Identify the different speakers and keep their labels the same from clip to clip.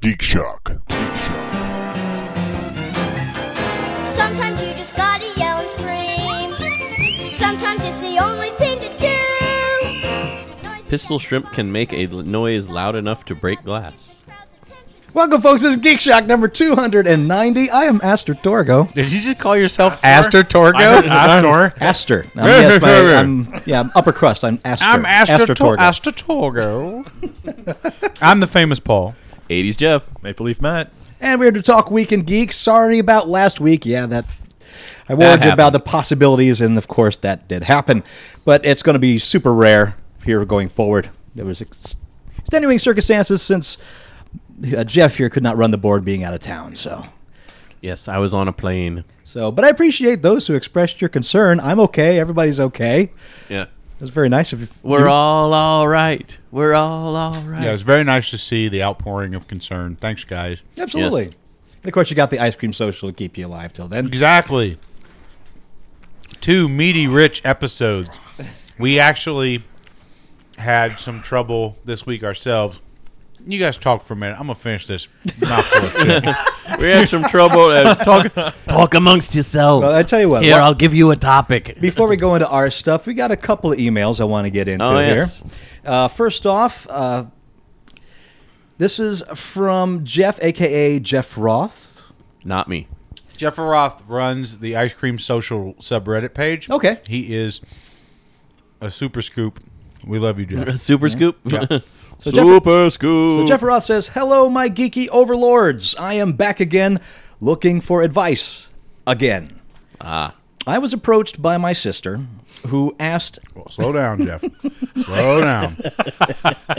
Speaker 1: Geek Shock. Geek Shock.
Speaker 2: Sometimes you just gotta yell and scream. Sometimes it's the only thing to do.
Speaker 3: Pistol shrimp can make a l- noise loud enough to break glass.
Speaker 4: Welcome, folks. This is Geek Shock number 290. I am Aster Torgo.
Speaker 5: Did you just call yourself
Speaker 4: Astor?
Speaker 5: Astor,
Speaker 4: I heard
Speaker 5: Torgo?
Speaker 6: Astor.
Speaker 4: Aster. Um, yes, my, I'm, yeah, I'm upper crust. I'm Aster.
Speaker 5: I'm Astor,
Speaker 4: Aster Torgo.
Speaker 5: Torgo. Astor Torgo. I'm the famous Paul.
Speaker 3: 80s Jeff.
Speaker 6: Maple Leaf Matt.
Speaker 4: And we're here to talk Weekend Geek. Sorry about last week. Yeah, that. I warned you about
Speaker 3: happened.
Speaker 4: the possibilities, and of course, that did happen. But it's going to be super rare here going forward. There was ex- extenuating circumstances since uh, Jeff here could not run the board being out of town, so.
Speaker 3: Yes, I was on a plane.
Speaker 4: So, but I appreciate those who expressed your concern. I'm okay. Everybody's okay.
Speaker 3: Yeah.
Speaker 4: That's very nice of you.
Speaker 3: We're all all right. We're all all right.
Speaker 5: Yeah, it's very nice to see the outpouring of concern. Thanks, guys.
Speaker 4: Absolutely.
Speaker 3: Yes.
Speaker 4: And of course, you got the ice cream social to keep you alive till then.
Speaker 5: Exactly. Two meaty, rich episodes. We actually had some trouble this week ourselves. You guys talk for a minute. I'm gonna finish this. mouthful of food.
Speaker 3: We had some trouble. Uh, talk, talk amongst yourselves.
Speaker 4: Well, I tell you what,
Speaker 3: Here,
Speaker 4: wha-
Speaker 3: I'll give you a topic.
Speaker 4: Before we go into our stuff, we got a couple of emails I want to get into
Speaker 3: Oh,
Speaker 4: here.
Speaker 3: yes.
Speaker 4: Uh, first off, uh, this is from Jeff, aka Jeff Roth.
Speaker 3: Not me.
Speaker 5: Jeff Roth runs the Ice Cream Social subreddit page.
Speaker 4: Okay.
Speaker 5: He is a super scoop. We love you, Jeff.
Speaker 3: Super scoop.
Speaker 4: So Jeff-
Speaker 3: Super scoop.
Speaker 4: So Jeff Roth says, "Hello, my geeky overlords. I am back again, looking for advice again. Ah, I was approached by my sister, who asked
Speaker 5: Well, slow down, Jeff. slow down.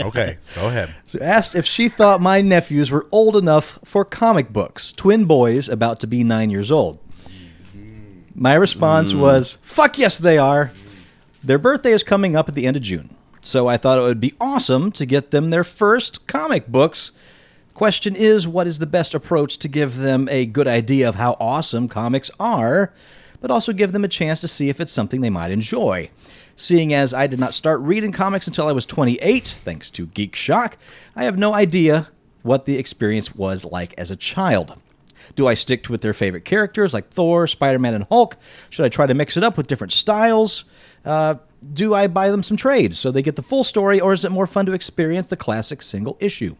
Speaker 5: Okay, go ahead.
Speaker 4: asked if she thought my nephews were old enough for comic books. Twin boys about to be nine years old. My response was, fuck yes, they are. Their birthday is coming up at the end of June. So I thought it would be awesome to get them their first comic books. Question is, what is the best approach to give them a good idea of how awesome comics are, but also give them a chance to see if it's something they might enjoy? Seeing as I did not start reading comics until I was 28, thanks to Geek Shock, I have no idea what the experience was like as a child. Do I stick with their favorite characters like Thor, Spider Man, and Hulk? Should I try to mix it up with different styles? Uh, do I buy them some trades so they get the full story, or is it more fun to experience the classic single issue?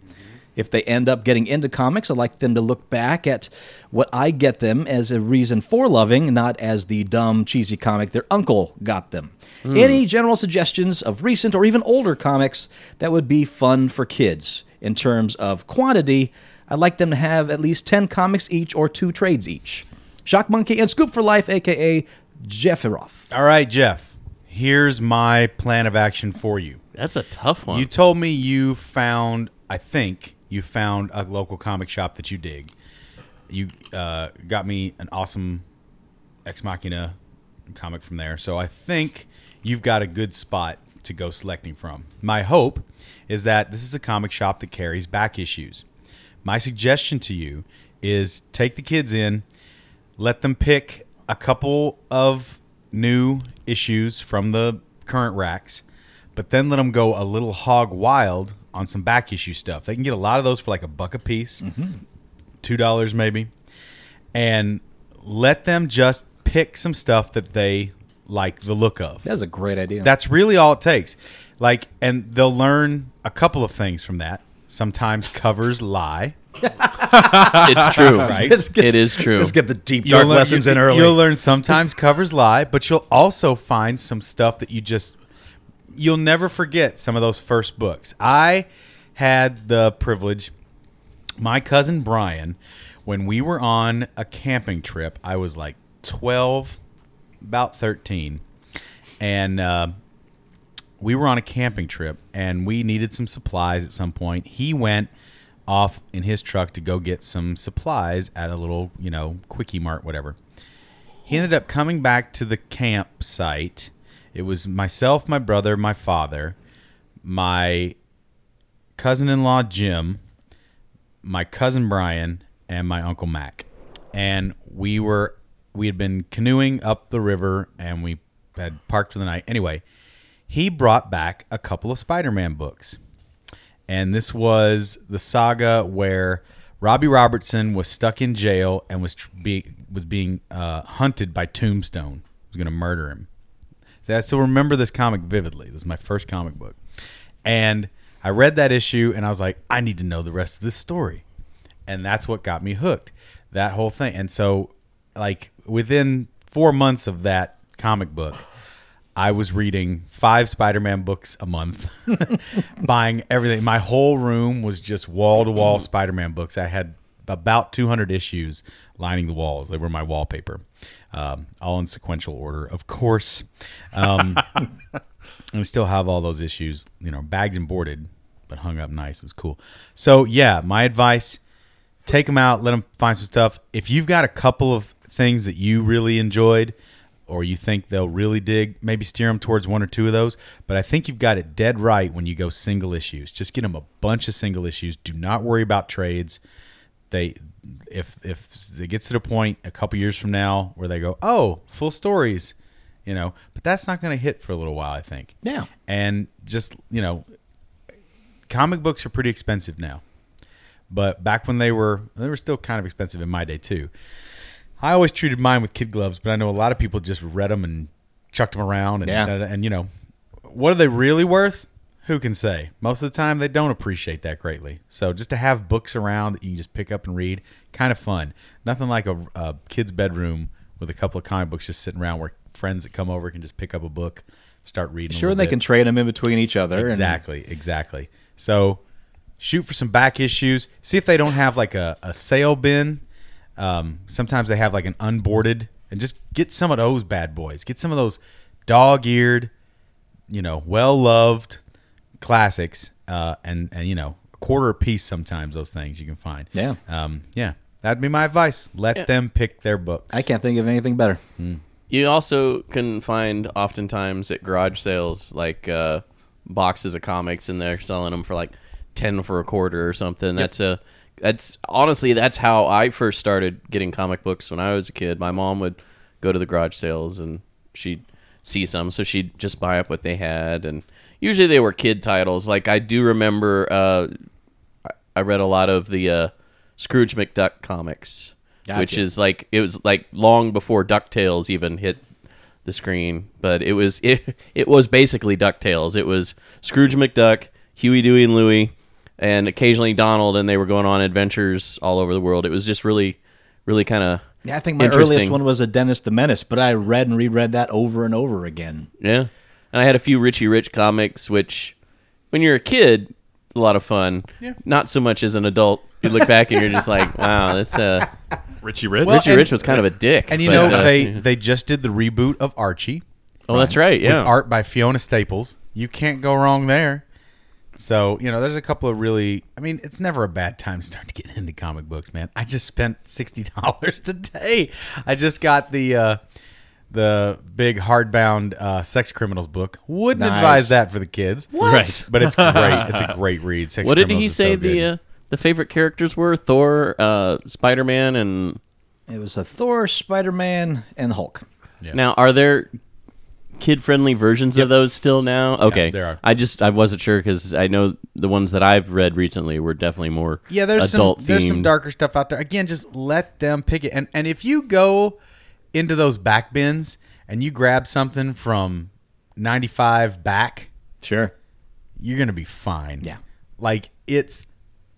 Speaker 4: If they end up getting into comics, I'd like them to look back at what I get them as a reason for loving, not as the dumb, cheesy comic their uncle got them. Any general suggestions of recent or even older comics that would be fun for kids in terms of quantity? I'd like them to have at least 10 comics each or two trades each. Shock Monkey and Scoop for Life, aka Jefferoff.
Speaker 5: All right, Jeff. Here's my plan of action for you.
Speaker 3: That's a tough one.
Speaker 5: You told me you found, I think you found a local comic shop that you dig. You uh, got me an awesome Ex Machina comic from there. So I think you've got a good spot to go selecting from. My hope is that this is a comic shop that carries back issues. My suggestion to you is take the kids in, let them pick a couple of new issues from the current racks, but then let them go a little hog wild on some back issue stuff. They can get a lot of those for like a buck a piece, two dollars maybe, and let them just pick some stuff that they like the look of.
Speaker 4: That was a great idea.
Speaker 5: That's really all it takes. Like, and they'll learn a couple of things from that. Sometimes covers lie.
Speaker 3: it's true.
Speaker 5: Right.
Speaker 3: It is true.
Speaker 4: Let's get the deep,
Speaker 5: You'll
Speaker 4: dark
Speaker 5: learn-
Speaker 4: lessons
Speaker 5: you-
Speaker 4: in early.
Speaker 5: You'll learn sometimes covers lie, but you'll also find some stuff that you just you'll never forget some of those first books. I had the privilege my cousin Brian when we were on a camping trip, I was like 12 about 13 and uh, we were on a camping trip and we needed some supplies at some point. He went off in his truck to go get some supplies at a little, you know, quickie mart, whatever. He ended up coming back to the campsite. It was myself, my brother, my father, my cousin in law, Jim, my cousin Brian, and my uncle Mac. And we were, we had been canoeing up the river and we had parked for the night. Anyway, he brought back a couple of Spider Man books. And this was the saga where Robbie Robertson was stuck in jail and was tr- be, was being uh, hunted by Tombstone. He was going to murder him. So I still remember this comic vividly. This is my first comic book, and I read that issue and I was like, I need to know the rest of this story, and that's what got me hooked. That whole thing, and so like within four months of that comic book. I was reading five Spider-Man books a month, buying everything. My whole room was just wall-to-wall Spider-Man books. I had about 200 issues lining the walls. They were my wallpaper, um, all in sequential order, of course. Um, and we still have all those issues, you know, bagged and boarded, but hung up nice. It was cool. So yeah, my advice: take them out, let them find some stuff. If you've got a couple of things that you really enjoyed, or you think they'll really dig, maybe steer them towards one or two of those. But I think you've got it dead right when you go single issues. Just get them a bunch of single issues. Do not worry about trades. They, if if it gets to the point a couple years from now where they go, oh, full stories, you know, but that's not going to hit for a little while, I think.
Speaker 4: Yeah.
Speaker 5: And just you know, comic books are pretty expensive now but back when they were they were still kind of expensive in my day too i always treated mine with kid gloves but i know a lot of people just read them and chucked them around and,
Speaker 4: Yeah.
Speaker 5: and you know what are they really worth who can say most of the time they don't appreciate that greatly so just to have books around that you can just pick up and read kind of fun nothing like a, a kid's bedroom with a couple of comic books just sitting around where friends that come over can just pick up a book start reading a
Speaker 4: Sure,
Speaker 5: little
Speaker 4: they
Speaker 5: bit.
Speaker 4: can trade them in between each other. and-
Speaker 5: Exactly, exactly. So shoot for some back issues. See if they don't have like a, a sale bin. Um, sometimes they have like an unboarded, and just get some of those bad boys. Get some of those dog eared, you know, well loved classics, uh, and and you know, a quarter a piece. Sometimes those things you can find.
Speaker 4: Yeah.
Speaker 5: um, yeah. That'd be my advice. Let them pick their books.
Speaker 4: I can't think of anything better.
Speaker 5: Hmm.
Speaker 7: You also can find oftentimes at garage sales like uh, boxes of comics, and they're selling them for like ten for a quarter or something. That's a that's honestly that's how I first started getting comic books when I was a kid. My mom would go to the garage sales and she'd see some, so she'd just buy up what they had, and usually they were kid titles. Like I do remember, uh, I- I read a lot of the uh, Scrooge McDuck comics, which
Speaker 4: Gotcha.
Speaker 7: is like it was like long before Ducktales even hit the screen, but it was it it was basically Ducktales. It was Scrooge McDuck, Huey, Dewey, and Louie, and occasionally Donald, and they were going on adventures all over the world. It was just really, really kind of
Speaker 4: Yeah, I think my earliest one was a Dennis the Menace, but I read and reread that over and over again.
Speaker 7: Yeah. And I had a few Richie Rich comics, which when you're a kid, it's a lot of fun. Yeah. Not so much as an adult. You look back and you're just like, wow, this uh,
Speaker 6: Richie Rich.
Speaker 5: Well,
Speaker 7: Richie
Speaker 5: and-
Speaker 7: Rich was kind of a dick.
Speaker 5: And you
Speaker 7: but,
Speaker 5: know
Speaker 7: uh,
Speaker 5: they they just did the reboot of Archie.
Speaker 7: Oh, that's right. Yeah.
Speaker 5: with art by Fiona Staples. You can't go wrong there. So, you know, there's a couple of really I mean, it's never a bad time to start to get into comic books, man. I just spent sixty dollars today. I just got the uh the big hardbound uh, sex criminals book. Wouldn't
Speaker 4: Nice.
Speaker 5: advise that for the kids. What?
Speaker 6: Right.
Speaker 5: But it's great. It's a great read. Sex
Speaker 7: what did
Speaker 5: Criminals
Speaker 7: he
Speaker 5: is so
Speaker 7: say the
Speaker 5: good.
Speaker 7: uh, the favorite characters were? Thor, uh, Spider Man, and
Speaker 4: It was a Thor, Spider Man, and the Hulk.
Speaker 5: Yeah.
Speaker 7: now are there kid friendly versions of those still now? Okay,
Speaker 5: there are.
Speaker 7: I just I wasn't sure because I know the ones that I've read recently were definitely more
Speaker 5: Yeah, there's some
Speaker 7: adult
Speaker 5: there's some
Speaker 7: themed.
Speaker 5: darker stuff out there. Again, just let them pick it. And and if you go into those back bins and you grab something from 95 back,
Speaker 4: Sure.
Speaker 5: you're gonna be fine.
Speaker 4: Yeah.
Speaker 5: Like it's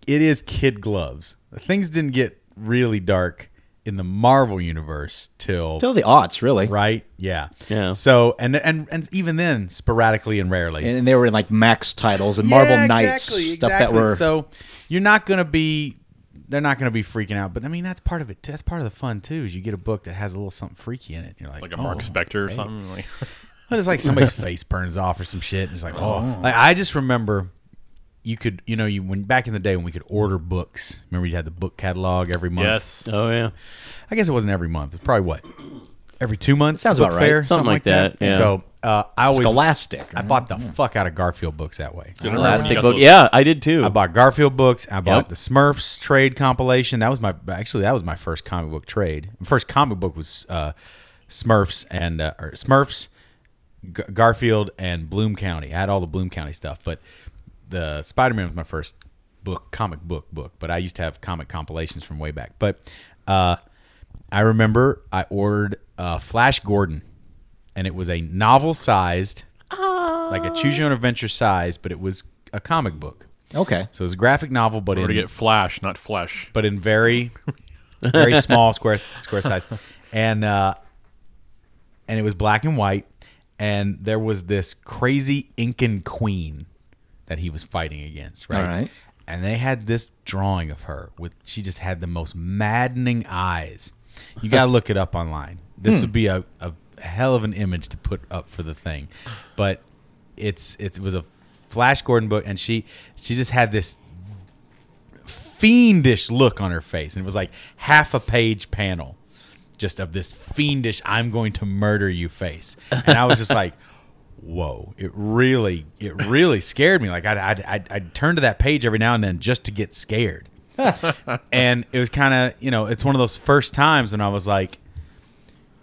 Speaker 5: it is kid gloves. Things didn't get really dark in the Marvel universe till
Speaker 4: Till the aughts, really.
Speaker 5: right? Yeah.
Speaker 7: Yeah.
Speaker 5: So and and and even then sporadically and rarely.
Speaker 4: And, and they were in like Max titles and Marvel
Speaker 5: Yeah,
Speaker 4: Knights stuff that were.
Speaker 5: so you're not gonna be they're not gonna be freaking out. But I mean that's part of it. That's part of the fun too, is you get a book that has a little something freaky in it. You're like,
Speaker 6: like a
Speaker 5: oh,
Speaker 6: Mark Spector or something. Like,
Speaker 5: But it's like somebody's face burns off or some shit, and it's like, oh. Like, I just remember you could, you know, you when back in the day when we could order books. Remember you had the book catalog every month.
Speaker 6: yes.
Speaker 7: Oh yeah.
Speaker 5: I guess it wasn't every month. It's probably what every two months.
Speaker 4: Sounds
Speaker 5: book
Speaker 4: about right.
Speaker 5: fair,
Speaker 7: Something like that, yeah.
Speaker 5: So uh, I always
Speaker 4: Scholastic. Mm-hmm.
Speaker 5: I bought the fuck out of Garfield books that way.
Speaker 6: I remember when you
Speaker 7: Elastic
Speaker 6: got
Speaker 7: book.
Speaker 6: those-
Speaker 7: Yeah, I did too.
Speaker 5: I bought Garfield books. I bought
Speaker 7: Yep.
Speaker 5: the Smurfs trade compilation. That was my actually that was my first comic book trade. My first comic book was uh, Smurfs and uh, or Smurfs, G- Garfield and Bloom County. I had all the Bloom County stuff, but the Spider Man was my first book, comic book book, but I used to have comic compilations from way back. But uh, I remember I ordered uh, Flash Gordon, and it was a novel sized, like a choose your own adventure size, but it was a comic book.
Speaker 4: Okay.
Speaker 5: So it was a graphic novel, but
Speaker 6: We're
Speaker 5: in,
Speaker 6: to get Flash, not flesh.
Speaker 5: but in very, very small square square size, and uh, and it was black and white, and there was this crazy Incan queen that he was fighting against, right?
Speaker 4: All right.
Speaker 5: And they had this drawing of her with she just had the most maddening eyes. You gotta look it up online. This
Speaker 4: Hmm.
Speaker 5: would be a, a hell of an image to put up for the thing, but it's it was a Flash Gordon book, and she she just had this fiendish look on her face, and it was like half a page panel just of this fiendish "I'm going to murder you" face, and I was just like, "Whoa!" It really, it really scared me. Like I'd, I'd, I'd, I'd turn to that page every now and then just to get scared, and it was kind of you know, it's one of those first times when I was like,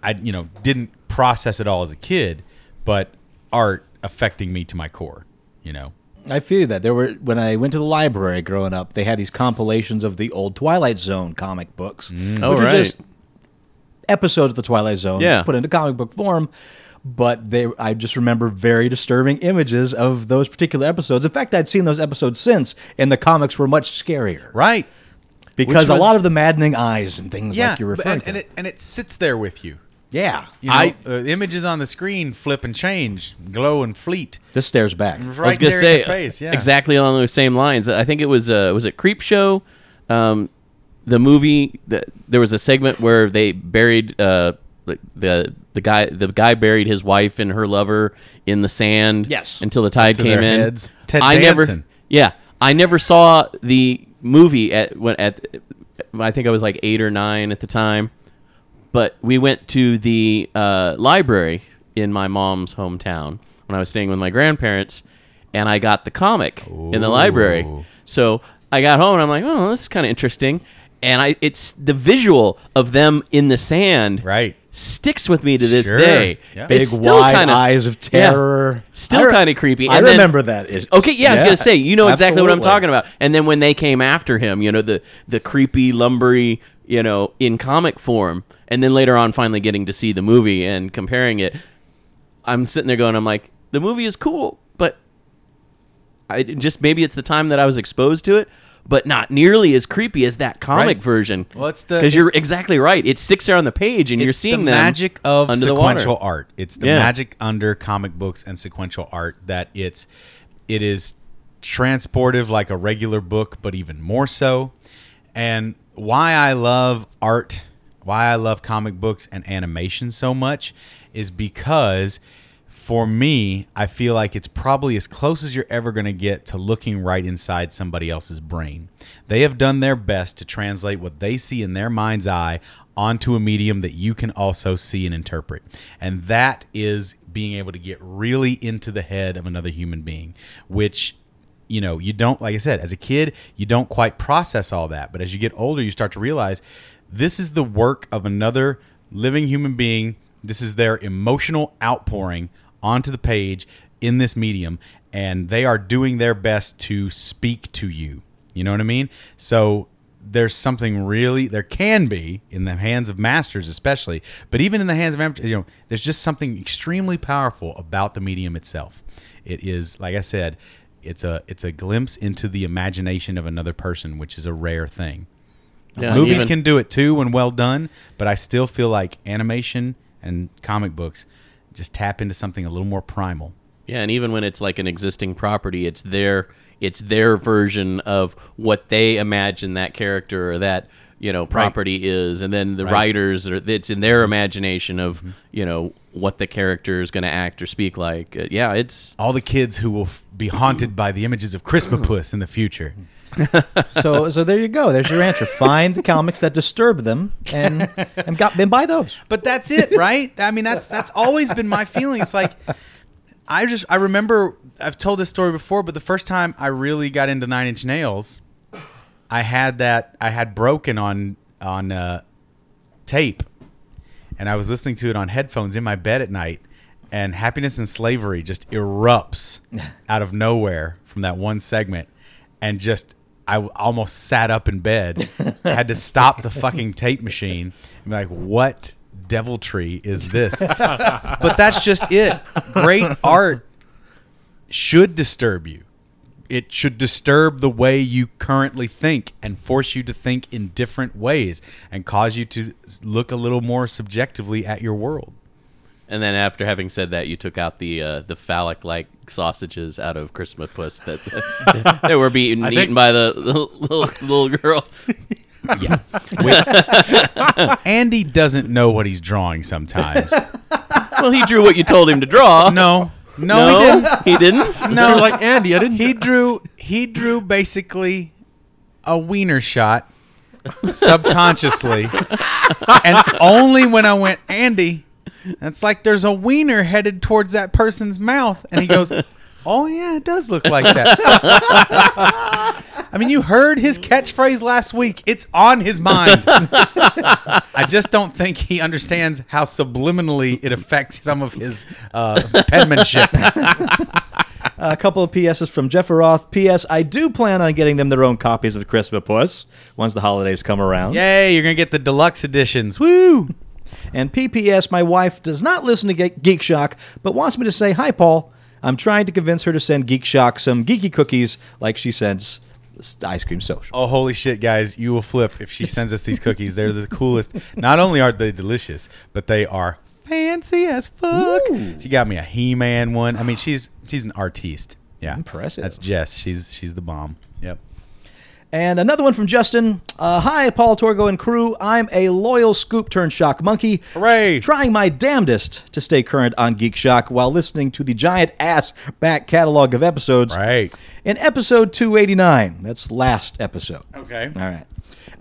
Speaker 5: I you know didn't process it all as a kid, but art affecting me to my core, you know.
Speaker 4: I feel that there were when I went to the library growing up, they had these compilations of the old Twilight Zone comic books,
Speaker 5: Mm.
Speaker 7: Oh,
Speaker 4: which are
Speaker 7: right.
Speaker 4: just episodes of the Twilight Zone
Speaker 7: Yeah.
Speaker 4: put into comic book form. But they, I just remember very disturbing images of those particular episodes. In fact, I'd seen those episodes since, and the comics were much scarier
Speaker 5: Right.
Speaker 4: because
Speaker 5: was-
Speaker 4: a lot of the maddening eyes and things
Speaker 5: Yeah.
Speaker 4: like you're
Speaker 5: but-
Speaker 4: referring
Speaker 5: and,
Speaker 4: to.
Speaker 5: and it and it sits there with you.
Speaker 4: yeah,
Speaker 5: You know,
Speaker 7: I-
Speaker 5: uh, images on the screen flip and change, glow and fleet.
Speaker 4: this stares back.
Speaker 5: Right
Speaker 7: I was gonna
Speaker 5: there
Speaker 7: say
Speaker 5: in your face, yeah.
Speaker 7: exactly along those same lines. I think it was uh, was it Creep Show, um, the movie. That there was a segment where they buried uh, the- the the guy the guy buried his wife and her lover in the sand.
Speaker 4: Yes.
Speaker 7: until the tide
Speaker 5: to
Speaker 7: came
Speaker 5: their
Speaker 7: in.
Speaker 5: heads. Ted
Speaker 7: I never.
Speaker 5: Danson.
Speaker 7: Yeah, I never saw the movie at when at. I think I was like eight or nine at the time but we went to the uh, library in my mom's hometown when I was staying with my grandparents, and I got the comic in the library. So I got home and I'm like, oh, this is kind of interesting. And I, it's the visual of them in the sand,
Speaker 5: Right.
Speaker 7: sticks with me to this
Speaker 5: Sure.
Speaker 7: day.
Speaker 5: Yeah.
Speaker 4: Big
Speaker 7: It's still
Speaker 4: wide
Speaker 7: kinda-
Speaker 4: eyes of
Speaker 7: Yeah.
Speaker 4: terror.
Speaker 7: Still
Speaker 4: I re-
Speaker 7: kinda creepy.
Speaker 4: I
Speaker 7: And then-
Speaker 4: remember that. Is-
Speaker 7: Okay, yeah, I was
Speaker 4: Yeah,
Speaker 7: gonna say, you know exactly what I'm
Speaker 4: absolutely.
Speaker 7: talking about. And then when they came after him, you know the the creepy, lumbery, you know, in comic form, and then later on, finally getting to see the movie and comparing it, I'm sitting there going, I'm like, the movie is cool, but I just maybe it's the time that I was exposed to it, but not nearly as creepy as that comic
Speaker 5: Right.
Speaker 7: version.
Speaker 5: Well, it's the-
Speaker 7: because you're exactly right. It sticks there on the page, and you're
Speaker 5: It's
Speaker 7: seeing
Speaker 5: the
Speaker 7: them
Speaker 5: magic of
Speaker 7: under
Speaker 5: sequential
Speaker 7: the water.
Speaker 5: art. It's the
Speaker 7: Yeah.
Speaker 5: magic under comic books and sequential art that it's it is transportive like a regular book, but even more so. And why I love art, why I love comic books and animation so much, is because for me, I feel like it's probably as close as you're ever going to get to looking right inside somebody else's brain. They have done their best to translate what they see in their mind's eye onto a medium that you can also see and interpret. And that is being able to get really into the head of another human being, which you know, you don't, like I said, as a kid, you don't quite process all that. But as you get older, you start to realize this is the work of another living human being. This is their emotional outpouring onto the page in this medium. And they are doing their best to speak to you. You know what I mean? So there's something really there can be in the hands of masters especially but even in the hands of amateurs you know there's just something extremely powerful about the medium itself it is like i said it's a it's a glimpse into the imagination of another person which is a rare thing
Speaker 7: Yeah,
Speaker 5: movies
Speaker 7: even-
Speaker 5: can do it too when well done but i still feel like animation and comic books just tap into something a little more primal
Speaker 7: Yeah, and even when it's like an existing property, it's their it's their version of what they imagine that character or that you know property is, and then the writers are it's in their imagination of you know what the character is going to act or speak like. Uh, yeah, it's
Speaker 5: all the kids who will f- be haunted by the images of Crispapus in the future
Speaker 4: So, so there you go. There's your answer. Find the comics that disturb them and and got and buy those.
Speaker 5: But that's it, right? I mean, that's that's always been my feeling. It's like I just I remember I've told this story before, but the first time I really got into Nine Inch Nails, I had that I had broken on on uh, tape, and I was listening to it on headphones in my bed at night, and Happiness and Slavery just erupts out of nowhere from that one segment, and just I w- almost sat up in bed, had to stop the fucking tape machine, and be like, what deviltry is this? but that's just it. Great art should disturb you. It should disturb the way you currently think and force you to think in different ways and cause you to s- look a little more subjectively at your world.
Speaker 3: And then after having said that, you took out the uh, the phallic like sausages out of Christmas puss that that were being
Speaker 6: I
Speaker 3: eaten
Speaker 6: think-
Speaker 3: by the little, little little girl.
Speaker 5: Andy doesn't know what he's drawing sometimes.
Speaker 3: Well, he drew what you told him to draw.
Speaker 5: No, no, he
Speaker 3: no,
Speaker 5: didn't.
Speaker 3: he didn't.
Speaker 5: No,
Speaker 6: You're like Andy, I didn't.
Speaker 5: he drew he drew basically a wiener shot subconsciously, and only when I went Andy, that's like there's a wiener headed towards that person's mouth, and he goes, "Oh yeah, it does look like that." I mean, you heard his catchphrase last week. It's on his mind. I just don't think he understands how subliminally it affects some of his uh, penmanship.
Speaker 4: A couple of PSs from Jeff Roth. PS, I do plan on getting them their own copies of Christmas Puss once the holidays come around.
Speaker 5: Yay, you're going to get the deluxe editions. Woo!
Speaker 4: And PPS, my wife does not listen to Ge- Geek Shock, but wants me to say, Hi, Paul. I'm trying to convince her to send Geek Shock some geeky cookies like she sends s- Ice Cream Social.
Speaker 5: Oh, holy shit, guys. You will flip if she sends us these cookies. They're the coolest. Not only are they delicious, but they are fancy as fuck. She got me a He-Man one. I mean, she's she's an artiste. Yeah.
Speaker 4: Impressive.
Speaker 5: That's Jess. She's she's the bomb. Yep.
Speaker 4: And another one from Justin. Uh, Hi, Paul Torgo and crew. I'm a loyal scoop turn shock monkey.
Speaker 5: Hooray.
Speaker 4: Trying my damnedest to stay current on Geek Shock while listening to the giant ass back catalog of episodes.
Speaker 5: Right.
Speaker 4: In episode 289, that's last episode.
Speaker 5: Okay.
Speaker 4: All right.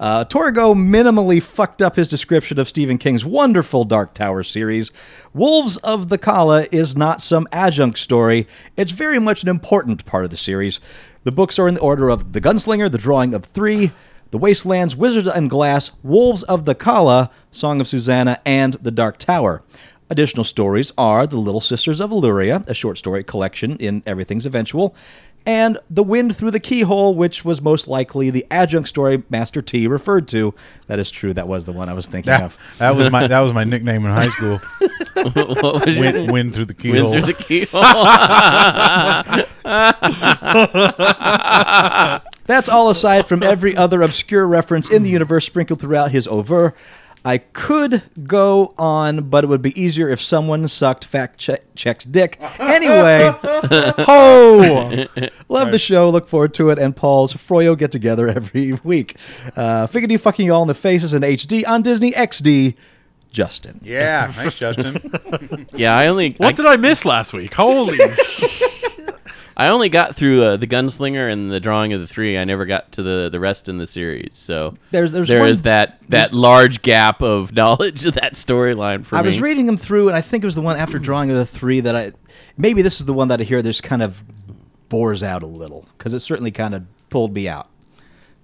Speaker 4: Uh, Torgo minimally fucked up his description of Stephen King's wonderful Dark Tower series. Wolves of the Kala is not some adjunct story, it's very much an important part of the series. The books are in the order of The Gunslinger, The Drawing of Three, The Wastelands, Wizard and Glass, Wolves of the Kala, Song of Susanna, and The Dark Tower. Additional stories are The Little Sisters of Illyria, a short story collection in Everything's Eventual, and The Wind Through the Keyhole, which was most likely the adjunct story Master T referred to. That is true. That was the one I was thinking
Speaker 5: That,
Speaker 4: of.
Speaker 5: that was my that was my nickname in high school.
Speaker 3: What was your
Speaker 5: Win, win through the
Speaker 3: went
Speaker 5: keyhole.
Speaker 3: through the keyhole?
Speaker 4: That's all aside from every other obscure reference in the universe sprinkled throughout his over. I could go on, but it would be easier if someone sucked fact che- check's dick. Anyway, ho! Love the show. Look forward to it. And Paul's Froyo get together every week. Uh, Figgity fucking y'all in the faces in HD on Disney XD. Justin.
Speaker 5: yeah, thanks, Justin.
Speaker 3: yeah, I only
Speaker 6: What
Speaker 3: I,
Speaker 6: did I miss last week? Holy shit.
Speaker 3: I only got through uh, the gunslinger and the drawing of the three. I never got to the, the rest in the series. So
Speaker 4: There's- there's
Speaker 3: there
Speaker 4: one-
Speaker 3: is that that large gap of knowledge of that storyline for
Speaker 4: I
Speaker 3: me.
Speaker 4: was reading them through, and I think it was the one after drawing of the three that I. Maybe this is the one that I hear this kind of bores out a little because it certainly kind of pulled me out.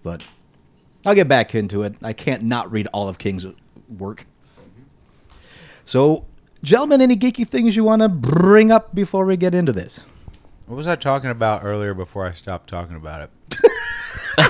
Speaker 4: But I'll get back into it. I can't not read all of King's work. So, gentlemen, any geeky things you want to bring up before we get into this?
Speaker 5: What was I talking about earlier before I stopped talking about it?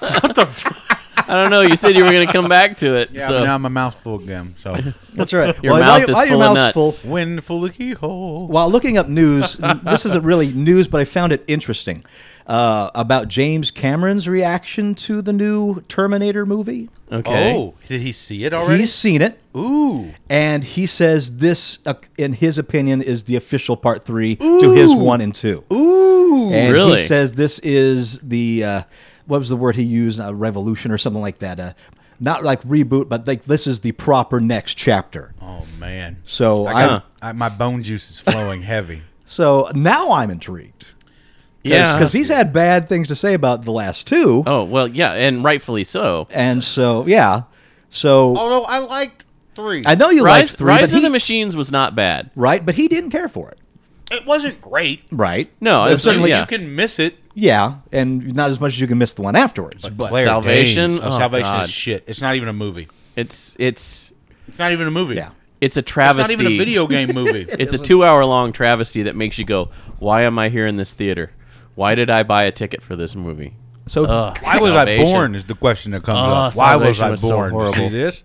Speaker 3: I don't know. You said you were going to come back to it.
Speaker 5: Yeah,
Speaker 3: so
Speaker 5: but now my mouth's full of gum. So
Speaker 4: That's right.
Speaker 3: Your mouth is full of nuts.
Speaker 5: win full of keyhole.
Speaker 4: while looking up news, n- this isn't really news, but I found it interesting uh, about James Cameron's reaction to the new Terminator movie.
Speaker 3: okay.
Speaker 5: Oh, did he see it already?
Speaker 4: He's seen it,
Speaker 5: Ooh.
Speaker 4: and he says this, uh, in his opinion, is the official part three to his one and two.
Speaker 5: Ooh.
Speaker 4: and
Speaker 3: Really?
Speaker 4: he says this is the uh, what was the word he used? A revolution or something like that. Uh, not like reboot, but like this is the proper next chapter.
Speaker 5: Oh man.
Speaker 4: So
Speaker 5: I
Speaker 4: I,
Speaker 5: got, I, my bone juice is flowing heavy.
Speaker 4: so now I'm intrigued
Speaker 3: yeah.
Speaker 4: because he's had bad things to say about the last two.
Speaker 3: oh well, yeah, and rightfully so.
Speaker 4: And so, yeah. So
Speaker 5: Although Oh, I liked three.
Speaker 4: I know you
Speaker 3: Rise,
Speaker 4: liked three,
Speaker 3: Rise
Speaker 4: but
Speaker 3: of
Speaker 4: he,
Speaker 3: the Machines was not bad.
Speaker 4: right? But he didn't care for it,
Speaker 5: it wasn't great.
Speaker 4: right?
Speaker 3: No,
Speaker 4: But
Speaker 3: it's-
Speaker 4: certainly,
Speaker 3: yeah.
Speaker 5: You can miss it.
Speaker 4: yeah, and not as much as you can miss the one afterwards. But,
Speaker 5: Claire
Speaker 3: Salvation?
Speaker 5: Danes. Oh,
Speaker 3: Oh,
Speaker 5: Salvation
Speaker 3: God.
Speaker 5: is shit. It's not even a movie.
Speaker 3: It's it's
Speaker 5: It's not even a movie.
Speaker 4: yeah,
Speaker 3: it's a
Speaker 5: It's
Speaker 3: travesty.
Speaker 5: not even a video game movie.
Speaker 3: It's a two-hour-long travesty that makes you go, "Why am I here in this theater? Why did I buy a ticket for this movie?"
Speaker 4: So
Speaker 5: Why was
Speaker 3: Salvation.
Speaker 5: I born? Is the question that comes
Speaker 6: Oh,
Speaker 5: up. Why was
Speaker 6: salvation
Speaker 5: I
Speaker 6: was so
Speaker 5: born?
Speaker 6: horrible.
Speaker 5: See this?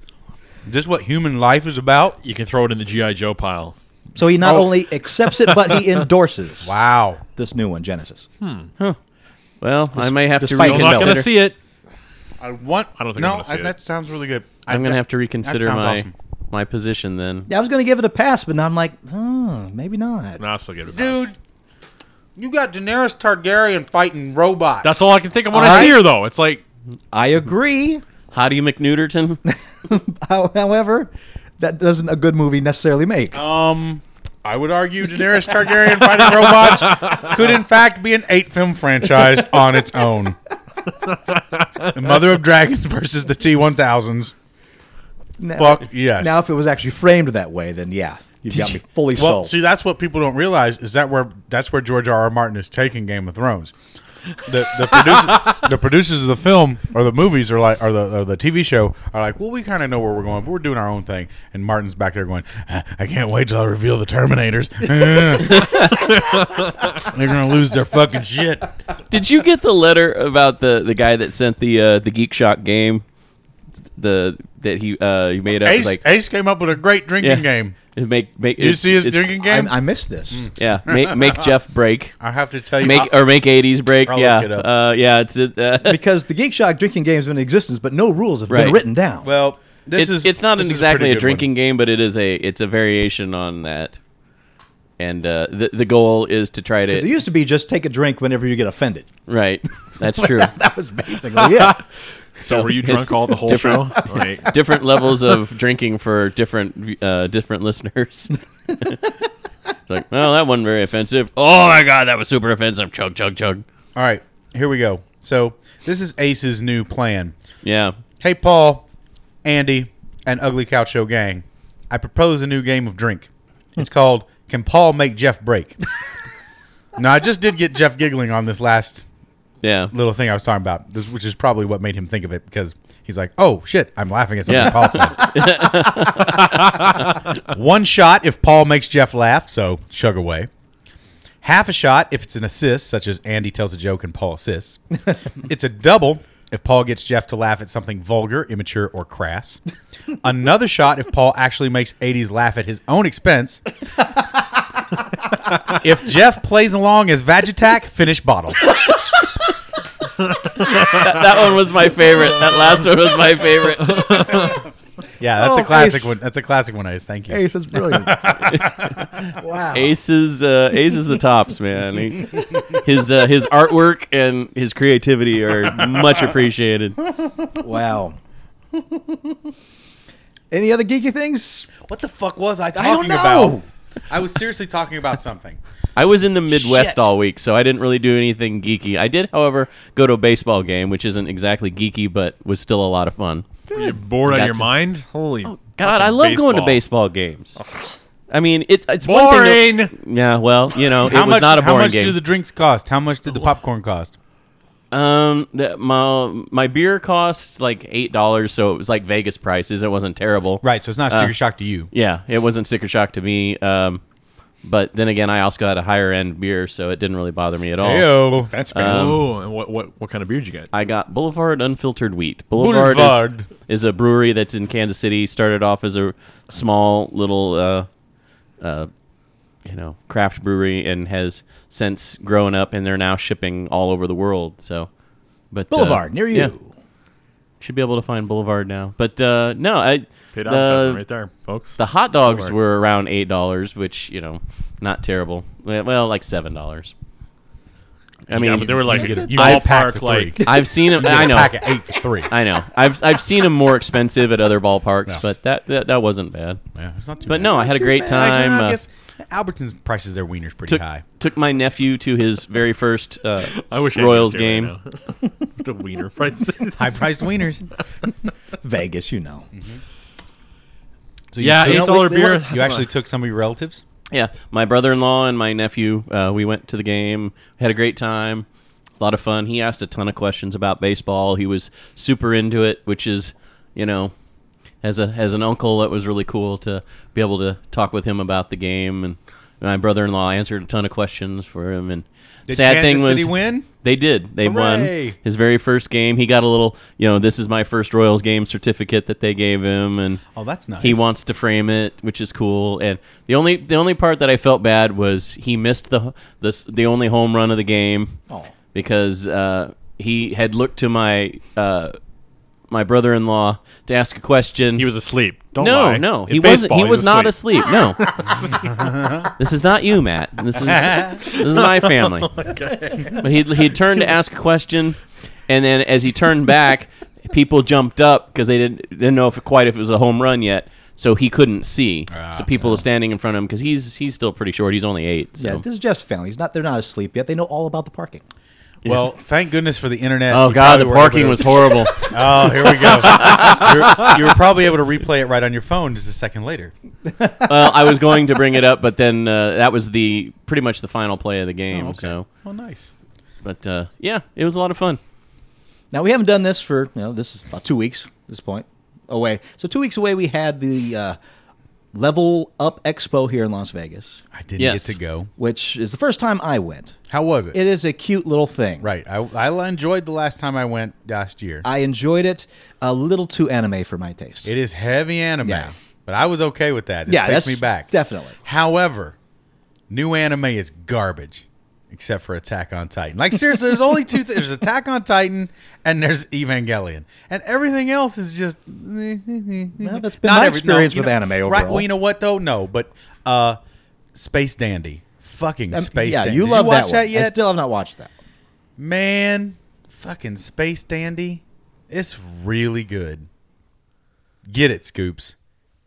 Speaker 5: Is this what human life is about?
Speaker 6: You can throw it in the GI Joe pile.
Speaker 4: so he not
Speaker 5: Oh.
Speaker 4: only accepts it, but he endorses
Speaker 5: Wow.
Speaker 4: this new one, Genesis.
Speaker 3: Well, I may have
Speaker 4: the
Speaker 3: to
Speaker 4: spike
Speaker 6: I'm
Speaker 4: is
Speaker 3: reconsider.
Speaker 6: not going
Speaker 4: better.
Speaker 6: to see it.
Speaker 5: I want.
Speaker 6: I don't think
Speaker 5: no,
Speaker 6: I'm gonna see
Speaker 5: I-
Speaker 6: it.
Speaker 5: that sounds really good. I-
Speaker 3: I'm
Speaker 5: that-
Speaker 3: going to have to
Speaker 5: that
Speaker 3: reconsider
Speaker 5: sounds
Speaker 3: my
Speaker 5: awesome.
Speaker 3: my position then.
Speaker 4: Yeah, I was going to give it a pass, but now I'm like, hmm, maybe not.
Speaker 6: Nah, I still give it a pass.
Speaker 5: Dude, you got Daenerys Targaryen fighting robots.
Speaker 6: That's all I can think of when
Speaker 4: All
Speaker 6: I see
Speaker 4: right.
Speaker 6: her, though. It's like,
Speaker 4: I agree.
Speaker 3: Hottie McNuderton.
Speaker 4: How- However, that doesn't a good movie necessarily make.
Speaker 5: um. I would argue Daenerys Targaryen fighting robots could, in fact, be an eight-film franchise on its own. the Mother of Dragons versus the T-1000s.
Speaker 4: Now-
Speaker 5: Fuck yes.
Speaker 4: Now, if it was actually framed that way, then yeah, you've got me fully
Speaker 5: Well,
Speaker 4: sold.
Speaker 5: see, that's what people don't realize is that where that's where George R. R. Martin is taking Game of Thrones. The the, producer, the producers of the film or the movies are like or the or the TV show are like, well, we kind of know where we're going, but we're doing our own thing. And Martin's back there going, "Uh, I can't wait till I reveal the Terminators. They're gonna lose their fucking shit.
Speaker 3: Did you get the letter about the, the guy that sent the uh, the Geek Shock game? The that he uh, he made up
Speaker 5: Ace
Speaker 3: like
Speaker 5: Ace came up with a great drinking
Speaker 3: yeah,
Speaker 5: game.
Speaker 3: It Make make
Speaker 5: Did you
Speaker 3: it's-
Speaker 5: see his
Speaker 3: it's-
Speaker 5: drinking game?
Speaker 4: I, I missed this.
Speaker 3: Yeah, make, make Jeff break.
Speaker 5: I have to tell you,
Speaker 3: Make
Speaker 5: I-
Speaker 3: or make eighties break.
Speaker 5: I'll
Speaker 3: yeah,
Speaker 5: look it up.
Speaker 3: uh, yeah. It's it, uh,
Speaker 4: Because the Geek Shock drinking game has been in existence, but no rules have been
Speaker 3: Right.
Speaker 4: written down.
Speaker 5: well, this
Speaker 3: it's,
Speaker 5: is
Speaker 3: it's not
Speaker 5: this
Speaker 3: an
Speaker 5: is pretty
Speaker 3: exactly a
Speaker 5: good one.
Speaker 3: drinking game, but it is a it's a variation on that. And uh, the the goal is to try
Speaker 4: it
Speaker 3: to
Speaker 4: used to be just take a drink whenever you get offended.
Speaker 3: right. That's true.
Speaker 4: That was basically it.
Speaker 6: so were you
Speaker 3: it's
Speaker 6: drunk all the whole show?
Speaker 3: different-
Speaker 6: Like,
Speaker 3: different levels of drinking for different uh, different listeners. like, well, that wasn't very offensive. Oh my god, that was super offensive. Chug chug chug.
Speaker 5: All right, here we go. So this is Ace's new plan.
Speaker 3: Yeah,
Speaker 5: Hey, Paul, Andy, and Ugly Cow Show Gang. I propose a new game of drink. It's called Can Paul Make Jeff Break? now, I just did get Jeff giggling on this last
Speaker 3: yeah.
Speaker 5: little thing I was talking about, this, which is probably what made him think of it because he's like, oh, shit, I'm laughing at something
Speaker 3: Yeah.
Speaker 5: Paul said. One shot if Paul makes Jeff laugh, so chug away. Half a shot if it's an assist, such as Andy tells a joke and Paul assists. it's a double if Paul gets Jeff to laugh at something vulgar, immature, or crass. Another shot if Paul actually makes 80s laugh at his own expense. if Jeff plays along as Vagitac, finish bottle.
Speaker 3: That one was my favorite. That last one was my favorite.
Speaker 5: Yeah, that's
Speaker 4: Oh,
Speaker 5: a classic
Speaker 4: Ace.
Speaker 5: one. That's a classic one, Ace. Thank you.
Speaker 4: Ace, that's brilliant. wow.
Speaker 3: Ace is uh, Ace is the tops, man. He, his uh, his artwork and his creativity are much appreciated.
Speaker 4: Wow. Any other geeky things?
Speaker 5: What the fuck was I
Speaker 4: don't
Speaker 5: talking
Speaker 4: know.
Speaker 5: about? I was seriously talking about something.
Speaker 3: I was in the Midwest
Speaker 5: Shit.
Speaker 3: all week, so I didn't really do anything geeky. I did, however, go to a baseball game, which isn't exactly geeky, but was still a lot of fun.
Speaker 6: were you bored out
Speaker 3: Got
Speaker 6: of your
Speaker 3: to- Oh,
Speaker 6: mind? Holy
Speaker 3: God,
Speaker 6: fucking
Speaker 3: I love going to
Speaker 6: baseball.
Speaker 3: baseball games. I mean, it, it's One thing
Speaker 6: Boring.
Speaker 3: to- yeah, well, you know, it
Speaker 5: How
Speaker 3: was
Speaker 5: much?
Speaker 3: not a
Speaker 5: how
Speaker 3: boring
Speaker 5: much do
Speaker 3: game.
Speaker 5: the drinks cost? How much did the popcorn cost?
Speaker 3: um, the, my my beer cost like eight dollars, so it was like Vegas prices. It wasn't terrible,
Speaker 5: Right, so it's not a
Speaker 3: Uh,
Speaker 5: sticker shock to you.
Speaker 3: Yeah, it wasn't sticker shock to me. Um, but then again, I also got a higher end beer, so it didn't really bother me at all.
Speaker 5: Ayo.
Speaker 6: That's fancy. oh, and what, what what kind of beer did you get?
Speaker 3: Um, I got Boulevard Unfiltered Wheat. Boulevard, is-
Speaker 5: Boulevard.
Speaker 3: Is, a brewery that's in Kansas City. Started off as a small little, uh, uh, you know, craft brewery, and has since grown up, and they're now shipping all over the world. So, but uh,
Speaker 4: Boulevard, near you.
Speaker 3: yeah, should be able to find Boulevard now. But uh, no, I
Speaker 6: Paid
Speaker 3: the-
Speaker 6: out advertisement right there, folks.
Speaker 3: the hot dogs
Speaker 6: Boulevard.
Speaker 3: were around eight dollars, which you know, not terrible. Well, well, like seven dollars. I mean,
Speaker 6: yeah, but they were like
Speaker 5: That's a-
Speaker 6: you
Speaker 5: I
Speaker 6: all
Speaker 5: packed
Speaker 6: park
Speaker 5: for three.
Speaker 6: like
Speaker 3: I've seen them.
Speaker 5: I
Speaker 3: I know.
Speaker 5: Pack of eight for three.
Speaker 3: I know. I've I've seen them more expensive at other ballparks,
Speaker 5: Yeah.
Speaker 3: but that, that that wasn't bad.
Speaker 5: Yeah, it's not too
Speaker 3: But
Speaker 5: bad.
Speaker 3: no, I had a
Speaker 5: Too
Speaker 3: great
Speaker 5: bad.
Speaker 3: time,
Speaker 5: I,
Speaker 3: uh,
Speaker 5: guess Albertsons prices their wieners pretty
Speaker 3: Took
Speaker 5: high.
Speaker 3: took my nephew to his very first uh,
Speaker 6: I wish I could
Speaker 3: Royals
Speaker 6: say
Speaker 3: game.
Speaker 6: right now. the wiener prices.
Speaker 5: High priced wieners.
Speaker 4: Vegas, you know.
Speaker 5: So
Speaker 6: Yeah,
Speaker 5: took-
Speaker 6: eight dollar
Speaker 5: Wait, wait,
Speaker 6: beer,
Speaker 5: wait.
Speaker 6: that's
Speaker 5: You actually
Speaker 6: not-
Speaker 5: took some of your relatives.
Speaker 3: Yeah, my brother-in-law and my nephew. Uh, we went to the game, had a great time, a lot of fun. He asked a ton of questions about baseball. He was super into it, which is, you know, as a as an uncle, it was really cool to be able to talk with him about the game. And my brother-in-law answered a ton of questions for him, and
Speaker 5: Did
Speaker 3: Sad
Speaker 5: Kansas
Speaker 3: thing was
Speaker 5: City win?
Speaker 3: They did. They
Speaker 5: Hooray!
Speaker 3: won his very first game. He got a little, you know, this is my first Royals game certificate that they gave him, and
Speaker 5: Oh, that's nice.
Speaker 3: he wants to frame it, which is cool. And the only the only part that I felt bad was he missed the the s- the only home run of the game
Speaker 6: Oh.
Speaker 4: Oh.
Speaker 3: because uh, he had looked to my uh, my brother in law to ask a question.
Speaker 6: He was asleep.
Speaker 5: Oh
Speaker 6: Don't
Speaker 3: no,
Speaker 6: lie.
Speaker 3: no,
Speaker 6: In
Speaker 3: he wasn't.
Speaker 6: baseball,
Speaker 3: He was not
Speaker 6: asleep.
Speaker 3: asleep. No, this is not you, Matt. This is this is my family. But he he turned to ask a question, and then as he turned back, people jumped up because they didn't didn't know if quite if it was a home run yet. So he couldn't see.
Speaker 5: Ah,
Speaker 3: so people are standing in front of him because he's he's still pretty short. He's only eight. So.
Speaker 4: Yeah, this is Jeff's family. He's not. They're not asleep yet. They know all about the parking.
Speaker 5: Well, thank goodness for the internet.
Speaker 3: oh
Speaker 5: You
Speaker 3: God,
Speaker 5: probably
Speaker 3: the
Speaker 5: were able
Speaker 3: parking
Speaker 5: to-
Speaker 3: was horrible.
Speaker 5: Oh, here we go. You're- you were probably able to replay it right on your phone just a second later.
Speaker 3: well, I was going to bring it up, but then uh, that was the pretty much the final play of the game. So,
Speaker 5: Well, nice.
Speaker 3: but uh, yeah, it was a lot of fun.
Speaker 4: Now we haven't done this for you know this is about two weeks at this point away. So two weeks away we had the uh, Level Up Expo here in Las Vegas,
Speaker 5: I didn't
Speaker 3: Yes.
Speaker 5: get to go.
Speaker 4: which is the first time I went.
Speaker 5: How was it?
Speaker 4: It is a cute little thing.
Speaker 5: right. I, I enjoyed the last time I went last year.
Speaker 4: I enjoyed it a little too anime for my taste.
Speaker 5: it is heavy anime,
Speaker 4: Yeah.
Speaker 5: but I was okay with that. It
Speaker 4: Yeah, that's
Speaker 5: takes me back.
Speaker 4: definitely.
Speaker 5: However, new anime is garbage. Except for Attack on Titan. Like seriously, there's only two. Th- there's Attack on Titan and there's Evangelion, and everything else is just.
Speaker 4: Well, that's been my
Speaker 5: every- no,
Speaker 4: experience
Speaker 5: you
Speaker 4: with
Speaker 5: know-
Speaker 4: anime overall.
Speaker 5: Right. Well, you know what though? No, but uh, Space Dandy, fucking
Speaker 4: Um,
Speaker 5: Space
Speaker 4: yeah,
Speaker 5: Dandy.
Speaker 4: you
Speaker 5: Did
Speaker 4: love
Speaker 5: you watch
Speaker 4: that,
Speaker 5: that,
Speaker 4: one. I
Speaker 5: yet?
Speaker 4: still have not watched that.
Speaker 5: Man, fucking Space Dandy. It's really good. Get it, Scoops.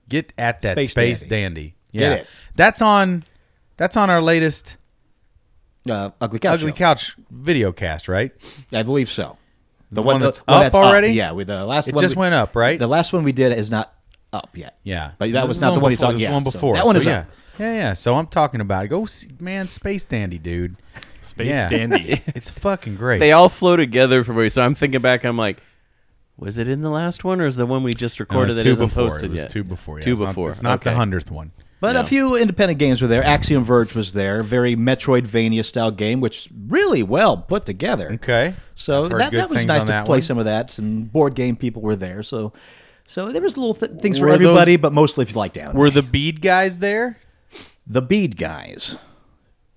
Speaker 5: Get at that
Speaker 4: Space
Speaker 5: Space,
Speaker 4: Dandy.
Speaker 5: Dandy.
Speaker 4: Get
Speaker 5: Yeah.
Speaker 4: it.
Speaker 5: That's on that's on our latest
Speaker 4: Uh, Ugly Couch.
Speaker 5: Ugly
Speaker 4: Show.
Speaker 5: Couch video cast, right?
Speaker 4: I believe so. The,
Speaker 5: one that's
Speaker 4: one
Speaker 5: up already?
Speaker 4: Yeah, with the last
Speaker 5: It
Speaker 4: one
Speaker 5: just
Speaker 4: we-
Speaker 5: went up, right?
Speaker 4: The last one we did is not up yet.
Speaker 5: Yeah.
Speaker 4: but that
Speaker 5: This
Speaker 4: was
Speaker 5: is
Speaker 4: not the one you
Speaker 5: before-
Speaker 4: talked.
Speaker 5: this
Speaker 4: Yeah,
Speaker 5: one
Speaker 4: so
Speaker 5: before.
Speaker 4: that one
Speaker 5: So,
Speaker 4: is
Speaker 5: yeah.
Speaker 4: up.
Speaker 5: Yeah, yeah. So I'm talking about it. Go see, man, Space Dandy, dude.
Speaker 6: Space
Speaker 5: Yeah.
Speaker 6: dandy.
Speaker 5: It's fucking great.
Speaker 3: they all flow together for me. So I'm thinking back. I'm like, was it in the last one or is the one we just
Speaker 5: No,
Speaker 3: recorded
Speaker 5: it's
Speaker 3: that
Speaker 5: two
Speaker 3: isn't
Speaker 5: before.
Speaker 3: posted
Speaker 5: it was
Speaker 3: yet?
Speaker 5: two before. Yeah.
Speaker 3: Two
Speaker 5: It's not-
Speaker 3: before.
Speaker 5: it's not the
Speaker 3: Okay.
Speaker 5: hundredth one.
Speaker 4: But a
Speaker 3: Yeah.
Speaker 4: few independent games were there. Axiom Verge was there, very Metroidvania style game, which is really well put together.
Speaker 5: Okay.
Speaker 4: So
Speaker 5: I've heard
Speaker 4: that,
Speaker 5: good
Speaker 4: that was
Speaker 5: things
Speaker 4: nice
Speaker 5: on
Speaker 4: to
Speaker 5: that
Speaker 4: play
Speaker 5: one.
Speaker 4: some of that. Some board game people were there, so so there was little th- things for
Speaker 5: Were those-
Speaker 4: everybody, but mostly if you liked anime.
Speaker 5: Were the bead guys there?
Speaker 4: the bead guys?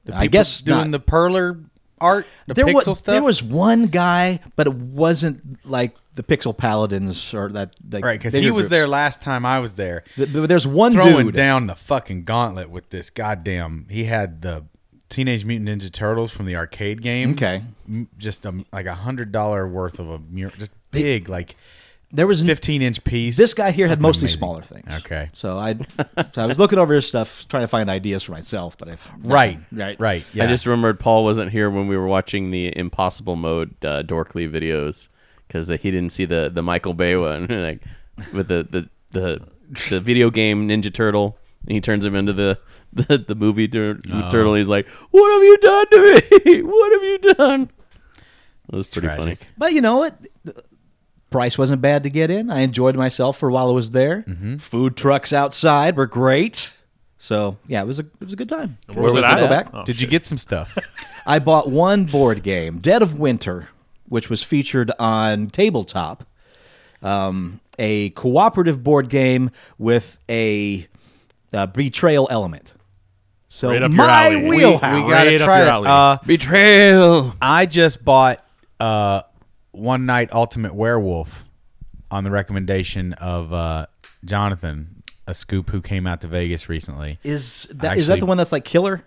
Speaker 4: I
Speaker 5: people
Speaker 4: guess
Speaker 5: doing
Speaker 4: not.
Speaker 5: the perler art, the
Speaker 4: there
Speaker 5: pixel
Speaker 4: was
Speaker 5: stuff.
Speaker 4: there was one guy, but it wasn't like the Pixel Paladins or that. Like,
Speaker 5: right because
Speaker 4: they
Speaker 5: he
Speaker 4: were
Speaker 5: was
Speaker 4: groups.
Speaker 5: there last time I was there,
Speaker 4: Th- th- There's one
Speaker 5: throwing
Speaker 4: dude.
Speaker 5: down the fucking gauntlet with this goddamn. He had the Teenage Mutant Ninja Turtles from the arcade game.
Speaker 4: Okay.
Speaker 5: M- just a, like a hundred dollar worth of a mur just big like
Speaker 4: There was n-
Speaker 5: fifteen inch piece.
Speaker 4: This guy here had
Speaker 5: Fucking
Speaker 4: mostly
Speaker 5: amazing.
Speaker 4: smaller things.
Speaker 5: Okay.
Speaker 4: So I, so I was looking over his stuff, trying to find ideas for myself, but I
Speaker 5: Right,
Speaker 4: Right.
Speaker 5: right, right. Yeah,
Speaker 3: I just remembered Paul wasn't here when we were watching the Impossible Mode uh, Dorkly videos because he didn't see the the Michael Bay one like with the the the, the video game Ninja Turtle. And he turns him into the the, the movie tur-
Speaker 5: Oh.
Speaker 3: turtle. He's like, "What have you done to me? what have you done?" It was pretty funny.
Speaker 5: tragic.
Speaker 4: But you know what? Price wasn't bad to get in. I enjoyed myself for a while I was there.
Speaker 5: Mm-hmm.
Speaker 4: Food trucks outside were great. So yeah, it was a it was a good time.
Speaker 6: Where was
Speaker 3: was
Speaker 6: it
Speaker 3: it
Speaker 6: at?
Speaker 4: Go back.
Speaker 6: Oh,
Speaker 5: Did you get some stuff?
Speaker 4: I bought one board game, Dead of Winter, which was featured on Tabletop, um, a cooperative board game with a, uh betrayal element. So
Speaker 6: Right up your
Speaker 4: my
Speaker 6: alley. We- we
Speaker 4: wheelhouse.
Speaker 6: got- Right up your
Speaker 5: it.
Speaker 6: alley.
Speaker 5: Uh,
Speaker 3: Betrayal.
Speaker 5: I just bought uh, One Night Ultimate Werewolf on the recommendation of uh, Jonathan, a scoop who came out to Vegas recently.
Speaker 4: Is that is that
Speaker 5: Actually-
Speaker 4: the one that's like killer?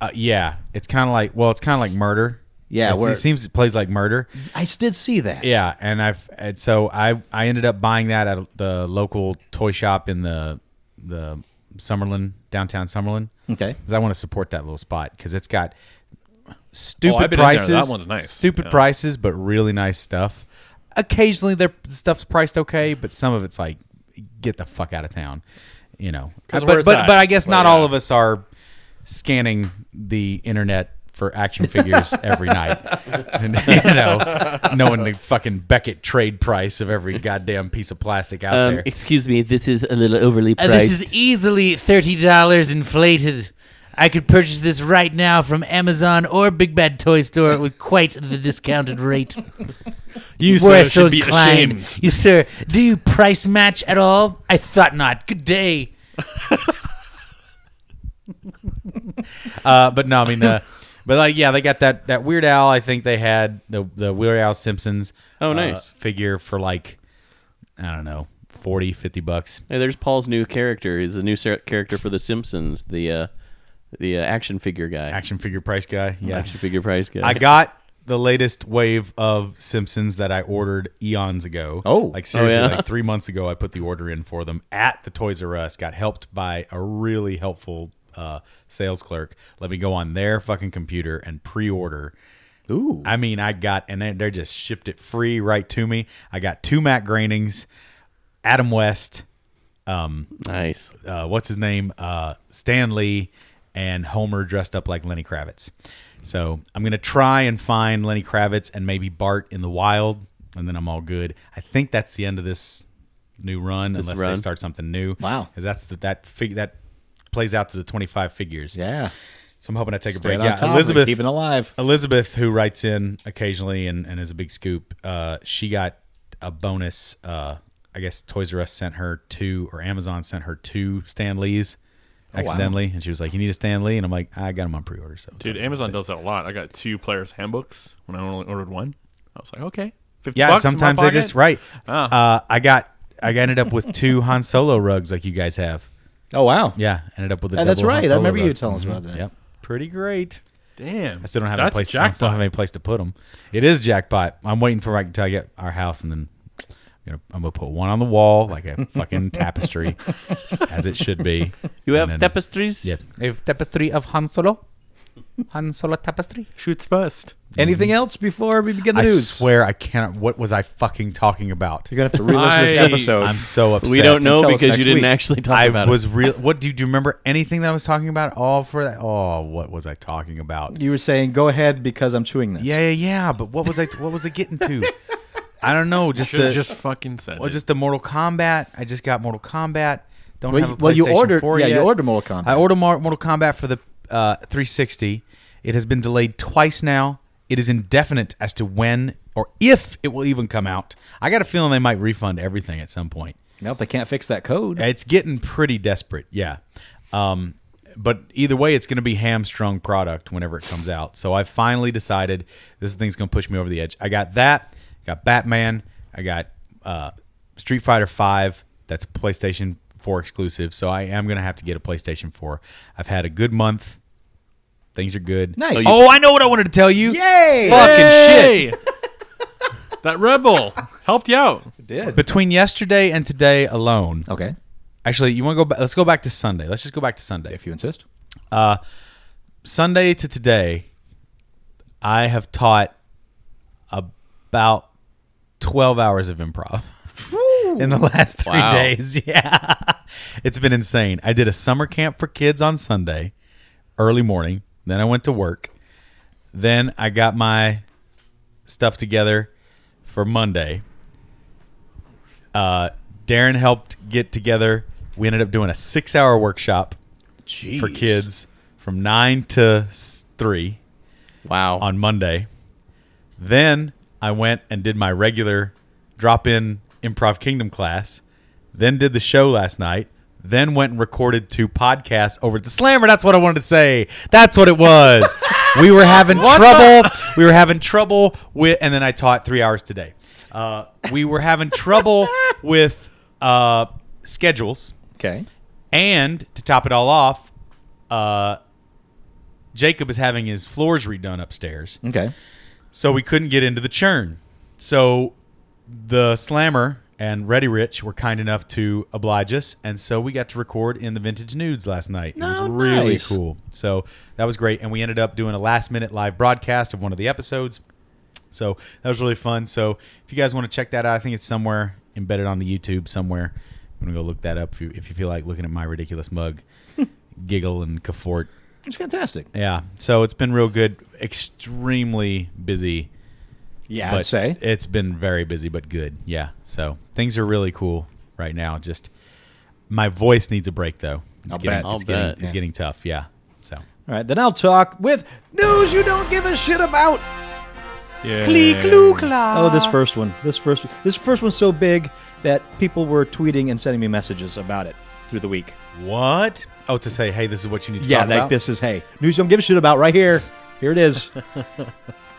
Speaker 5: Uh, yeah, it's kind of like well, it's kind of like murder.
Speaker 4: Yeah,
Speaker 5: It's-
Speaker 4: where-
Speaker 5: it seems it plays like murder.
Speaker 4: I did see that.
Speaker 5: Yeah, and I've and so I I ended up buying that at the local toy shop in the the Summerlin downtown Summerlin.
Speaker 4: Okay.
Speaker 5: because I want to support that little spot because it's got stupid
Speaker 6: Oh, I've been in there.
Speaker 5: prices.
Speaker 6: That one's nice.
Speaker 5: Stupid
Speaker 6: Yeah.
Speaker 5: prices, but really nice stuff. Occasionally, their stuff's priced okay, but some of it's like, get the fuck out of town, you know.
Speaker 6: That's
Speaker 5: But
Speaker 6: where
Speaker 5: but,
Speaker 6: it's at.
Speaker 5: but I guess
Speaker 6: Well,
Speaker 5: not
Speaker 6: yeah.
Speaker 5: all of us are scanning the internet for action figures every night. And, you know, knowing the fucking Beckett trade price of every goddamn piece of plastic out
Speaker 7: Um,
Speaker 3: Um,
Speaker 8: Uh,
Speaker 5: there. Uh, E-
Speaker 3: excuse me, this is a little overly priced.
Speaker 5: easily thirty dollars inflated.
Speaker 8: I could purchase this right now from Amazon or Big Bad Toy Store with quite the discounted rate.
Speaker 6: You
Speaker 8: We're
Speaker 6: sir, should be ashamed.
Speaker 8: You sir, do you price match at all? I thought not. Good day.
Speaker 5: Uh, but no, I mean, uh, but like, yeah, they got that that Weird Al. I think they had the the Weird Al Simpsons.
Speaker 3: Oh,
Speaker 5: uh,
Speaker 3: nice.
Speaker 5: figure for like I don't know, 40, 50 bucks.
Speaker 3: Hey, there's Paul's new character. He's a new ser- character for The Simpsons. The uh, the uh, action figure guy.
Speaker 5: Action figure price guy. Yeah,
Speaker 3: Action figure price guy.
Speaker 5: I got the latest wave of Simpsons that I ordered eons ago.
Speaker 4: Oh.
Speaker 5: like seriously,
Speaker 3: yeah?
Speaker 5: like three months ago, I put the order in for them at the Toys R Us. Got helped by a really helpful uh, sales clerk. Let me go on their fucking computer and pre-order.
Speaker 4: Ooh.
Speaker 5: I mean, I got and they, they just shipped it free right to me. I got two Matt Groenings, Adam West, um,
Speaker 3: nice.
Speaker 5: uh, what's his name, uh, Stan Lee, and Homer dressed up like Lenny Kravitz. So I'm gonna try and find Lenny Kravitz and maybe Bart in the wild, and then I'm all good. I think that's the end of this new run, unless
Speaker 3: run.
Speaker 5: they start something new.
Speaker 4: Wow.
Speaker 5: because that's the, that fig- that plays out to the 25 figures.
Speaker 4: Yeah.
Speaker 5: So I'm hoping I take a
Speaker 4: Right
Speaker 5: break.
Speaker 4: on
Speaker 5: Yeah,
Speaker 4: top,
Speaker 5: Elizabeth.
Speaker 4: Keeping alive.
Speaker 5: Elizabeth, who writes in occasionally and, and is a big scoop, uh, she got a bonus. Uh, I guess Toys R Us sent her two, or Amazon sent her two Stan Lees
Speaker 6: Oh,
Speaker 5: accidentally. And she was like, You need a Stan Lee? And I'm like, I got him on pre order. So,
Speaker 6: Dude, Amazon does that a lot. I got two players' handbooks when I only ordered one. I was like, okay. 50
Speaker 5: yeah,
Speaker 6: bucks in my
Speaker 5: sometimes they
Speaker 6: pocket?
Speaker 5: just, right.
Speaker 6: Ah.
Speaker 5: Uh, I got, I ended up with two Han Solo rugs like you guys have.
Speaker 4: Oh, wow.
Speaker 5: Yeah, ended up with a
Speaker 4: Yeah, Oh, that's
Speaker 5: double Han
Speaker 4: right. I
Speaker 5: Solo
Speaker 4: remember
Speaker 5: rug. Mm-hmm.
Speaker 4: you telling us about that.
Speaker 5: Yep. Pretty great.
Speaker 6: Damn.
Speaker 5: I still don't have a
Speaker 6: That's
Speaker 5: place. I
Speaker 6: Jackpot.
Speaker 5: still don't have any place to put them. It is jackpot. I'm waiting for like until I get our house, and then you know, I'm gonna put one on the wall like a fucking tapestry, as it should be.
Speaker 3: You have
Speaker 5: And then-
Speaker 3: tapestries.
Speaker 5: Yeah, I have tapestry of Han Solo. Han Solo tapestry.
Speaker 6: Shoots first.
Speaker 4: Anything else before we begin the
Speaker 5: I
Speaker 4: news?
Speaker 5: swear I cannot. What was I fucking talking about?
Speaker 4: You're going to have to re-listen to this
Speaker 6: I-
Speaker 4: episode.
Speaker 5: I'm so upset.
Speaker 3: We don't know
Speaker 4: Tell us
Speaker 3: because
Speaker 4: next
Speaker 3: you didn't
Speaker 4: week.
Speaker 3: actually talk
Speaker 5: I
Speaker 3: about
Speaker 5: was
Speaker 3: it.
Speaker 5: real. What do you, do you remember? Anything that I was talking about? All for that? Oh, what was I talking about?
Speaker 4: you were saying, go ahead because I'm chewing this.
Speaker 5: Yeah, yeah, yeah. But what was I? What was I getting to? I don't know. Just
Speaker 6: Should
Speaker 5: the,
Speaker 6: have just fucking said
Speaker 5: Well,
Speaker 6: it.
Speaker 5: just the Mortal Kombat. I just got Mortal Kombat. Don't
Speaker 4: Well,
Speaker 5: have a
Speaker 4: you- well, you
Speaker 5: PlayStation
Speaker 4: ordered-
Speaker 5: 4
Speaker 4: yeah, you
Speaker 5: yet.
Speaker 4: ordered Mortal Kombat.
Speaker 5: I ordered Mar- Mortal Kombat for the uh, 360. It has been delayed twice now. It is indefinite as to when or if it will even come out. I got a feeling they might refund everything at some point.
Speaker 4: Nope, they can't fix that code.
Speaker 5: It's getting pretty desperate, yeah. Um, but either way, it's going to be hamstrung product whenever it comes out. So I finally decided this thing's going to push me over the edge. I got that. Got Batman. I got uh, Street Fighter Five. That's a PlayStation Four exclusive. So I am going to have to get a PlayStation Four. I've had a good month. Things are good.
Speaker 4: Nice.
Speaker 5: Oh, I know what I wanted to tell you.
Speaker 4: Yay!
Speaker 5: Fucking shit.
Speaker 6: Hey! that rebel helped you out.
Speaker 4: did.
Speaker 5: Between yesterday and today alone.
Speaker 4: Okay,
Speaker 5: Actually, you want to go back? Let's go back to Sunday. Let's just go back to Sunday.
Speaker 4: if you insist.
Speaker 5: Sunday to today, I have taught about 12 hours of improv in the last three
Speaker 3: Wow.
Speaker 5: days. Yeah. It's been insane. I did a summer camp for kids on Sunday, early morning. Then I went to work. Then I got my stuff together for Monday. Uh, Darren helped get together. We ended up doing a six hour workshop for kids from 9 to s- 3
Speaker 3: Wow.
Speaker 5: on Monday. Then I went and did my regular drop in Improv Kingdom class. Then did the show last night. Then went and recorded two podcasts over at the Slammer. That's what I wanted to say. That's what it was. we were having trouble. we were having trouble with, and then I taught three hours today. Uh, we were having trouble with uh, schedules.
Speaker 4: Okay.
Speaker 5: And to top it all off, uh, Jacob is having his floors redone upstairs,
Speaker 4: Okay.
Speaker 5: so we couldn't get into the churn. So the Slammer and Ready Rich were kind enough to oblige us, and so we got to record in the Vintage Nudes last night. it
Speaker 4: Oh,
Speaker 5: was really
Speaker 4: nice.
Speaker 5: cool. So that was great, and we ended up doing a last minute live broadcast of one of the episodes. So that was really fun. So if you guys want to check that out, I think it's somewhere embedded on the YouTube somewhere. You want to go look that up if you, if you feel like looking at my ridiculous mug, giggle and cavort.
Speaker 4: It's fantastic.
Speaker 5: Yeah. So it's been real good. Extremely busy.
Speaker 4: Yeah,
Speaker 5: but
Speaker 4: I'd say.
Speaker 5: it's been very busy, but good. Yeah. So things are really cool right now. Just my voice needs a break though. It's
Speaker 4: I'll
Speaker 5: getting,
Speaker 4: bet.
Speaker 5: It's,
Speaker 3: I'll
Speaker 5: getting
Speaker 3: bet.
Speaker 5: it's getting tough. Yeah. So
Speaker 4: All right, then I'll talk with news you don't give a shit about.
Speaker 6: Yeah.
Speaker 4: Oh, this first one. This first this first one's so big that people were tweeting and sending me messages about it through the week.
Speaker 5: What? Oh, to say, hey, this is what you need to
Speaker 4: Yeah,
Speaker 5: talk
Speaker 4: like
Speaker 5: about.
Speaker 4: this is hey, news you don't give a shit about right here. Here it is.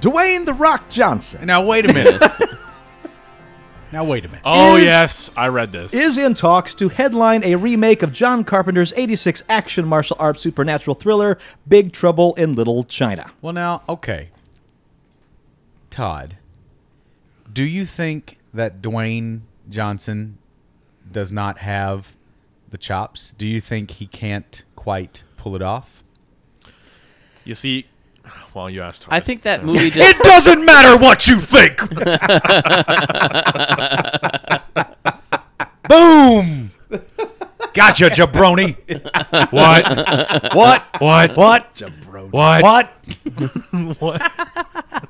Speaker 4: Dwayne the Rock Johnson
Speaker 5: Now wait a minute. now wait a minute.
Speaker 6: Oh
Speaker 4: Is-
Speaker 6: yes, I read this.
Speaker 4: is in talks to headline a remake of John Carpenter's 86 action martial arts supernatural thriller Big Trouble in Little China.
Speaker 5: Well, now, okay. Todd, do you think that Dwayne Johnson does not have the chops? Do you think he can't quite pull it off?
Speaker 6: you see, well, you asked.
Speaker 3: I
Speaker 6: hard.
Speaker 3: think that movie just
Speaker 5: doesn't matter what you think. Boom! Gotcha, jabroni.
Speaker 6: what?
Speaker 5: What?
Speaker 6: What?
Speaker 5: What?
Speaker 6: What?
Speaker 5: What?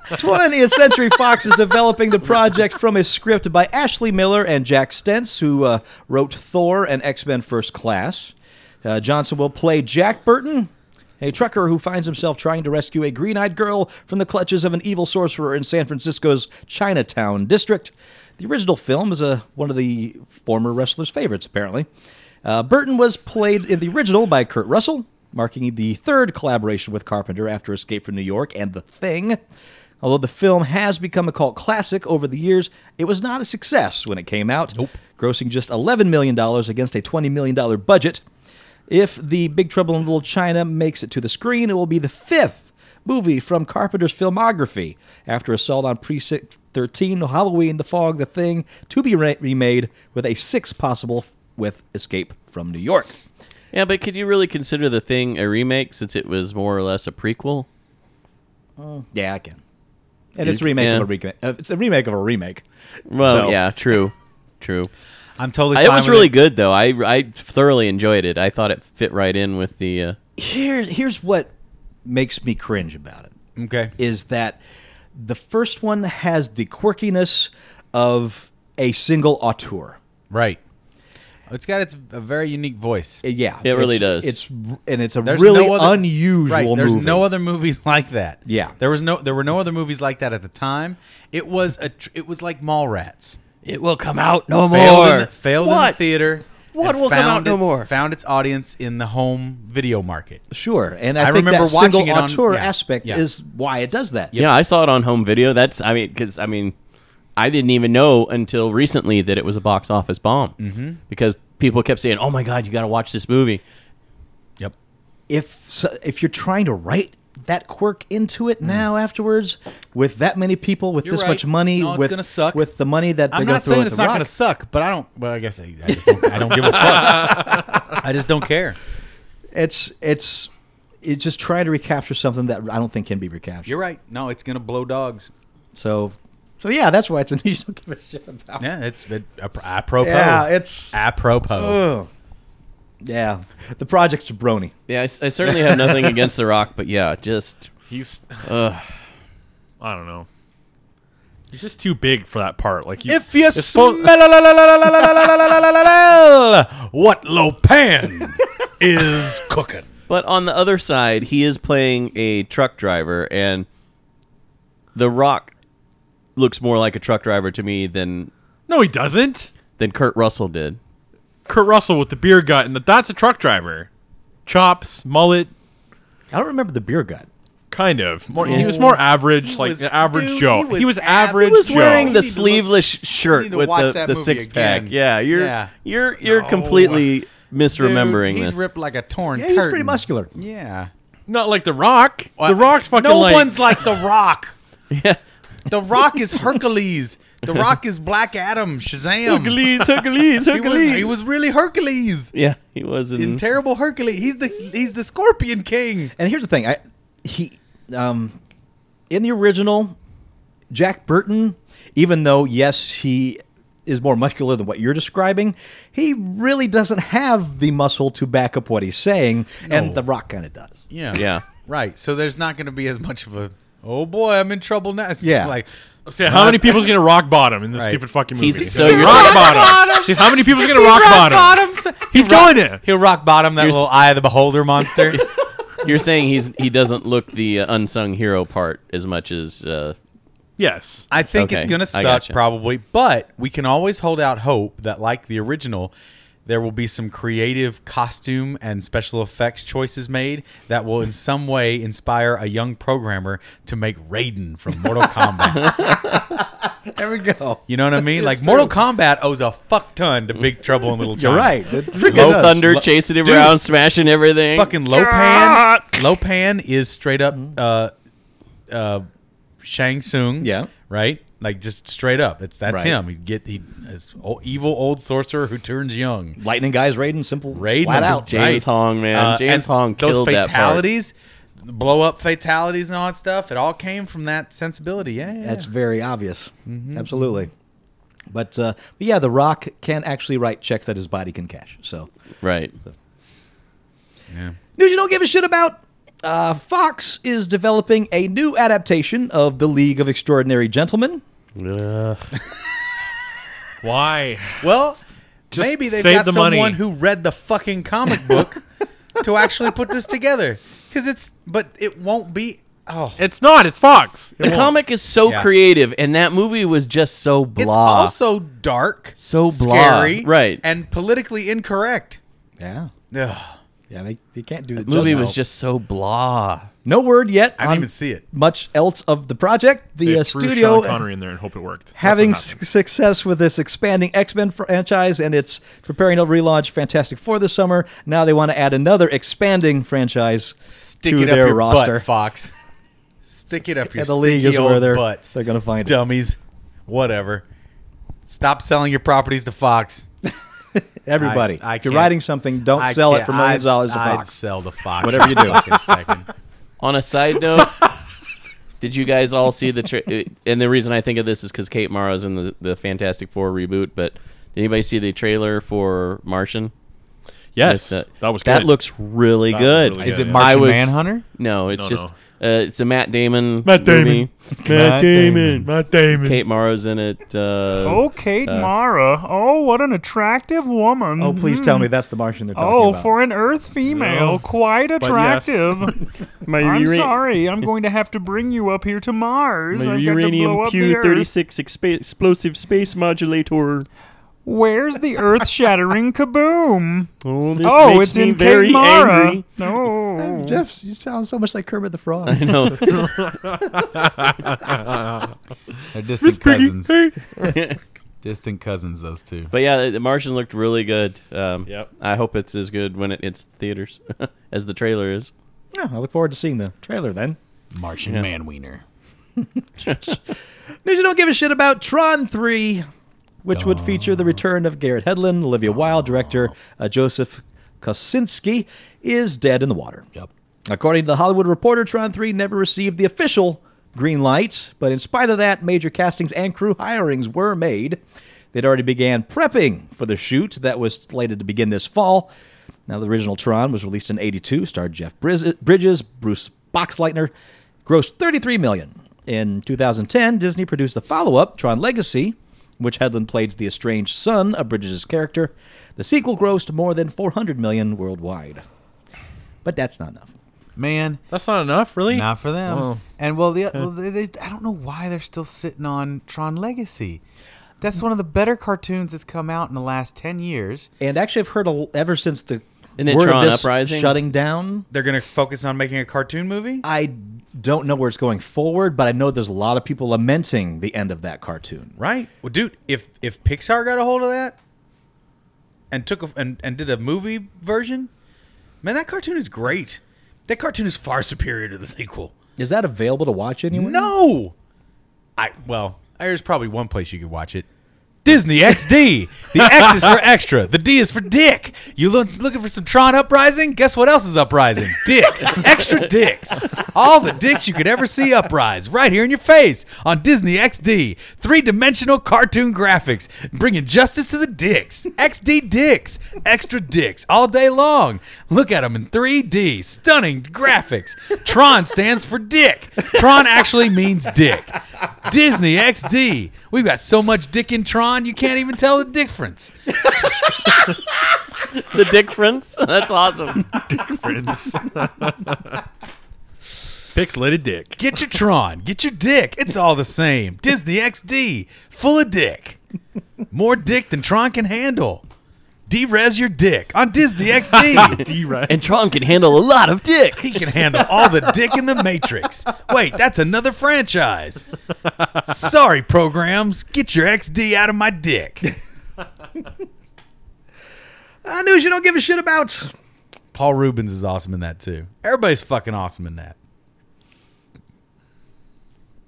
Speaker 4: 20th Century Fox is developing the project from a script by Ashley Miller and Jack Stentz, who uh, wrote Thor and X Men First Class. Uh, Johnson will play Jack Burton, a trucker who finds himself trying to rescue a green eyed girl from the clutches of an evil sorcerer in San Francisco's Chinatown district. The original film is uh, one of the former wrestler's favorites, apparently. Uh, Burton was played in the original by Kurt Russell, marking the third collaboration with Carpenter after Escape from New York and The Thing. Although the film has become a cult classic over the years, it was not a success when it came out, grossing just $11 million against a $20 million budget. If The Big Trouble in Little China makes it to the screen, it will be the fifth movie from Carpenter's filmography after Assault on Precinct 13, Halloween, The Fog, The Thing, to be re- remade with a sixth possible f- with Escape from New York.
Speaker 3: yeah, but could you really consider the thing a remake since it was more or less a prequel?
Speaker 4: Yeah, I can. And it's a
Speaker 3: You-
Speaker 4: remake
Speaker 3: yeah.
Speaker 4: of a remake. Uh, it's a remake of a remake.
Speaker 3: Well,
Speaker 4: So-
Speaker 3: yeah, true, true.
Speaker 5: I'm totally.
Speaker 3: It
Speaker 5: fine
Speaker 3: was
Speaker 5: with
Speaker 3: really
Speaker 5: it.
Speaker 3: good though. I I thoroughly enjoyed it. I thought it fit right in with the. Uh,
Speaker 4: Here, here's what makes me cringe about it.
Speaker 5: Okay.
Speaker 4: is that the first one has the quirkiness of a single auteur.
Speaker 5: Right. It's got its a very unique voice.
Speaker 4: Uh, Yeah,
Speaker 3: It really
Speaker 4: it's-
Speaker 3: does.
Speaker 4: It's and it's a
Speaker 5: There's
Speaker 4: really
Speaker 5: no other,
Speaker 4: unusual
Speaker 5: right, there's
Speaker 4: movie.
Speaker 5: no other movies like that.
Speaker 4: Yeah.
Speaker 5: There was no there were no other movies like that at the time. It was a tr- it was like Mallrats.
Speaker 3: it will come out no
Speaker 5: Failed in the, failed in the
Speaker 3: What?
Speaker 5: theater.
Speaker 3: What
Speaker 5: and
Speaker 3: will come out
Speaker 5: found
Speaker 3: no
Speaker 5: its-
Speaker 3: more?
Speaker 5: Found its audience in the home video market.
Speaker 4: sure, and I,
Speaker 5: I
Speaker 4: think
Speaker 5: remember
Speaker 4: that
Speaker 5: watching
Speaker 4: single
Speaker 5: it on-
Speaker 4: auteur
Speaker 5: yeah,
Speaker 4: aspect
Speaker 5: yeah.
Speaker 4: is why it does that.
Speaker 3: Yeah, I saw it on home video. That's I mean, because I mean, I didn't even know until recently that it was a box office bomb mm-hmm. because people kept saying, "Oh my god, you got to watch this movie."
Speaker 5: Yep.
Speaker 4: If so, if you're trying to write that quirk into it now afterwards with that many people with
Speaker 5: Mm. You're
Speaker 4: this
Speaker 5: right.
Speaker 4: much money
Speaker 5: No, it's
Speaker 4: with
Speaker 5: gonna suck.
Speaker 4: with the money that they're
Speaker 5: I'm
Speaker 4: going to
Speaker 5: not
Speaker 4: throw
Speaker 5: saying
Speaker 4: at
Speaker 5: it's
Speaker 4: the
Speaker 5: not
Speaker 4: rock.
Speaker 5: going to suck, but I don't. Well, I guess I, I just don't, I don't give a fuck. I just don't care.
Speaker 4: it's it's it's just trying to recapture something that I don't think can be recaptured.
Speaker 5: You're right. No, it's going to blow dogs.
Speaker 4: So, so yeah, that's why it's an you don't give a shit about.
Speaker 5: Yeah, Oh. it's it, ap- apropos.
Speaker 4: Yeah, it's
Speaker 5: apropos.
Speaker 4: Ugh. yeah. The project's jabroni.
Speaker 3: Yeah, I, s- I certainly have nothing against The Rock, but yeah, just
Speaker 6: He's. I don't know. He's just too big for that part. Like he,
Speaker 5: If you
Speaker 6: it's supposed-
Speaker 5: smell what Lopan is cooking.
Speaker 3: But on the other side, he is playing a truck driver, and The Rock looks more like a truck driver to me than
Speaker 6: no, he doesn't.
Speaker 3: than Kurt Russell did.
Speaker 6: Kurt Russell with the beer gut, and the, that's a truck driver. Chops, mullet,
Speaker 4: I don't remember the beer gut.
Speaker 6: kind of. More, He was more average, like
Speaker 5: was-
Speaker 6: an average
Speaker 5: dude,
Speaker 6: Joe.
Speaker 5: he
Speaker 6: He
Speaker 5: was
Speaker 6: was,
Speaker 5: av-
Speaker 6: average.
Speaker 3: He was
Speaker 6: Joe.
Speaker 3: wearing
Speaker 5: need
Speaker 3: the
Speaker 5: to look-
Speaker 3: sleeveless
Speaker 5: you
Speaker 3: shirt
Speaker 5: need to
Speaker 3: with
Speaker 5: watch
Speaker 3: the,
Speaker 5: that
Speaker 3: the
Speaker 5: movie
Speaker 3: six pack.
Speaker 5: again.
Speaker 3: Yeah, you're
Speaker 5: Yeah.
Speaker 3: you're you're
Speaker 6: No.
Speaker 3: completely misremembering
Speaker 5: Dude, he's
Speaker 3: this.
Speaker 5: ripped like a torn.
Speaker 4: Yeah, he's pretty
Speaker 5: curtain.
Speaker 4: muscular.
Speaker 5: Yeah.
Speaker 6: not like the Rock. the Rock's fucking
Speaker 5: No
Speaker 6: like,
Speaker 5: one's like the Rock.
Speaker 3: yeah.
Speaker 5: The Rock is Hercules. The Rock is Black Adam. Shazam.
Speaker 6: Hercules, Hercules,
Speaker 5: He was, he was really Hercules.
Speaker 3: Yeah, he was in,
Speaker 5: In terrible Hercules. He's the he's the Scorpion King.
Speaker 4: And here's the thing: I he um, in the original, Jack Burton, even though yes he is more muscular than what you're describing, he really doesn't have the muscle to back up what he's saying,
Speaker 5: No.
Speaker 4: and The Rock kind of does.
Speaker 5: Yeah.
Speaker 3: Yeah.
Speaker 5: Right. So there's not going to be as much of a oh boy, I'm in trouble now. It's
Speaker 4: Yeah.
Speaker 5: Like
Speaker 6: Yeah, how many people's gonna rock bottom in this
Speaker 5: Right.
Speaker 6: stupid fucking movie?
Speaker 3: He's- so you're-
Speaker 6: rock
Speaker 3: Rock
Speaker 6: bottom. How many people's gonna rock, bottom?
Speaker 5: bottoms.
Speaker 6: He's going to.
Speaker 5: He'll rock bottom that
Speaker 3: You're s-
Speaker 5: little eye of the beholder monster.
Speaker 3: You're saying he's he doesn't look the uh, unsung hero part as much as uh,
Speaker 6: Yes.
Speaker 5: I think it's
Speaker 3: Okay,
Speaker 5: going
Speaker 3: I
Speaker 5: to suck
Speaker 3: gotcha.
Speaker 5: probably, but we can always hold out hope that, like the original, there will be some creative costume and special effects choices made that will, in some way, inspire a young programmer to make Raiden from Mortal Kombat.
Speaker 4: There we go.
Speaker 5: You know what I mean? like Mortal Kombat owes a fuck ton to Big Trouble in Little China.
Speaker 4: You're right. It freaking
Speaker 5: Low
Speaker 4: does.
Speaker 3: Thunder
Speaker 5: Lo-
Speaker 3: chasing him
Speaker 5: Dude.
Speaker 3: around, smashing everything.
Speaker 5: Fucking Lopan. Lopan is straight up
Speaker 4: Mm-hmm.
Speaker 5: uh, uh, Shang Tsung.
Speaker 4: Yeah.
Speaker 5: Right? Like just straight up. It's that's
Speaker 4: Right.
Speaker 5: him. He get he is o- evil old sorcerer who turns young.
Speaker 4: Lightning guys Raiden, simple
Speaker 5: Raiden.
Speaker 4: flat out.
Speaker 3: James
Speaker 5: right.
Speaker 3: Hong, man.
Speaker 5: Uh, and
Speaker 3: James Hong
Speaker 5: those
Speaker 3: killed
Speaker 5: fatalities, blow up fatalities and all that stuff. It all came from that sensibility. Yeah. yeah,
Speaker 4: That's
Speaker 5: yeah.
Speaker 4: very obvious. Absolutely. But, uh, but yeah, The Rock can actually write checks that his body can cash. So
Speaker 3: that part. Right.
Speaker 4: News you don't give a shit about. Uh, Fox is developing a new adaptation of The League of Extraordinary Gentlemen.
Speaker 6: Why?
Speaker 5: well.
Speaker 6: Just
Speaker 5: maybe they've
Speaker 6: save
Speaker 5: got
Speaker 6: the
Speaker 5: someone
Speaker 6: money.
Speaker 5: who read the fucking comic book to actually put this together. Because it's, but it won't be. Oh,
Speaker 6: It's not. It's Fox. It
Speaker 3: The
Speaker 6: won't.
Speaker 3: comic is so
Speaker 5: Yeah.
Speaker 3: creative, and that movie was just so blah.
Speaker 5: It's also dark,
Speaker 3: So blah.
Speaker 5: scary,
Speaker 3: Right.
Speaker 5: and politically incorrect.
Speaker 4: Yeah.
Speaker 5: Ugh,
Speaker 4: Yeah, they, they can't do the
Speaker 3: the movie
Speaker 4: justice.
Speaker 3: was just so blah.
Speaker 4: No word yet.
Speaker 5: I didn't
Speaker 4: on
Speaker 5: even see it.
Speaker 4: Much else of the project. The
Speaker 6: They
Speaker 4: uh,
Speaker 6: threw
Speaker 4: studio
Speaker 6: Sean Connery in there and hope it worked. That's what
Speaker 4: having
Speaker 6: happened.
Speaker 4: su- success with this expanding X Men franchise, and it's preparing to relaunch Fantastic Four this summer. Now they want to add another expanding franchise
Speaker 5: Stick
Speaker 4: to
Speaker 5: it up
Speaker 4: their
Speaker 5: your
Speaker 4: roster.
Speaker 5: butt, Fox. Stick it up your
Speaker 4: And the league
Speaker 5: sticky
Speaker 4: is where
Speaker 5: old
Speaker 4: they're,
Speaker 5: butts,
Speaker 4: they're going to find it.
Speaker 5: dummies. Whatever. Stop selling your properties to Fox.
Speaker 4: Everybody,
Speaker 5: I- I
Speaker 4: if you're
Speaker 5: can't-
Speaker 4: writing something, don't
Speaker 5: I
Speaker 4: sell it
Speaker 5: can't-
Speaker 4: for millions
Speaker 5: I'd-
Speaker 4: of dollars to
Speaker 5: I'd
Speaker 4: Fox.
Speaker 5: sell to Fox.
Speaker 4: Whatever you
Speaker 5: in a
Speaker 4: do.
Speaker 5: fucking second.
Speaker 3: On a side note, did you guys all see the? Tra- uh, and the reason I think of this is because Kate Mara's in the the Fantastic Four reboot. But did anybody see the trailer for Martian?
Speaker 6: yes,
Speaker 3: With the-
Speaker 6: that was
Speaker 3: that
Speaker 6: good.
Speaker 3: looks really
Speaker 6: That was
Speaker 3: good.
Speaker 6: really
Speaker 5: Is
Speaker 6: Yeah,
Speaker 5: it
Speaker 6: yeah.
Speaker 3: I
Speaker 5: Martian
Speaker 3: was-
Speaker 5: Manhunter?
Speaker 3: No, it's
Speaker 6: No,
Speaker 3: just
Speaker 6: no.
Speaker 3: Uh, it's a Matt Damon.
Speaker 6: Matt Damon.
Speaker 3: movie.
Speaker 5: Matt Damon.
Speaker 6: Matt Damon.
Speaker 3: Kate Mara's in it. Uh,
Speaker 9: Oh, Kate Mara. Oh, what an attractive woman.
Speaker 4: Oh, please tell me that's the Martian they're talking
Speaker 9: Mm-hmm. Oh,
Speaker 4: about.
Speaker 9: for an Earth female,
Speaker 6: No.
Speaker 9: quite
Speaker 6: yes.
Speaker 9: attractive.
Speaker 7: My
Speaker 9: I'm
Speaker 7: ura-
Speaker 9: sorry, I'm going to have to bring you up here to Mars.
Speaker 7: My
Speaker 9: I've got to
Speaker 7: uranium
Speaker 9: blow up the Earth.
Speaker 7: Q36 expa- explosive space modulator.
Speaker 9: Where's the Earth-shattering kaboom?
Speaker 7: Oh, this
Speaker 9: oh,
Speaker 7: makes
Speaker 9: it's
Speaker 7: me
Speaker 9: in
Speaker 7: very
Speaker 9: Kate Mara. Oh.
Speaker 7: angry.
Speaker 9: No.
Speaker 4: Jeff, you sound so much like Kermit the Frog.
Speaker 3: I know.
Speaker 5: They're distant cousins. distant cousins, those two.
Speaker 3: But yeah, The Martian looked really good. Um,
Speaker 6: Yep.
Speaker 3: I hope it's as good when it hits theaters as the trailer is.
Speaker 4: Yeah, I look forward to seeing the trailer then.
Speaker 5: Martian man wiener.
Speaker 4: News you don't give a shit about Tron 3, which would feature the return of Garrett Hedlund, Olivia Wilde director uh, Joseph Kosinski is dead in the water.
Speaker 5: Yep.
Speaker 4: According to the Hollywood Reporter, Tron 3 never received the official green light, but in spite of that, major castings and crew hirings were made. They'd already began prepping for the shoot that was slated to begin this fall. Now, the original Tron was released in 82, starred Jeff Briz- Bridges, Bruce Boxleitner, grossed 33 million. In 2010, Disney produced the follow-up, Tron Legacy, which Hedlund played the estranged son of Bridges' character. The sequel grossed more than 400 million worldwide. But that's not enough.
Speaker 5: Man,
Speaker 6: That's not enough, really.
Speaker 5: Not for them. And well, the, well they, they, I don't know why they're still sitting on Tron Legacy. That's one of the better cartoons that's come out in the last ten years.
Speaker 4: And actually, I've heard a, ever since the
Speaker 3: Isn't it
Speaker 4: word
Speaker 3: Tron
Speaker 4: of this
Speaker 3: Uprising?
Speaker 4: shutting down.
Speaker 5: They're gonna focus on making a cartoon movie.
Speaker 4: I don't know where it's going forward, but I know there's a lot of people lamenting the end of that cartoon.
Speaker 5: Right, well, dude. If if Pixar got a hold of that and took a, and and did a movie version, man, that cartoon is great. That cartoon is far superior to the sequel.
Speaker 4: Is that available to watch anywhere?
Speaker 5: No, I well, there's probably one place you could watch it. Disney XD. The X is for extra. The D is for dick. You look, looking for some Tron Uprising? Guess what else is uprising? Dick. extra dicks. All the dicks you could ever see uprise right here in your face on Disney XD. Three dimensional cartoon graphics bringing justice to the dicks. XD dicks. Extra dicks all day long. Look at them in 3D. Stunning graphics. Tron stands for dick. Tron actually means dick. Disney XD. We've got so much dick in Tron, you can't even tell the difference.
Speaker 3: the Dick Prince. That's awesome.
Speaker 6: Prince. Pixelated dick.
Speaker 5: Get your Tron. Get your dick. It's all the same. Disney XD. Full of dick. More dick than Tron can handle. Derez your dick on Disney XD.
Speaker 6: D right.
Speaker 3: And Tron can handle a lot of dick.
Speaker 5: he can handle all the dick in the Matrix. Wait, that's another franchise. Sorry, programs. Get your XD out of my dick.
Speaker 4: Uh, news you don't give a shit about.
Speaker 5: Paul Rubens is awesome in that too. Everybody's fucking awesome in that.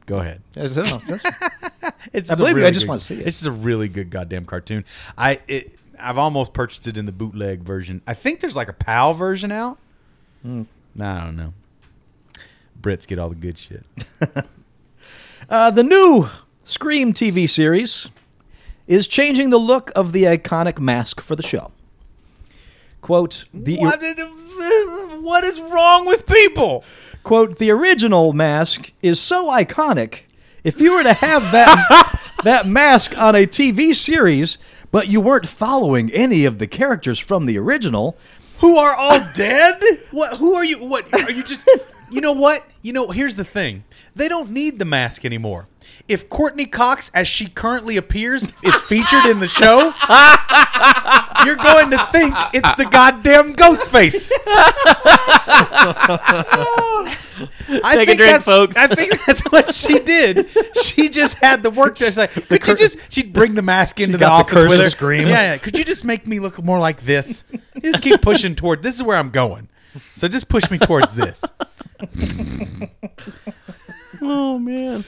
Speaker 5: Go ahead.
Speaker 4: I don't
Speaker 5: Oh,
Speaker 4: know. That's-
Speaker 5: It's
Speaker 4: I
Speaker 5: a
Speaker 4: believe you. I just
Speaker 5: good-
Speaker 4: wanna see it.
Speaker 5: It's just a really good goddamn cartoon. I it, I've almost purchased it in the bootleg version. I think there's like a PAL version out.
Speaker 4: Hmm.
Speaker 5: Nah, I don't know. Brits get all the good shit.
Speaker 4: Uh, the new Scream TV series is changing the look of the iconic mask for the show. Quote, the,
Speaker 5: What is- what is wrong with people?
Speaker 4: quote, the original mask is so iconic. If you were to have that that mask on a TV series, but you weren't following any of the characters from the original,
Speaker 5: who are all dead? What? Who are you? What are you just? You know what? You know. Here's the thing. They don't need the mask anymore. If Courtney Cox, as she currently appears, is featured in the show, you're going to think it's the goddamn Ghostface. I
Speaker 3: Take a
Speaker 5: think
Speaker 3: drink,
Speaker 5: that's-
Speaker 3: folks.
Speaker 5: I think that's what she did. She just had the work there. She's like, could you
Speaker 4: cur-
Speaker 5: just? She'd bring the mask into the
Speaker 4: got the
Speaker 5: office
Speaker 4: curse
Speaker 5: with
Speaker 4: of
Speaker 5: her.
Speaker 4: Scream.
Speaker 5: Yeah, yeah, could you just make me look more like this? You just keep pushing toward. This is where I'm going. So just push me towards this.
Speaker 7: Oh man.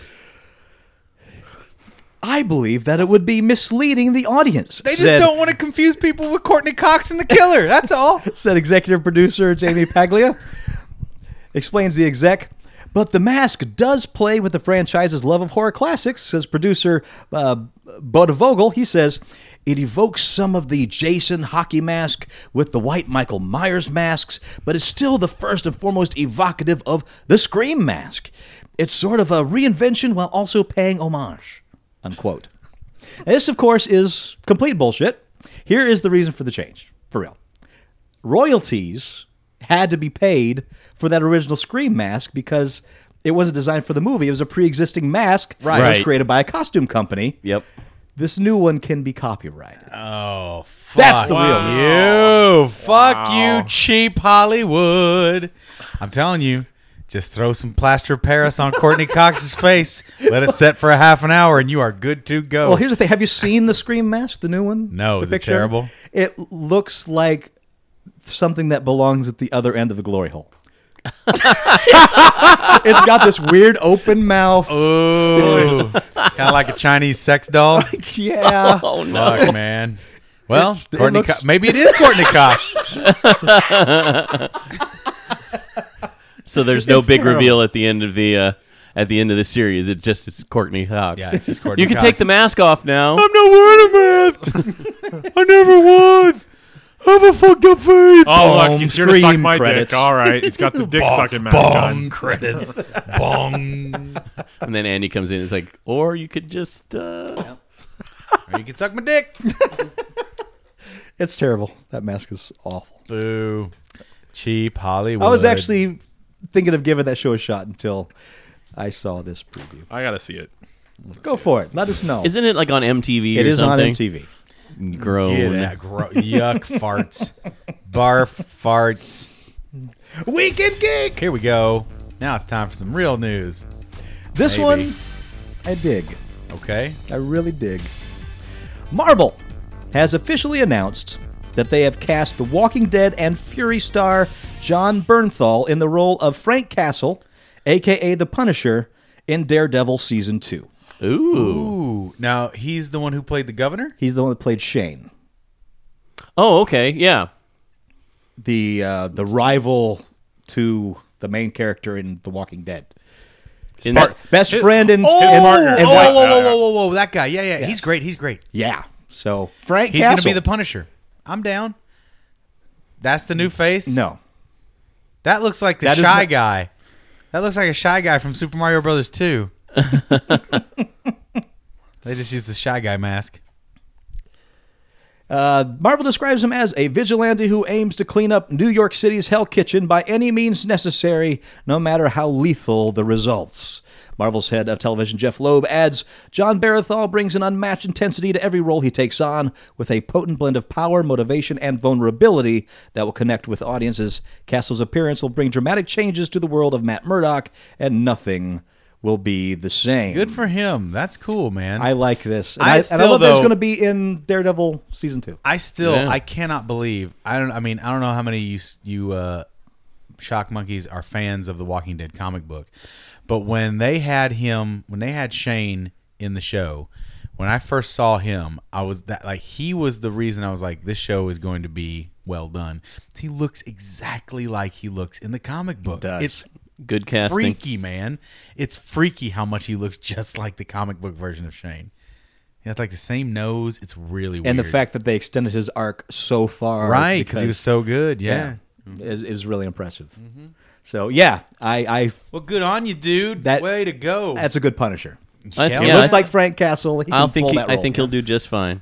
Speaker 4: I believe that it would be misleading the audience.
Speaker 5: They just
Speaker 4: said-
Speaker 5: don't want to confuse people with Courtney Cox and the killer. That's all.
Speaker 4: said executive producer Jamie Paglia. Explains the exec. But the mask does play with the franchise's love of horror classics, says producer uh, Bud Vogel. He says, it evokes some of the Jason hockey mask with the white Michael Myers masks, but it's still the first and foremost evocative of the Scream mask. It's sort of a reinvention while also paying homage. Unquote. this, of course, is complete bullshit. Here is the reason for the change, for real royalties had to be paid for that original Scream mask because it wasn't designed for the movie. It was a pre-existing mask that was
Speaker 3: Right.
Speaker 4: created by a costume company.
Speaker 3: Yep.
Speaker 4: This new one can be copyrighted.
Speaker 5: Oh, fuck.
Speaker 4: That's the real reason.
Speaker 5: You fuck you, cheap Hollywood. I'm telling you, just throw some plaster of Paris on Courtney Cox's face, let it set for a half an hour, and you are good to go.
Speaker 4: Well, here's the thing. Have you seen the Scream mask, the new one?
Speaker 5: No,
Speaker 4: The
Speaker 5: is it terrible?
Speaker 4: It looks like something that belongs at the other end of the glory hole. it's got this weird open mouth.
Speaker 5: Oh. Ooh, kind of like a Chinese sex doll.
Speaker 4: Yeah.
Speaker 3: Oh no.
Speaker 5: Fuck, man. Well,
Speaker 4: It's- it
Speaker 5: Courtney
Speaker 4: looks-
Speaker 5: Co- maybe it is Courtney Cox.
Speaker 3: So there's no
Speaker 4: It's
Speaker 3: big
Speaker 4: terrible.
Speaker 3: reveal at the end of the uh, at the end of the series. It just it's Courtney Cox.
Speaker 5: Yeah, it's just Courtney
Speaker 3: you can
Speaker 5: Cox.
Speaker 3: take the mask off now.
Speaker 5: not wearing a mask. I never was. I have a fucked up face.
Speaker 6: Oh,
Speaker 4: Boom,
Speaker 6: look, he's here to suck
Speaker 4: scream
Speaker 6: my
Speaker 4: credits.
Speaker 6: dick. All right, he's got the dick sucking mask
Speaker 5: Bong
Speaker 6: on.
Speaker 5: credits. Bong.
Speaker 3: And then Andy comes in. and is like, or you could just uh,
Speaker 5: Or you can suck my dick.
Speaker 4: It's terrible. That mask is awful.
Speaker 5: Boo. Cheap Hollywood.
Speaker 4: I was actually thinking of giving that show a shot until I saw this preview.
Speaker 6: I gotta see it.
Speaker 4: Go for it. Let us know.
Speaker 3: isn't it like on MTV?
Speaker 4: it
Speaker 3: or
Speaker 4: is on
Speaker 3: something?
Speaker 4: MTV.
Speaker 3: Grown.
Speaker 5: Get out. Gro- yuck farts. Barf farts.
Speaker 4: Weekend Geek.
Speaker 5: Here we go. Now it's time for some real news.
Speaker 4: This
Speaker 5: Maybe.
Speaker 4: one, I dig.
Speaker 5: Okay.
Speaker 4: I really dig. Marvel has officially announced that they have cast The Walking Dead and Fury star John Bernthal in the role of Frank Castle, aka the Punisher, in Daredevil season two.
Speaker 3: Ooh.
Speaker 5: Ooh. Now he's the one who played the governor.
Speaker 4: He's the one that played Shane,
Speaker 3: Oh, okay. Yeah.
Speaker 4: the uh, the rival to the main character in The Walking Dead.
Speaker 3: In
Speaker 4: Part- best friend and, and-
Speaker 5: oh,
Speaker 4: and
Speaker 5: oh,
Speaker 4: White-
Speaker 5: whoa, whoa, whoa, whoa, whoa, that guy. Yeah, yeah, he's great. He's great.
Speaker 4: Yeah. So Frank
Speaker 5: He's
Speaker 4: Castle.
Speaker 5: gonna be the Punisher. I'm down. That's the new face.
Speaker 4: no.
Speaker 5: that looks like the
Speaker 4: That is
Speaker 5: shy
Speaker 4: not-
Speaker 5: guy. That looks like a shy guy from Super Mario Brothers Two. they just used the shy guy mask.
Speaker 4: Uh, Marvel describes him as a vigilante who aims to clean up New York City's Hell Kitchen by any means necessary, no matter how lethal the results. Marvel's head of television, Jeff Loeb, adds John Barathol brings an unmatched intensity to every role he takes on, with a potent blend of power, motivation, and vulnerability that will connect with audiences. Castle's appearance will bring dramatic changes to the world of Matt Murdock, and nothing will be the same.
Speaker 5: Good for him. That's cool, man.
Speaker 4: I like this. And
Speaker 5: I
Speaker 4: I, and I
Speaker 5: still,
Speaker 4: love that it's
Speaker 5: though-
Speaker 4: going to be in Daredevil season two.
Speaker 5: I still
Speaker 3: Yeah.
Speaker 5: I cannot believe I don't I mean I don't know how many you s- you uh, shock monkeys are fans of the Walking Dead comic book, but when they had him when they had Shane in the show, when I first saw him, I was that like he was the reason I was like this show is going to be well done. He looks exactly like he looks in the comic book.
Speaker 4: does.
Speaker 5: It's
Speaker 3: Good casting.
Speaker 5: freaky, man. It's freaky how much he looks just like the comic book version of Shane. He has like the same nose. It's really weird
Speaker 4: and the fact that they extended his arc so far,
Speaker 5: right because he was so good yeah, Mm-hmm.
Speaker 4: is, is really impressive.
Speaker 3: Mm-hmm.
Speaker 4: So yeah, I, I
Speaker 5: well good on you dude
Speaker 4: That-
Speaker 5: way to go
Speaker 4: that's a good Punisher.
Speaker 3: I,
Speaker 5: Oh. Yeah,
Speaker 4: He
Speaker 5: Yeah,
Speaker 4: looks
Speaker 3: I-
Speaker 4: like Frank Castle. He
Speaker 3: I
Speaker 4: can
Speaker 3: don't think
Speaker 4: pull
Speaker 3: he,
Speaker 4: that
Speaker 3: I
Speaker 4: role.
Speaker 3: think he'll do just fine.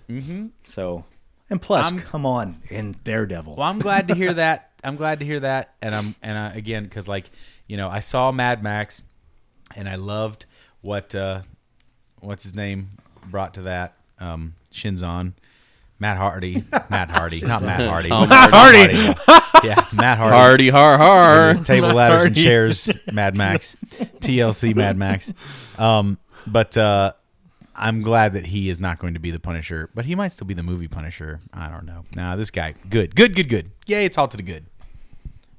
Speaker 4: So, and plus,
Speaker 5: I'm-
Speaker 4: come on, in Daredevil.
Speaker 5: well i'm glad to hear that i'm glad to hear that and i'm and I, again because like you know i saw mad max and i loved what uh what's his name brought to that um shinzon matt hardy matt hardy not matt hardy
Speaker 3: Tom
Speaker 5: Matt
Speaker 6: Hardy.
Speaker 5: Hardy. yeah matt hardy
Speaker 3: Hardy har har.
Speaker 5: There's table ladders and
Speaker 6: Hardy.
Speaker 5: chairs mad max tlc mad max um, but uh, i'm glad that he is not going to be the punisher but he might still be the movie punisher i don't know nah this guy good good good good yay it's all to the good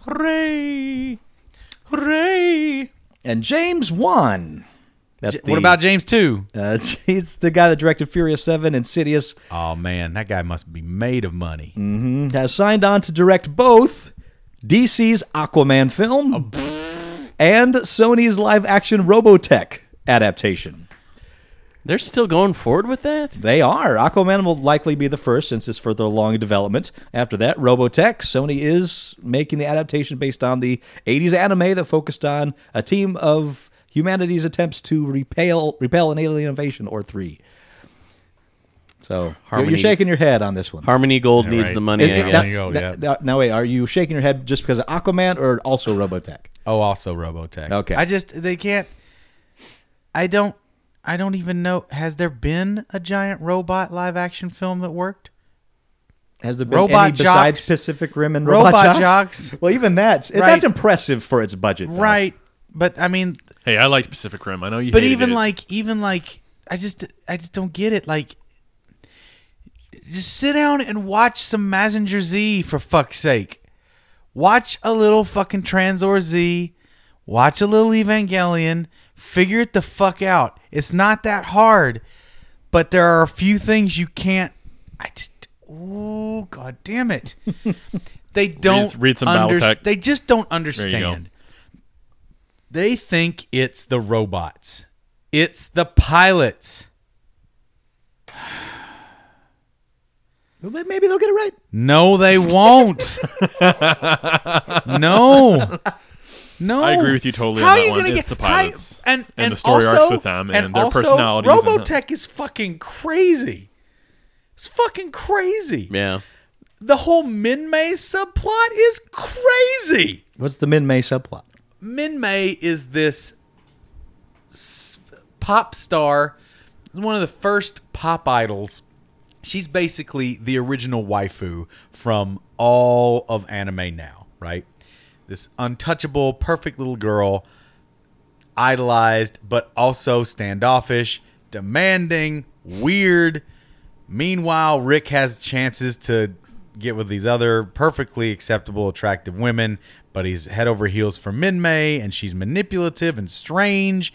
Speaker 5: hooray hooray
Speaker 4: and James Wan. That's the,
Speaker 5: what about james too
Speaker 4: Uh, he's the guy that directed Furious Seven, Insidious.
Speaker 5: oh man that guy must be made of money
Speaker 4: has signed on to direct both DC's Aquaman
Speaker 5: Oh,
Speaker 4: film and Sony's live action Robotech adaptation.
Speaker 3: They're still going forward with that?
Speaker 4: They are. Aquaman will likely be the first since it's further along in development. After that, Robotech. Sony is making the adaptation based on the 80s anime that focused on a team of humanity's attempts to repel, repel an alien invasion or three. So you're-
Speaker 3: Harmony-
Speaker 4: you're shaking your head on this one.
Speaker 3: Harmony Gold needs
Speaker 5: right.
Speaker 3: the money,
Speaker 4: Is-
Speaker 3: I
Speaker 4: that's-
Speaker 3: guess.
Speaker 5: Go,
Speaker 4: that- that- now, wait, are you shaking your head just because of Aquaman or also Robotech?
Speaker 5: Oh, also Robotech.
Speaker 4: Okay.
Speaker 5: I just they can't. I don't. I don't even know. Has there been a giant robot live action film that worked?
Speaker 4: Has there been
Speaker 5: Robot
Speaker 4: any besides
Speaker 5: jocks.
Speaker 4: Pacific Rim and Robot,
Speaker 5: Robot
Speaker 4: jocks?
Speaker 5: jocks.
Speaker 4: Well, even that's
Speaker 5: Right.
Speaker 4: that's impressive for its budget, though.
Speaker 5: Right. But I mean,
Speaker 6: Hey, I liked Pacific Rim. I know you.
Speaker 5: but
Speaker 6: hated
Speaker 5: even
Speaker 6: it.
Speaker 5: like, even like, I just, I just don't get it. Like, just sit down and watch some Mazinger Z for fuck's sake. Watch a little fucking Transor Z. Watch a little Evangelion. Figure it the fuck out. It's not that hard. but there are a few things you can't. I just, oh god damn it! they don't
Speaker 6: read some Battletech.
Speaker 5: They just don't
Speaker 6: go.
Speaker 5: understand. They think it's the robots. It's the pilots.
Speaker 4: Well, Maybe they'll get it right.
Speaker 5: No, they won't. no. No.
Speaker 6: I agree with you totally on
Speaker 5: oh, How are
Speaker 6: that
Speaker 5: you
Speaker 6: one.
Speaker 5: gonna
Speaker 6: It's
Speaker 5: get
Speaker 6: the
Speaker 5: how-
Speaker 6: pilots
Speaker 5: and,
Speaker 6: and the story arcs
Speaker 5: also,
Speaker 6: with them and
Speaker 5: and
Speaker 6: their
Speaker 5: also,
Speaker 6: personalities and-
Speaker 5: Robotech is fucking crazy. It's fucking crazy.
Speaker 3: Yeah.
Speaker 5: the whole Min May subplot is crazy.
Speaker 4: What's the Min May subplot?
Speaker 5: Min May is this s- pop star, one of the first pop idols. She's basically the original waifu from all of anime now, right? This untouchable, perfect little girl, idolized, but also standoffish, demanding, weird. Meanwhile, Rick has chances to get with these other perfectly acceptable, attractive women, but he's head over heels for Min May, and she's manipulative and strange.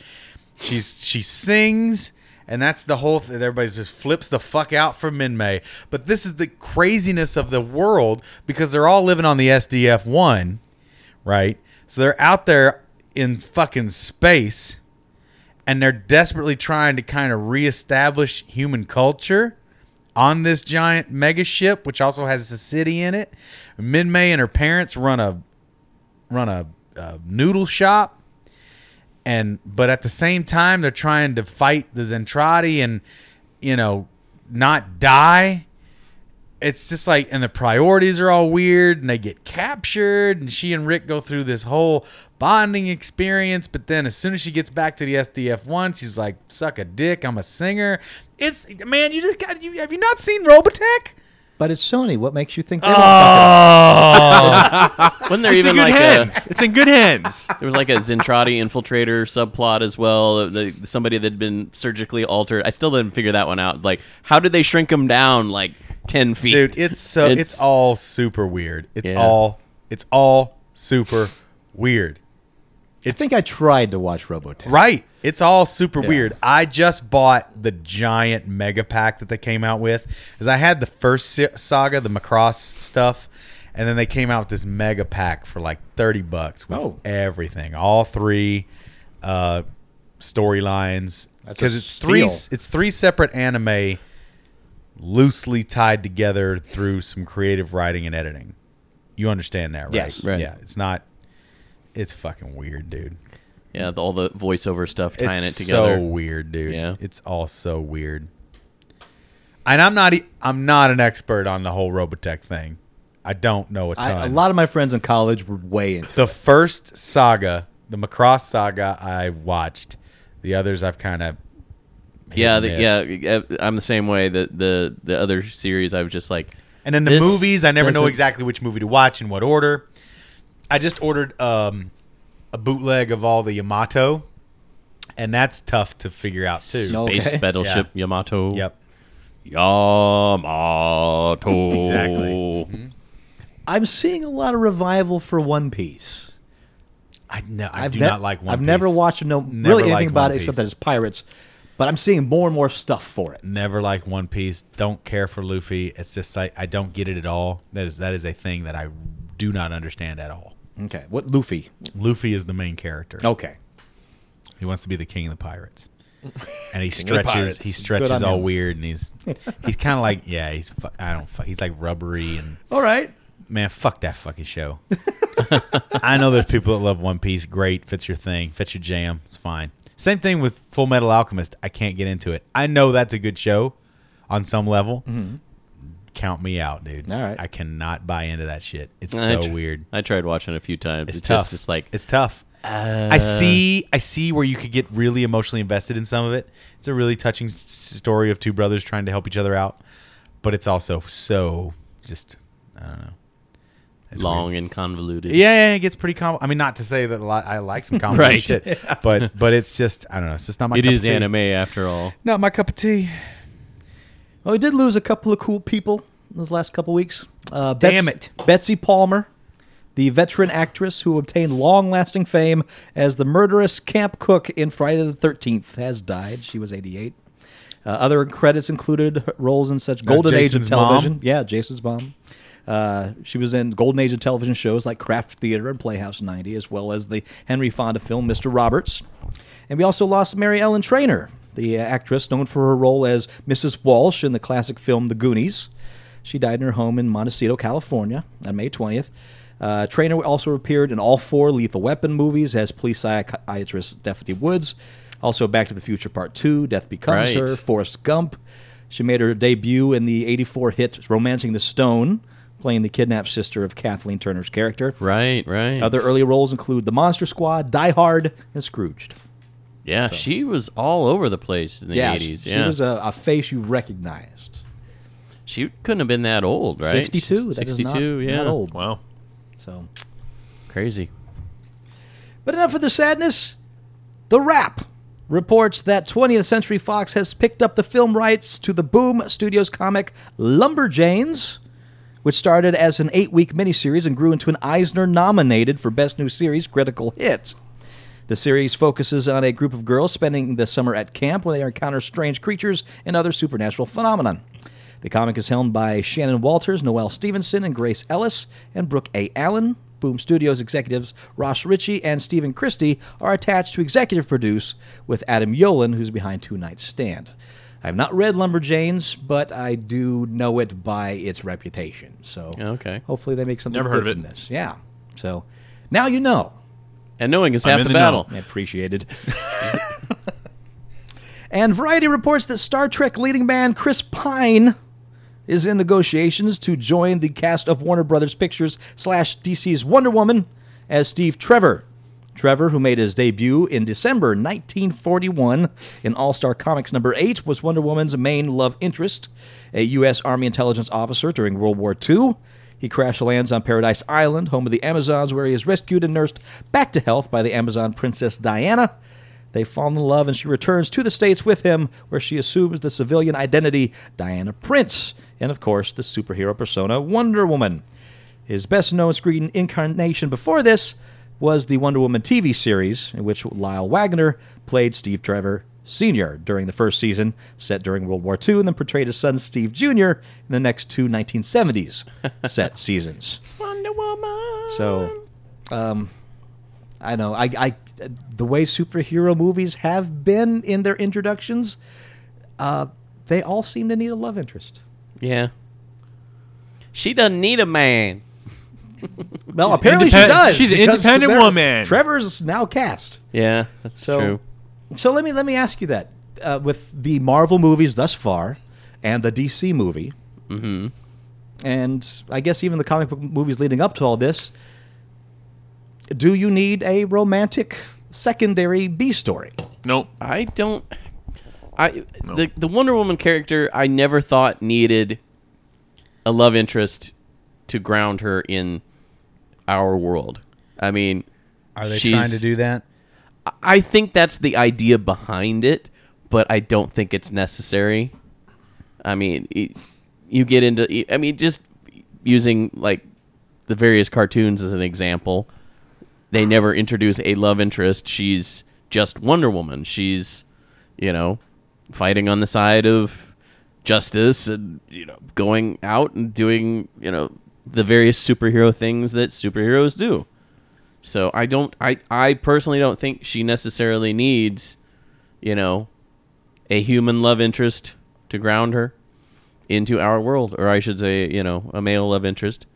Speaker 5: She's she sings, and that's the whole thing. Everybody just flips the fuck out for Min May. But this is the craziness of the world because they're all living on the SDF one, right? So they're out there in fucking space and they're desperately trying to kind of reestablish human culture on this giant mega ship, which also has a city in it. Min May and her parents run a run a, a noodle shop, and but at the same time they're trying to fight the Zentradi and you know not die. it's just like and the priorities are all weird and they get captured and she and Rick go through this whole bonding experience but then as soon as she gets back to the SDF one she's like suck a dick I'm a singer it's man you just got you have you not seen Robotech
Speaker 4: But it's Sony. What makes you think they
Speaker 5: Ah.
Speaker 4: oh.
Speaker 3: Wasn't there
Speaker 6: It's in
Speaker 3: even
Speaker 6: good
Speaker 3: Oh. like a,
Speaker 6: hands. it's in good hands.
Speaker 3: there was like a Zentradi infiltrator subplot as well. The, the- somebody that had been surgically altered. I still didn't figure that one out. Like, how did they shrink him down like ten feet?
Speaker 5: dude it's so it's, all super weird it's
Speaker 3: Yeah.
Speaker 5: all it's all super weird
Speaker 4: I think I tried to watch Robotech.
Speaker 5: Right. It's all super weird. I just bought the giant mega pack that they came out with. Because I had the first si- saga, the Macross stuff, and then they came out with this mega pack for like 30 bucks with
Speaker 4: Oh.
Speaker 5: everything. All three uh storylines.
Speaker 4: That's a
Speaker 5: Because it's three
Speaker 4: steal.
Speaker 5: it's three separate anime loosely tied together through some creative writing and editing. You understand that, right?
Speaker 4: Yes.
Speaker 3: Right.
Speaker 5: Yeah. It's not it's fucking weird, dude
Speaker 3: yeah, the, all the voiceover stuff tying
Speaker 5: it's
Speaker 3: it together.
Speaker 5: So weird, dude.
Speaker 3: Yeah.
Speaker 5: it's all so weird. And I'm not e- I'm not an expert on the whole Robotech thing. I don't know a ton.
Speaker 4: I, a lot of my friends in college were way into
Speaker 5: the first saga, the Macross saga, I watched. The others I've kind of
Speaker 3: yeah, the, yeah. I'm the same way. The the the other series, I was just like,
Speaker 5: And then the
Speaker 3: This
Speaker 5: movies, I never know
Speaker 3: doesn't-
Speaker 5: exactly which movie to watch in what order. I just ordered um, a bootleg of all the Yamato, and that's tough to figure out too.
Speaker 4: No.
Speaker 3: base
Speaker 4: Okay.
Speaker 3: battleship Yamato.
Speaker 5: Yep.
Speaker 3: Yamato.
Speaker 5: Exactly.
Speaker 4: I'm seeing a lot of revival for One Piece.
Speaker 5: I no, I
Speaker 4: I've
Speaker 5: do
Speaker 4: ne-
Speaker 5: not like One
Speaker 4: I've
Speaker 5: Piece.
Speaker 4: never watched no
Speaker 5: Never
Speaker 4: really anything
Speaker 5: liked
Speaker 4: about
Speaker 5: One
Speaker 4: it except
Speaker 5: Piece.
Speaker 4: that it's pirates, but I'm seeing more and more stuff for it.
Speaker 5: Never like One Piece. Don't care for Luffy. It's just like I don't get it at all. That is that is a thing that I do not understand at all.
Speaker 4: Okay, what Luffy?
Speaker 5: Luffy is the main character.
Speaker 4: Okay,
Speaker 5: He wants to be the king of the pirates. And he
Speaker 6: of the pirates.
Speaker 5: stretches. He
Speaker 4: Good
Speaker 5: stretches
Speaker 4: on
Speaker 5: all
Speaker 4: him.
Speaker 5: weird, and he's he's kind of like yeah. He's fu- I don't fu- he's like rubbery and
Speaker 4: all right.
Speaker 5: man, fuck that fucking show. I know there's people that love One Piece. Great, fits your thing, fits your jam. It's fine. Same thing with Full Metal Alchemist. I can't get into it. I know that's a good show on some level. Count me out, dude.
Speaker 4: Mm-hmm. All right.
Speaker 5: I cannot buy into that shit. It's
Speaker 3: I
Speaker 5: so
Speaker 3: tr-
Speaker 5: weird.
Speaker 3: I tried watching it a few times.
Speaker 5: It's,
Speaker 3: It's,
Speaker 5: tough.
Speaker 3: just it's like uh,
Speaker 5: it's tough. I see. I see where you could get really emotionally invested in some of it. It's a really touching s- story of two brothers trying to help each other out, but it's also so just I don't know. It's weird.
Speaker 3: long and convoluted.
Speaker 5: Yeah, yeah, it gets pretty com. I mean, not to say that a lot, I like some comedy
Speaker 3: Right.
Speaker 5: shit, but but it's just I don't know. It's just not my.
Speaker 3: It
Speaker 5: cup
Speaker 3: is
Speaker 5: of tea.
Speaker 3: anime after all.
Speaker 5: Not my cup of tea.
Speaker 4: Well, we Oh, did lose a couple of cool people in those last couple weeks. Uh,
Speaker 5: Damn
Speaker 4: it, Betsy Palmer, the veteran actress who obtained long-lasting fame as the murderous camp cook in Friday the Thirteenth, has died. She was 88. Uh, other credits included roles in such Golden Age of
Speaker 5: Jason's mom?
Speaker 4: television. Yeah, Jason's mom. Uh, she was in Golden Age of television shows like Craft Theater and Playhouse 90, as well as the Henry Fonda film Mr. Roberts. And we also lost Mary Ellen Trainer, the uh, actress known for her role as Mrs. Walsh in the classic film The Goonies. She died in her home in Montecito, California, on May 20th. Uh, Trainer also appeared in all four Lethal Weapon movies as police psychiatrist Stephanie Woods. Also, Back to the Future Part 2, Death Becomes
Speaker 3: Right.
Speaker 4: Her, Forrest Gump. She made her debut in the 84 hit Romancing the Stone, playing the kidnapped sister of Kathleen Turner's character.
Speaker 3: Right, right.
Speaker 4: Other early roles include The Monster Squad, Die Hard, and Scrooged.
Speaker 3: yeah, she was all over the place in the
Speaker 4: Yeah,
Speaker 3: 80s.
Speaker 4: she
Speaker 3: yeah.
Speaker 4: was a, a face you recognized.
Speaker 3: She couldn't have been that old, right?
Speaker 4: 62. That is
Speaker 3: 62,
Speaker 4: not,
Speaker 3: yeah.
Speaker 4: not old.
Speaker 6: Wow.
Speaker 4: So,
Speaker 3: Crazy.
Speaker 4: But enough of the sadness. The Wrap reports that 20th Century Fox has picked up the film rights to the Boom Studios comic Lumberjanes, which started as an eight week miniseries and grew into an Eisner nominated for Best New Series critical hit. The series focuses on a group of girls spending the summer at camp where they encounter strange creatures and other supernatural phenomenon. The comic is helmed by Shannon Walters, Noelle Stevenson, and Grace Ellis, and Brooke A. Allen. Boom Studios executives Ross Ritchie and Stephen Christie are attached to executive produce, with Adam Yolen, who's behind Two Night Stand. I have not read Lumberjanes, but I do know it by its reputation. So
Speaker 3: Okay.
Speaker 4: hopefully they make something
Speaker 6: Never
Speaker 4: good
Speaker 6: heard of
Speaker 4: from
Speaker 6: it.
Speaker 4: this. Yeah. So now you know.
Speaker 3: And knowing is
Speaker 6: I'm
Speaker 3: half
Speaker 6: in
Speaker 3: the,
Speaker 6: the know.
Speaker 3: battle.
Speaker 4: Appreciated. and Variety reports that Star Trek leading man Chris Pine is in negotiations to join the cast of Warner Brothers Pictures slash DC's Wonder Woman as Steve Trevor. Trevor, who made his debut in December 1941 in All Star Comics number 8, was Wonder Woman's main love interest, a U.S. Army intelligence officer during World War II. He crash lands on Paradise Island, home of the Amazons, where he is rescued and nursed back to health by the Amazon Princess Diana. They fall in love, and she returns to the States with him, where she assumes the civilian identity Diana Prince, and of course, the superhero persona Wonder Woman. His best known screen incarnation before this was the Wonder Woman TV series, in which Lyle Wagner played Steve Trevor Sr. during the first season, set during World War II, and then portrayed his son Steve Jr. in the next two 1970s set seasons.
Speaker 7: Wonder Woman.
Speaker 4: So, um, I know I, I the way superhero movies have been in their introductions, uh, they all seem to need a love interest.
Speaker 3: Yeah. She doesn't need a man.
Speaker 4: Well, apparently she
Speaker 6: independ-
Speaker 4: does.
Speaker 6: she's an
Speaker 4: because
Speaker 6: independent
Speaker 4: they're-
Speaker 6: woman.
Speaker 4: Trevor's now cast.
Speaker 3: Yeah, that's
Speaker 4: So,
Speaker 3: true.
Speaker 4: so let me let me ask you that uh, with the Marvel movies thus far, and the DC movie,
Speaker 3: Mm-hmm.
Speaker 4: and I guess even the comic book movies leading up to all this, do you need a romantic secondary B story?
Speaker 6: Nope.
Speaker 3: I don't. I
Speaker 6: No.
Speaker 3: the the Wonder Woman character I never thought needed a love interest to ground her in our world. I mean,
Speaker 5: Are they
Speaker 3: she's-
Speaker 5: trying to do that?
Speaker 3: I think that's the idea behind it, but I don't think it's necessary. I mean, y- you get into. I mean, just using like the various cartoons as an example, they never introduce a love interest. She's just Wonder Woman. She's, you know, fighting on the side of justice and you know going out and doing you know the various superhero things that superheroes do. So I don't I I personally don't think she necessarily needs, you know, a human love interest to ground her into our world or I should say, you know, a male love interest.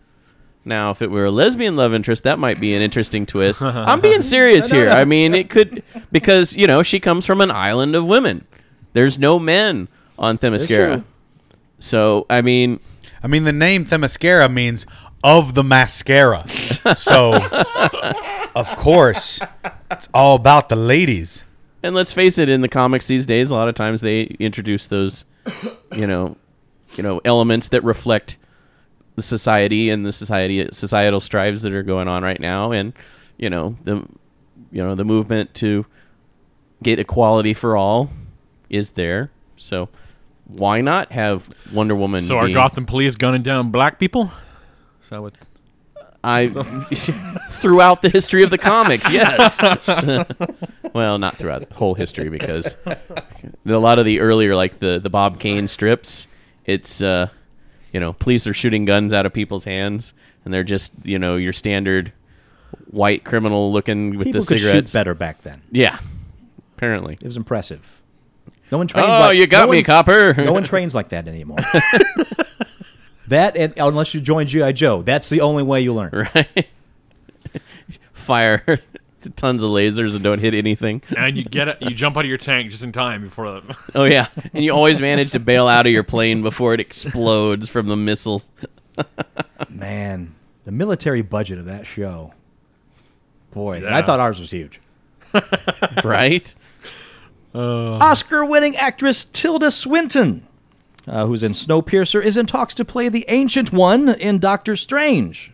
Speaker 3: Now, if it were a lesbian love interest, that might be an interesting twist. I'm being serious here. I mean, it could because, you know, she comes from an island of women. There's no men on Themyscira.
Speaker 4: true.
Speaker 3: So, I mean,
Speaker 5: I mean, the name Themyscira means of the mascara. so, of course, it's all about the ladies.
Speaker 3: and let's face it in the comics these days a lot of times they introduce those you know you know elements that reflect the society and the society societal strives that are going on right now and you know the you know the movement to get equality for all is there so why not have Wonder Woman
Speaker 6: So are
Speaker 3: being-
Speaker 6: Gotham police gunning down black people? Is that what?
Speaker 3: I throughout the history of the comics, yes. well, not throughout the whole history because a lot of the earlier, like the the Bob Kane strips, it's uh, you know police are shooting guns out of people's hands, and they're just you know your standard white criminal looking with
Speaker 4: People
Speaker 3: the
Speaker 4: could
Speaker 3: cigarettes.
Speaker 4: shoot better back then.
Speaker 3: Yeah, apparently.
Speaker 4: It was impressive. No one trains.
Speaker 3: Oh,
Speaker 4: like,
Speaker 3: you got
Speaker 4: no
Speaker 3: me,
Speaker 4: one-
Speaker 3: copper.
Speaker 4: No one trains like that anymore. that and unless you join GI Joe, that's the only way you learn.
Speaker 3: right? Fire tons of lasers and don't hit anything.
Speaker 6: And you get it. You jump out of your tank just in time before the.
Speaker 3: Oh yeah, and you always manage to bail out of your plane before it explodes from the missile.
Speaker 4: Man, the military budget of that show. Boy, and I
Speaker 6: Yeah.
Speaker 4: thought ours was huge.
Speaker 3: right?
Speaker 4: Oscar winning actress Tilda Swinton, uh, who's in Snowpiercer, is in talks to play the Ancient One in Doctor Strange,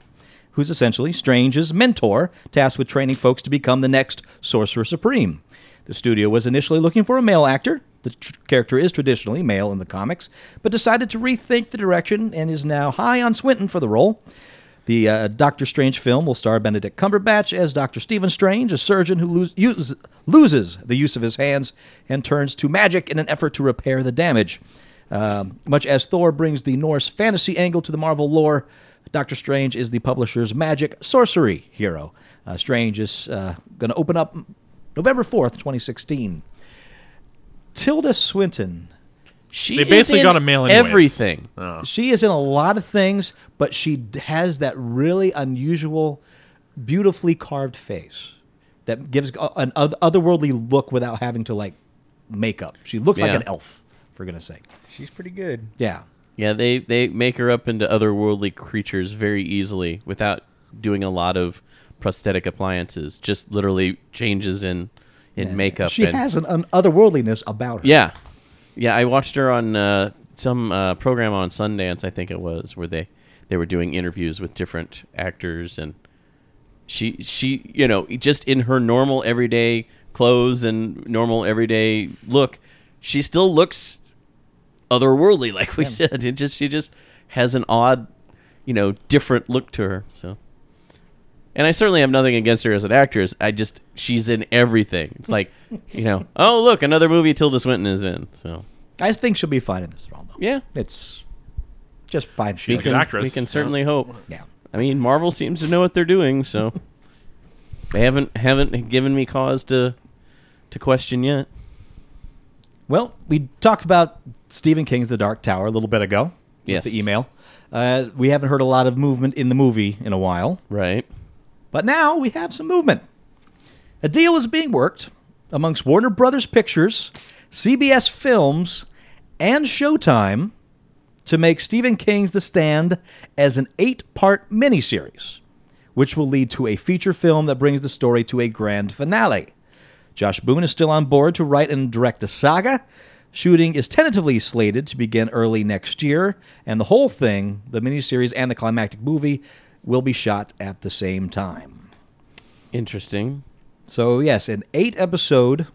Speaker 4: who's essentially Strange's mentor, tasked with training folks to become the next Sorcerer Supreme. The studio was initially looking for a male actor. The tr- character is traditionally male in the comics, but decided to rethink the direction and is now high on Swinton for the role. The uh, Doctor Strange film will star Benedict Cumberbatch as Doctor Stephen Strange, a surgeon who lose, use, loses the use of his hands and turns to magic in an effort to repair the damage. Um, much as Thor brings the Norse fantasy angle to the Marvel lore, Doctor Strange is the publisher's magic sorcery hero. Uh, Strange is uh, going to open up November 4th, 2016. Tilda Swinton
Speaker 3: She
Speaker 6: They
Speaker 3: is
Speaker 6: basically
Speaker 3: in
Speaker 6: got a male anyways.
Speaker 3: everything.
Speaker 4: She is in a lot of things, but she d- has that really unusual, beautifully carved face that gives a- an oth- otherworldly look without having to like makeup. She looks like
Speaker 3: Yeah.
Speaker 4: an elf, for goodness sake.
Speaker 5: She's pretty good.
Speaker 4: Yeah.
Speaker 3: Yeah, they they make her up into otherworldly creatures very easily without doing a lot of prosthetic appliances. Just literally changes in in makeup.
Speaker 4: She
Speaker 3: and,
Speaker 4: has an, an otherworldliness about her.
Speaker 3: Yeah, yeah. I watched her on uh, some uh, program on Sundance, I think it was, where they they were doing interviews with different actors, and she she you know just in her normal everyday clothes and normal everyday look, she still looks otherworldly, like we said. It just she just has an odd, you know, different look to her. So. And I certainly have nothing against her as an actress. I just she's in everything. It's like, you know, oh look, another movie Tilda Swinton is in. So
Speaker 4: I think she'll be fine in this role, though.
Speaker 3: yeah,
Speaker 4: It's just fine.
Speaker 3: we
Speaker 4: She's
Speaker 6: good
Speaker 3: can,
Speaker 6: actress.
Speaker 3: We can
Speaker 6: Yeah.
Speaker 3: certainly hope.
Speaker 4: yeah.
Speaker 3: I mean, Marvel seems to know what they're doing, so they haven't haven't given me cause to to question yet.
Speaker 4: Well, we talked about Stephen King's The Dark Tower a little bit ago. with
Speaker 3: Yes.
Speaker 4: The email. Uh, we haven't heard a lot of movement in the movie in a while.
Speaker 3: Right?
Speaker 4: But now we have some movement. A deal is being worked amongst Warner Brothers Pictures, CBS Films, and Showtime to make Stephen King's The Stand as an eight part miniseries, which will lead to a feature film that brings the story to a grand finale. Josh Boone is still on board to write and direct the saga. Shooting is tentatively slated to begin early next year, and the whole thing, the miniseries and the climactic movie, will be shot at the same time.
Speaker 3: Interesting.
Speaker 4: So, yes, an eight episode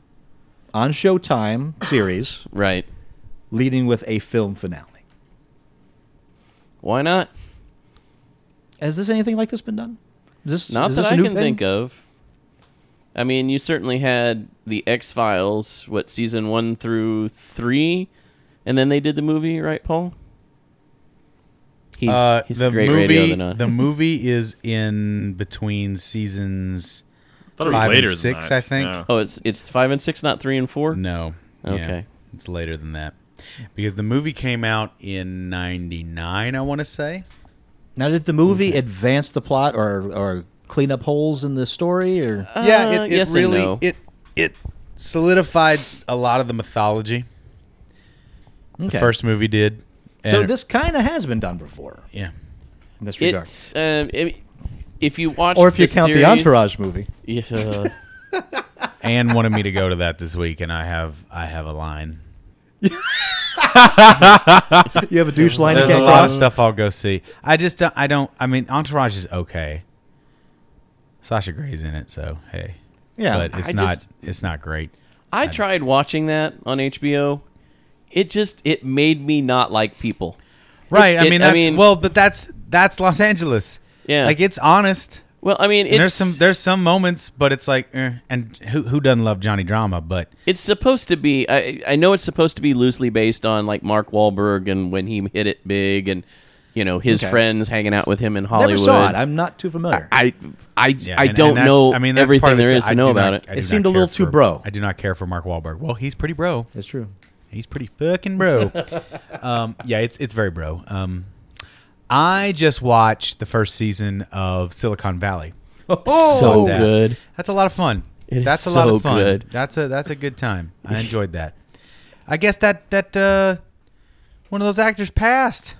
Speaker 4: on Showtime series,
Speaker 3: Right?
Speaker 4: leading with a film finale.
Speaker 3: Why not?
Speaker 4: Has this anything like this been done? Is this
Speaker 3: Not
Speaker 4: is
Speaker 3: that
Speaker 4: this
Speaker 3: I
Speaker 4: a new
Speaker 3: can
Speaker 4: thing?
Speaker 3: think of. I mean, you certainly had the X Files, what season one through three, and then they did the movie, right, Paul? He's,
Speaker 5: Uh,
Speaker 3: he's
Speaker 5: the
Speaker 3: a great
Speaker 5: movie,
Speaker 3: radio than I-
Speaker 5: the movie is in between seasons.
Speaker 6: thought it was
Speaker 5: Five and
Speaker 6: later than
Speaker 5: six,
Speaker 6: that.
Speaker 5: I think.
Speaker 6: Yeah.
Speaker 3: Oh, it's it's five and six, not three and four.
Speaker 5: No. Yeah.
Speaker 3: Okay.
Speaker 5: it's later than that. Because the movie came out in 99, I want to say.
Speaker 4: Now, did the movie advance the plot or, or clean up holes in the story? Or
Speaker 5: yeah,
Speaker 3: Uh,
Speaker 5: it, it
Speaker 3: yes and
Speaker 5: really
Speaker 3: no.
Speaker 5: it it solidified s- a lot of the mythology. The
Speaker 4: Okay.
Speaker 5: first movie did.
Speaker 4: so
Speaker 5: And-
Speaker 4: this kind of has been done before
Speaker 5: yeah.
Speaker 4: in this regard.
Speaker 3: It's um, i- if you watch
Speaker 4: or if you
Speaker 3: the
Speaker 4: count
Speaker 3: series-
Speaker 4: the Entourage movie.
Speaker 3: Yeah, uh,
Speaker 5: Anne wanted me to go to that this week and I have I have a line.
Speaker 4: You have a douche line. you
Speaker 5: There's a
Speaker 4: can't
Speaker 5: lot of
Speaker 4: cross.
Speaker 5: stuff I'll go see. I just don't, I don't I mean Entourage is okay. Sasha Gray's in it, so hey.
Speaker 4: Yeah,
Speaker 5: but it's
Speaker 3: I
Speaker 5: not
Speaker 3: just-
Speaker 5: it's not great.
Speaker 3: I tried watching that on HBO. It just it made me not like people.
Speaker 5: Right. I
Speaker 3: it-
Speaker 5: mean
Speaker 3: I
Speaker 5: that's
Speaker 3: mean-
Speaker 5: well, but that's that's Los Angeles.
Speaker 3: Yeah.
Speaker 5: Like it's honest.
Speaker 3: Well, I mean, it's
Speaker 5: And there's some there's some moments, but it's like, eh, and who who doesn't love Johnny Drama? But
Speaker 3: It's supposed to be. I I know it's supposed to be loosely based on like Mark Wahlberg and when he hit it big and you know his friends hanging out with him in Hollywood.
Speaker 4: Never saw it. I'm not too familiar.
Speaker 3: I I,
Speaker 5: yeah,
Speaker 3: I
Speaker 5: and-
Speaker 3: don't
Speaker 5: and that's-
Speaker 3: know.
Speaker 5: I mean, that's part
Speaker 3: everything
Speaker 5: of
Speaker 3: there
Speaker 5: too.
Speaker 3: is to
Speaker 5: I
Speaker 3: know
Speaker 5: do
Speaker 3: about
Speaker 5: not- I
Speaker 3: it.
Speaker 5: do
Speaker 4: It
Speaker 5: not
Speaker 4: seemed a
Speaker 5: care
Speaker 4: little too
Speaker 5: for-
Speaker 4: bro.
Speaker 5: I do not care for Mark Wahlberg. Well, he's pretty bro.
Speaker 4: That's true.
Speaker 5: He's pretty fucking bro. um, yeah, it's it's very bro. Um, I just watched the first season of Silicon Valley.
Speaker 3: Oh, so
Speaker 5: that.
Speaker 3: good.
Speaker 5: That's a lot of fun.
Speaker 3: It is
Speaker 5: that's a lot
Speaker 3: so
Speaker 5: of fun.
Speaker 3: good.
Speaker 5: That's a that's a good time. I enjoyed that. I guess that that uh, one of those actors passed.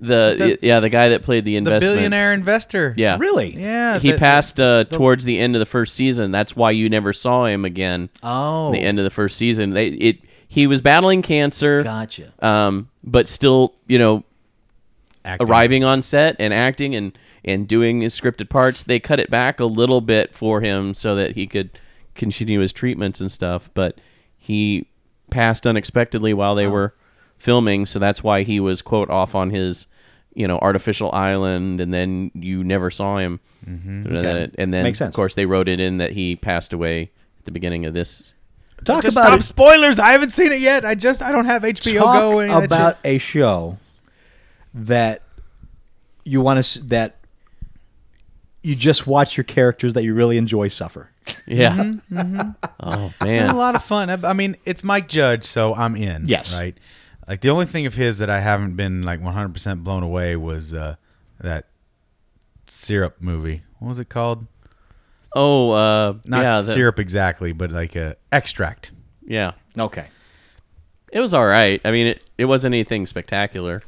Speaker 3: The,
Speaker 5: The-
Speaker 3: yeah the guy that played the
Speaker 5: The
Speaker 3: investment
Speaker 5: billionaire investor.
Speaker 3: yeah
Speaker 4: Really?
Speaker 5: Yeah.
Speaker 3: he
Speaker 5: the-
Speaker 3: passed uh, towards the end of the first season. That's why you never saw him again.
Speaker 4: Oh.
Speaker 3: the end of the first season. They it he was battling cancer.
Speaker 4: Gotcha.
Speaker 3: Um, but still, you know,
Speaker 5: acting.
Speaker 3: arriving on set and acting and and doing his scripted parts. They cut it back a little bit for him so that he could continue his treatments and stuff. But he passed unexpectedly while they were filming, so that's why he was quote off on his you know artificial island, and then you never saw him. Mm-hmm. And, then, and then,
Speaker 4: Makes sense.
Speaker 3: of course, they wrote it in that he passed away at the beginning of this.
Speaker 4: Talk
Speaker 5: Just
Speaker 4: about
Speaker 5: stop
Speaker 4: it.
Speaker 5: spoilers. I haven't seen it yet. I just I don't have HBO
Speaker 4: talk
Speaker 5: Go. or any of that
Speaker 4: about
Speaker 5: shit.
Speaker 4: a show that you want to that you just watch your characters that you really enjoy suffer.
Speaker 3: Yeah. Oh man.
Speaker 5: a lot of fun. I, I mean, it's Mike Judge, so I'm in.
Speaker 4: Yes.
Speaker 5: right. Like the only thing of his that I haven't been like 100 percent blown away was uh, that syrup movie. What was it called?
Speaker 3: Oh, uh,
Speaker 5: Not
Speaker 3: yeah, the-
Speaker 5: syrup exactly, but like a extract.
Speaker 3: Yeah,
Speaker 4: Okay.
Speaker 3: it was all right. I mean, it, it wasn't anything spectacular.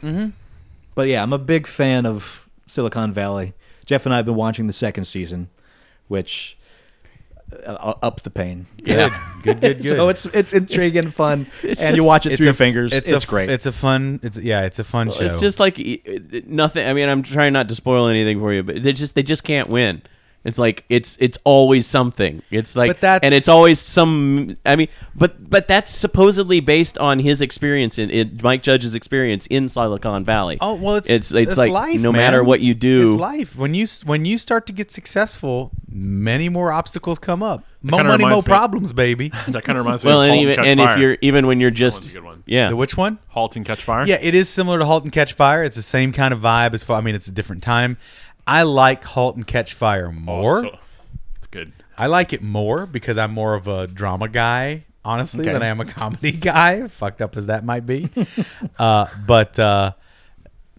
Speaker 4: But yeah, I'm a big fan of Silicon Valley. Jeff and I have been watching the second season, which uh, ups the pain.
Speaker 3: Yeah.
Speaker 5: Good, good, good.
Speaker 4: so it's it's intriguing, and fun, and you
Speaker 3: just-
Speaker 4: watch it through
Speaker 5: a
Speaker 4: your fingers. It's,
Speaker 5: a,
Speaker 4: great.
Speaker 5: It's a fun. It's yeah. It's a fun show.
Speaker 3: It's just like e- it- nothing. I mean, I'm trying not to spoil anything for you, but they just they just can't win. It's like it's it's always something. It's like
Speaker 5: But that's-
Speaker 3: and it's always some. I mean, but but that's supposedly based on his experience in, in Mike Judge's experience in Silicon Valley.
Speaker 5: Oh well, it's
Speaker 3: it's it's, like
Speaker 5: life,
Speaker 3: no
Speaker 5: man.
Speaker 3: matter what you do,
Speaker 5: it's life. When you when you start to get successful, many more obstacles come up. More
Speaker 6: kinda
Speaker 5: money, more
Speaker 6: reminds me-
Speaker 5: problems, baby.
Speaker 6: That kind of reminds
Speaker 3: well,
Speaker 6: me of
Speaker 3: and
Speaker 6: Halt
Speaker 3: even
Speaker 6: Catch
Speaker 3: and
Speaker 6: Fire.
Speaker 3: if you're even when you're just
Speaker 6: one's a good one.
Speaker 3: yeah,
Speaker 5: The which one?
Speaker 6: halt and catch fire.
Speaker 5: Yeah, it is similar to Halt and Catch Fire. It's the same kind of vibe as far. I mean, it's a different time. I like Halt and Catch Fire more.
Speaker 6: Also, it's good.
Speaker 5: I like it more because I'm more of a drama guy, honestly,
Speaker 6: Okay.
Speaker 5: than I am a comedy guy. Fucked up as that might be, uh, but uh,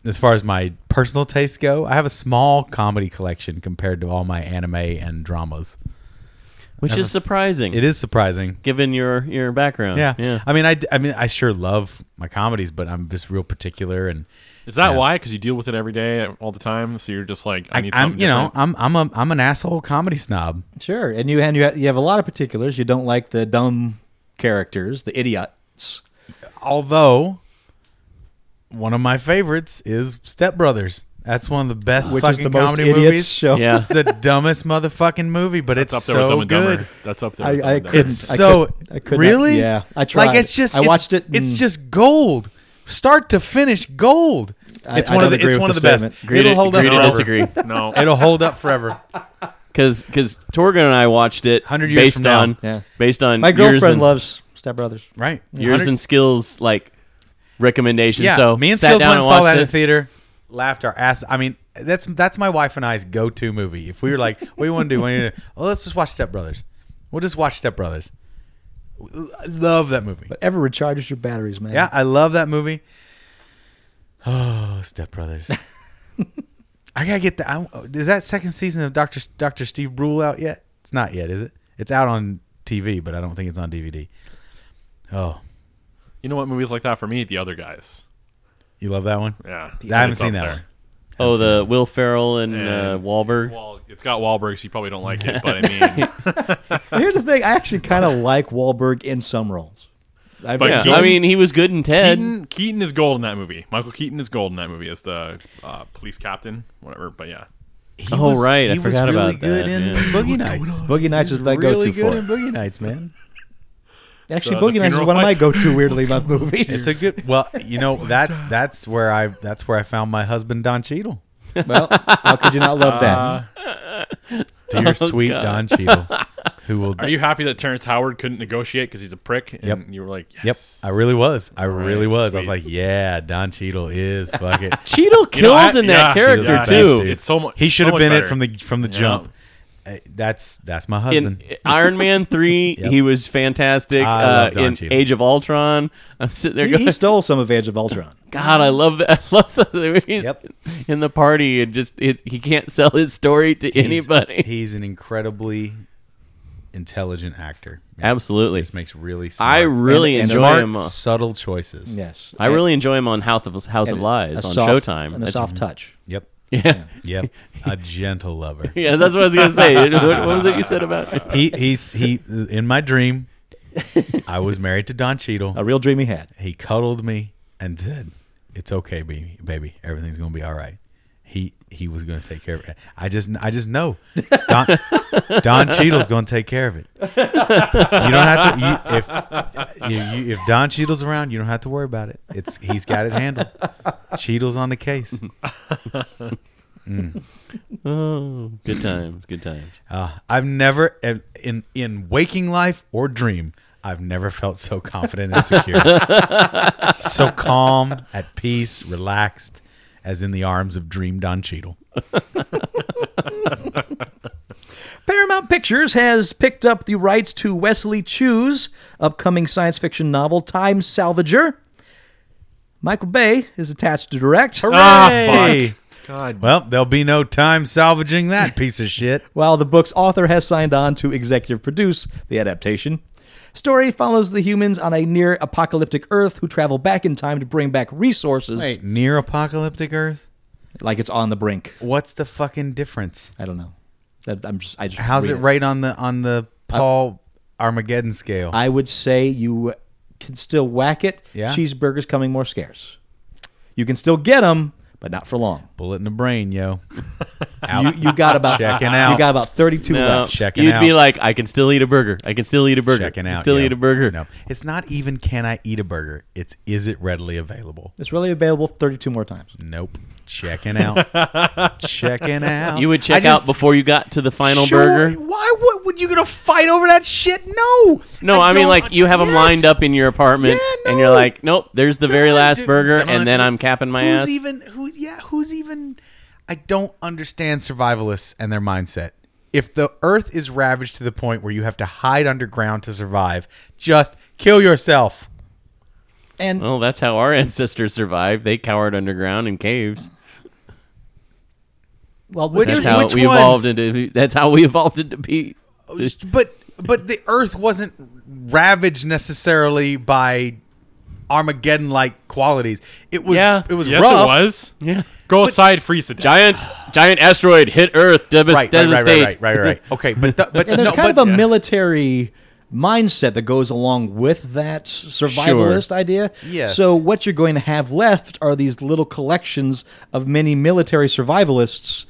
Speaker 5: as far as my personal tastes go, I have a small comedy collection compared to all my anime and dramas.
Speaker 3: which is surprising.
Speaker 5: It is surprising.
Speaker 3: given your your background.
Speaker 5: Yeah,
Speaker 3: yeah.
Speaker 5: I mean, I, d- I mean, I sure love my comedies, but I'm just real particular, and
Speaker 6: Is that
Speaker 5: Yeah.
Speaker 6: why? Because you deal with it every day, all the time. So you're just like, I
Speaker 5: I,
Speaker 6: need
Speaker 5: I'm,
Speaker 6: something.
Speaker 5: you know,
Speaker 6: different.
Speaker 5: I'm, I'm a, I'm an asshole comedy snob.
Speaker 4: sure, and you and you have, you have a lot of particulars. You don't like the dumb characters, the idiots.
Speaker 5: Although one of my favorites is Step Brothers. That's one of the best
Speaker 4: Which is
Speaker 5: fucking
Speaker 4: the most
Speaker 5: comedy
Speaker 4: idiots
Speaker 5: movies.
Speaker 4: show.
Speaker 3: Yeah.
Speaker 5: It's the dumbest motherfucking movie, but
Speaker 6: That's
Speaker 5: it's
Speaker 6: up there
Speaker 5: so
Speaker 6: with Dumb and
Speaker 5: good.
Speaker 6: Dumber. That's up there. with Dumb
Speaker 4: I, I
Speaker 6: and Dumber.
Speaker 4: couldn't. I
Speaker 5: So
Speaker 4: couldn't- I could
Speaker 5: really,
Speaker 4: Not, yeah, I tried.
Speaker 5: Like it's just
Speaker 4: I
Speaker 5: it's-
Speaker 4: watched it.
Speaker 5: It's
Speaker 4: and-
Speaker 5: just gold, start to finish, gold.
Speaker 4: I-
Speaker 5: It's
Speaker 4: I
Speaker 5: one of
Speaker 4: don't
Speaker 5: the it's
Speaker 4: agree
Speaker 5: one of
Speaker 4: with
Speaker 5: the
Speaker 4: the
Speaker 5: best.
Speaker 4: statement.
Speaker 3: Agree to-
Speaker 5: It'll hold up
Speaker 3: agree to
Speaker 5: forever.
Speaker 3: disagree.
Speaker 6: no,
Speaker 5: It'll hold up forever.
Speaker 3: because because Torgan and I watched it
Speaker 5: 100 years
Speaker 3: based
Speaker 5: from now.
Speaker 3: on
Speaker 4: Yeah.
Speaker 3: based on
Speaker 4: my
Speaker 3: years
Speaker 4: girlfriend
Speaker 3: and-
Speaker 4: loves Step Brothers.
Speaker 5: Right.
Speaker 3: years
Speaker 5: 100
Speaker 3: and skills like recommendation.
Speaker 5: Yeah,
Speaker 3: so
Speaker 5: me and
Speaker 3: sat
Speaker 5: Skills
Speaker 3: down
Speaker 5: went
Speaker 3: and
Speaker 5: and saw
Speaker 3: watched
Speaker 5: that in
Speaker 3: it.
Speaker 5: the theater, laughed our ass. I mean, that's that's my wife and I's go-to movie. If we were like, what do you want to do? What do you want to do? Oh, let's just watch Step Brothers. We'll just watch Step Brothers. L- Love that movie.
Speaker 4: But ever recharges your batteries, man.
Speaker 5: Yeah, I love that movie. Oh, Step Brothers. I gotta get that. I, is that second season of Doctor Doctor Steve Brule out yet? It's not yet, is it? It's out on TV, but I don't think it's on DVD. Oh,
Speaker 6: you know what? Movies like that for me, The Other Guys.
Speaker 5: you love that one?
Speaker 6: Yeah,
Speaker 5: I haven't seen that
Speaker 6: It's up
Speaker 5: one.
Speaker 3: Oh, the Will Ferrell and, uh,
Speaker 6: And-
Speaker 3: Wahlberg.
Speaker 6: there. Well, it's got Wahlberg, so you probably don't like it. But I mean,
Speaker 4: Here's the thing. I actually kind of like Wahlberg in some roles. I
Speaker 6: But
Speaker 3: yeah,
Speaker 6: Keaton-
Speaker 3: I mean he was good in Ted.
Speaker 6: Keaton, Keaton is gold in that movie. Michael Keaton is gold in that movie as the uh, police captain, whatever. But yeah,
Speaker 5: He
Speaker 3: Oh, right, I
Speaker 5: he was
Speaker 3: forgot
Speaker 5: really
Speaker 3: about
Speaker 5: good
Speaker 3: that,
Speaker 5: in
Speaker 3: yeah.
Speaker 5: Boogie Nights.
Speaker 4: Boogie Nights is my go-to
Speaker 5: really good
Speaker 4: for.
Speaker 5: in
Speaker 4: it.
Speaker 5: Boogie Nights, man.
Speaker 4: Actually,
Speaker 6: Uh, the
Speaker 4: Boogie Nights is
Speaker 6: funeral
Speaker 4: one of my
Speaker 6: fight?
Speaker 4: go-to weirdly about movies.
Speaker 5: It's a good. Well, you know that's that's where I that's where I found my husband Don Cheadle.
Speaker 4: well, how could you not love that?
Speaker 5: Dear sweet
Speaker 3: Oh, God.
Speaker 5: Don Cheadle, who will.
Speaker 6: are you happy that Terrence Howard couldn't negotiate because he's a prick? And
Speaker 5: Yep.
Speaker 6: you were like,
Speaker 5: Yep,
Speaker 6: yes.
Speaker 5: I really was. I really was. I was
Speaker 6: sweet.
Speaker 5: like, yeah, Don Cheadle is fuck it.
Speaker 3: Cheadle kills
Speaker 6: You know, I-
Speaker 3: in that
Speaker 6: yeah,
Speaker 3: character
Speaker 6: yeah,
Speaker 3: too.
Speaker 6: It's so much.
Speaker 5: He should
Speaker 6: so
Speaker 5: have
Speaker 6: much
Speaker 5: been
Speaker 6: better.
Speaker 5: it from the from the jump. Uh, That's that's my husband.
Speaker 3: in Iron Man three,
Speaker 5: Yep.
Speaker 3: he was fantastic.
Speaker 5: I
Speaker 3: Uh,
Speaker 5: love Don
Speaker 3: in
Speaker 5: Cheadle.
Speaker 3: Age of Ultron, I'm sitting there
Speaker 4: He,
Speaker 3: going,
Speaker 4: he stole some of Age of Ultron.
Speaker 3: God, I love that. I love that he's
Speaker 5: Yep.
Speaker 3: in the party and just it, he can't sell his story to
Speaker 5: He's-
Speaker 3: anybody.
Speaker 5: He's an incredibly intelligent actor.
Speaker 3: Absolutely,
Speaker 5: This makes really.
Speaker 3: I
Speaker 5: smart-
Speaker 3: really
Speaker 5: and
Speaker 3: enjoy
Speaker 5: smart,
Speaker 3: him. uh,
Speaker 5: Subtle choices.
Speaker 4: Yes,
Speaker 3: I really enjoy him on House of House of
Speaker 4: And
Speaker 3: Lies
Speaker 4: a
Speaker 3: on
Speaker 4: soft-
Speaker 3: Showtime.
Speaker 4: and a
Speaker 3: That's-
Speaker 4: soft touch.
Speaker 5: Yep.
Speaker 3: yeah.
Speaker 5: Yep. A gentle lover.
Speaker 3: Yeah, that's what I was gonna say. what, what was it you said about? it?
Speaker 5: He he's he in my dream. I was married to Don
Speaker 4: A
Speaker 5: Cheadle.
Speaker 4: real dream he had.
Speaker 5: He cuddled me and said, "It's okay, baby. Baby, everything's gonna be all right." He he was gonna take care of it. I just I just know Don Don Cheadle's gonna take care of it. You don't have to you, if you, you, if Don Cheadle's around, you don't have to worry about it. It's he's got it handled. Cheadle's on the case.
Speaker 3: Oh, good times, good times.
Speaker 5: Uh, I've never in- in in waking life or dream. I've never felt so confident and secure, so calm, at peace, relaxed, as in the arms of Dream Don Cheadle.
Speaker 4: Paramount Pictures has picked up the rights to Wesley Chu's upcoming science fiction novel Time Salvager. Michael Bay is attached to direct. Ah,
Speaker 3: Ah,
Speaker 5: Hooray!
Speaker 6: God.
Speaker 5: Well, there'll be no time salvaging that piece of shit.
Speaker 4: While the book's author has signed on to executive produce the adaptation, Story follows the humans on a near apocalyptic Earth who travel back in time to bring back resources.
Speaker 5: Wait, near apocalyptic Earth?
Speaker 4: Like it's on the brink.
Speaker 5: What's the fucking difference?
Speaker 4: I don't know. That, I'm just. I just.
Speaker 5: How's
Speaker 4: read
Speaker 5: it right on the on the Paul Armageddon scale?
Speaker 4: I would say you can still whack it.
Speaker 5: Yeah.
Speaker 4: Cheeseburgers coming more scarce. You can still get them, but not for long.
Speaker 5: Bullet in the brain, yo.
Speaker 4: You, you got about
Speaker 5: Checking out.
Speaker 4: You got about thirty-two
Speaker 3: No,
Speaker 4: left.
Speaker 5: Checking
Speaker 3: you'd be
Speaker 5: out.
Speaker 3: like, I can still eat a burger. I can still eat a burger.
Speaker 5: Checking
Speaker 3: I can
Speaker 5: out.
Speaker 3: still
Speaker 5: yo.
Speaker 3: eat a burger.
Speaker 5: No, it's not even. Can I eat a burger? It's is it readily available?
Speaker 4: It's really available thirty-two more times.
Speaker 5: Nope. Checking out. Checking out.
Speaker 3: You would
Speaker 5: I
Speaker 3: check
Speaker 5: just-
Speaker 3: out before you got to the final
Speaker 5: Sure.
Speaker 3: burger.
Speaker 5: Why would, would you gonna fight over that shit? No.
Speaker 3: No, I, mean
Speaker 5: don't-
Speaker 3: like you have them
Speaker 5: Yes.
Speaker 3: lined up in your apartment,
Speaker 5: Yeah,
Speaker 3: and you're
Speaker 5: no.
Speaker 3: like, nope, there's the very
Speaker 5: Don,
Speaker 3: last
Speaker 5: dude,
Speaker 3: burger,
Speaker 5: Don,
Speaker 3: and then I'm capping my
Speaker 5: who's
Speaker 3: ass.
Speaker 5: even who? Yeah, who's even? I don't understand survivalists and their mindset. If the Earth is ravaged to the point where you have to hide underground to survive, just kill yourself.
Speaker 4: And
Speaker 5: Oh,
Speaker 3: well, that's how our ancestors survived. They cowered underground in caves.
Speaker 4: well,
Speaker 3: That's
Speaker 5: Dude,
Speaker 3: how
Speaker 5: which
Speaker 3: we
Speaker 5: ones?
Speaker 3: evolved into. That's how we evolved into be.
Speaker 5: But but the Earth wasn't ravaged necessarily by Armageddon like qualities. It was
Speaker 3: Yeah.
Speaker 5: it was
Speaker 6: Yes,
Speaker 5: rough.
Speaker 6: it was.
Speaker 3: Yeah.
Speaker 6: Go aside, freeze to death.
Speaker 3: Giant, giant asteroid hit Earth, devas-
Speaker 5: Right, right, right,
Speaker 3: devastate.
Speaker 5: right, right, right, right. Okay, but the, but
Speaker 4: and there's
Speaker 5: no,
Speaker 4: kind
Speaker 5: but-
Speaker 4: of a military mindset that goes along with that survivalist idea.
Speaker 5: Yes.
Speaker 4: So what you're going to have left are these little collections of many military survivalists.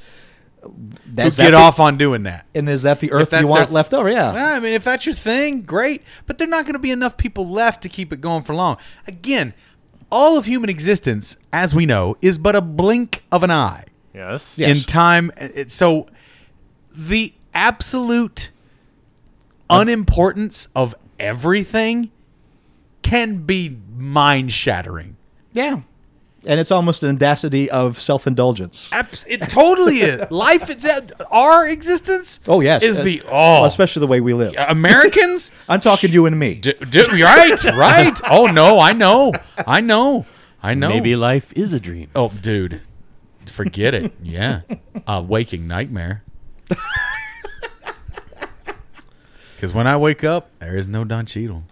Speaker 5: who
Speaker 4: That's
Speaker 5: get off on doing that.
Speaker 4: and is that the Earth
Speaker 5: that's
Speaker 4: you want
Speaker 5: their-
Speaker 4: left over? Yeah.
Speaker 5: Well, I mean, if that's your thing, great. But there are not going to be enough people left to keep it going for long. Again, all of human existence, as we know, is but a blink of an eye
Speaker 6: Yes.
Speaker 4: Yes.
Speaker 5: in time. Uh, It- So the absolute unimportance of everything can be mind shattering.
Speaker 4: yeah. And it's almost an audacity of self-indulgence.
Speaker 5: Abs- it totally is. Life itself, our existence.
Speaker 4: Oh yes.
Speaker 5: is
Speaker 4: Uh,
Speaker 5: the
Speaker 4: well,
Speaker 5: all
Speaker 4: especially the way we live.
Speaker 5: Americans.
Speaker 4: I'm talking you and me.
Speaker 5: D- d- right, right. Oh no, I know, I know, I know.
Speaker 3: Maybe life is a dream.
Speaker 5: Oh, dude, forget it. Yeah, a waking nightmare. Because when I wake up, there is no Don Cheadle.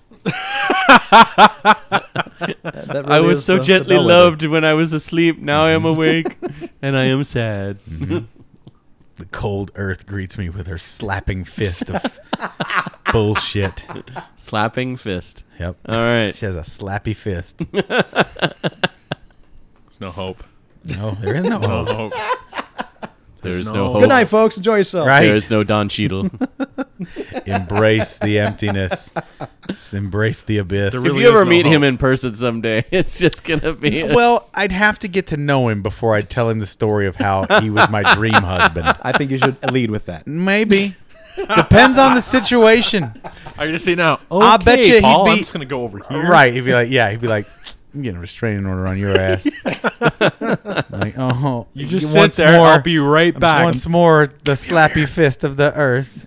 Speaker 4: That
Speaker 3: I
Speaker 4: really
Speaker 3: was
Speaker 4: is
Speaker 3: so
Speaker 4: the- the
Speaker 3: gently
Speaker 4: bellwether.
Speaker 3: loved when I was asleep. Now I am awake, and I am sad.
Speaker 5: The cold earth greets me with her slapping fist of bullshit.
Speaker 3: Slapping fist.
Speaker 5: Yep,
Speaker 3: All right.
Speaker 5: she has a slappy fist.
Speaker 6: There's no hope.
Speaker 5: No, there is no.
Speaker 6: No
Speaker 5: hope.
Speaker 6: hope.
Speaker 3: There's
Speaker 6: no
Speaker 3: no
Speaker 6: hope.
Speaker 3: hope.
Speaker 4: Good night, folks. Enjoy yourself.
Speaker 5: Right.
Speaker 3: There is no Don Cheadle.
Speaker 5: Embrace the emptiness. S- Embrace the abyss.
Speaker 6: There
Speaker 3: if
Speaker 6: really
Speaker 3: you ever
Speaker 6: is no
Speaker 3: meet him
Speaker 6: hope.
Speaker 3: in person someday, it's just gonna be. a-
Speaker 5: Well, I'd have to get to know him before I'd tell him the story of how he was my dream husband.
Speaker 4: I think you should lead with that.
Speaker 5: Maybe. Depends on the situation.
Speaker 6: I can just see now. Oh,
Speaker 5: I bet you
Speaker 6: Paul, I'm
Speaker 5: he'd
Speaker 6: just gonna go over
Speaker 5: be
Speaker 6: here.
Speaker 5: right. He'd be like, yeah, he'd be like, I'm getting a restraining order on your ass. like, oh,
Speaker 6: You just sit there. I'll be right back.
Speaker 5: Once more, the slappy fist of the earth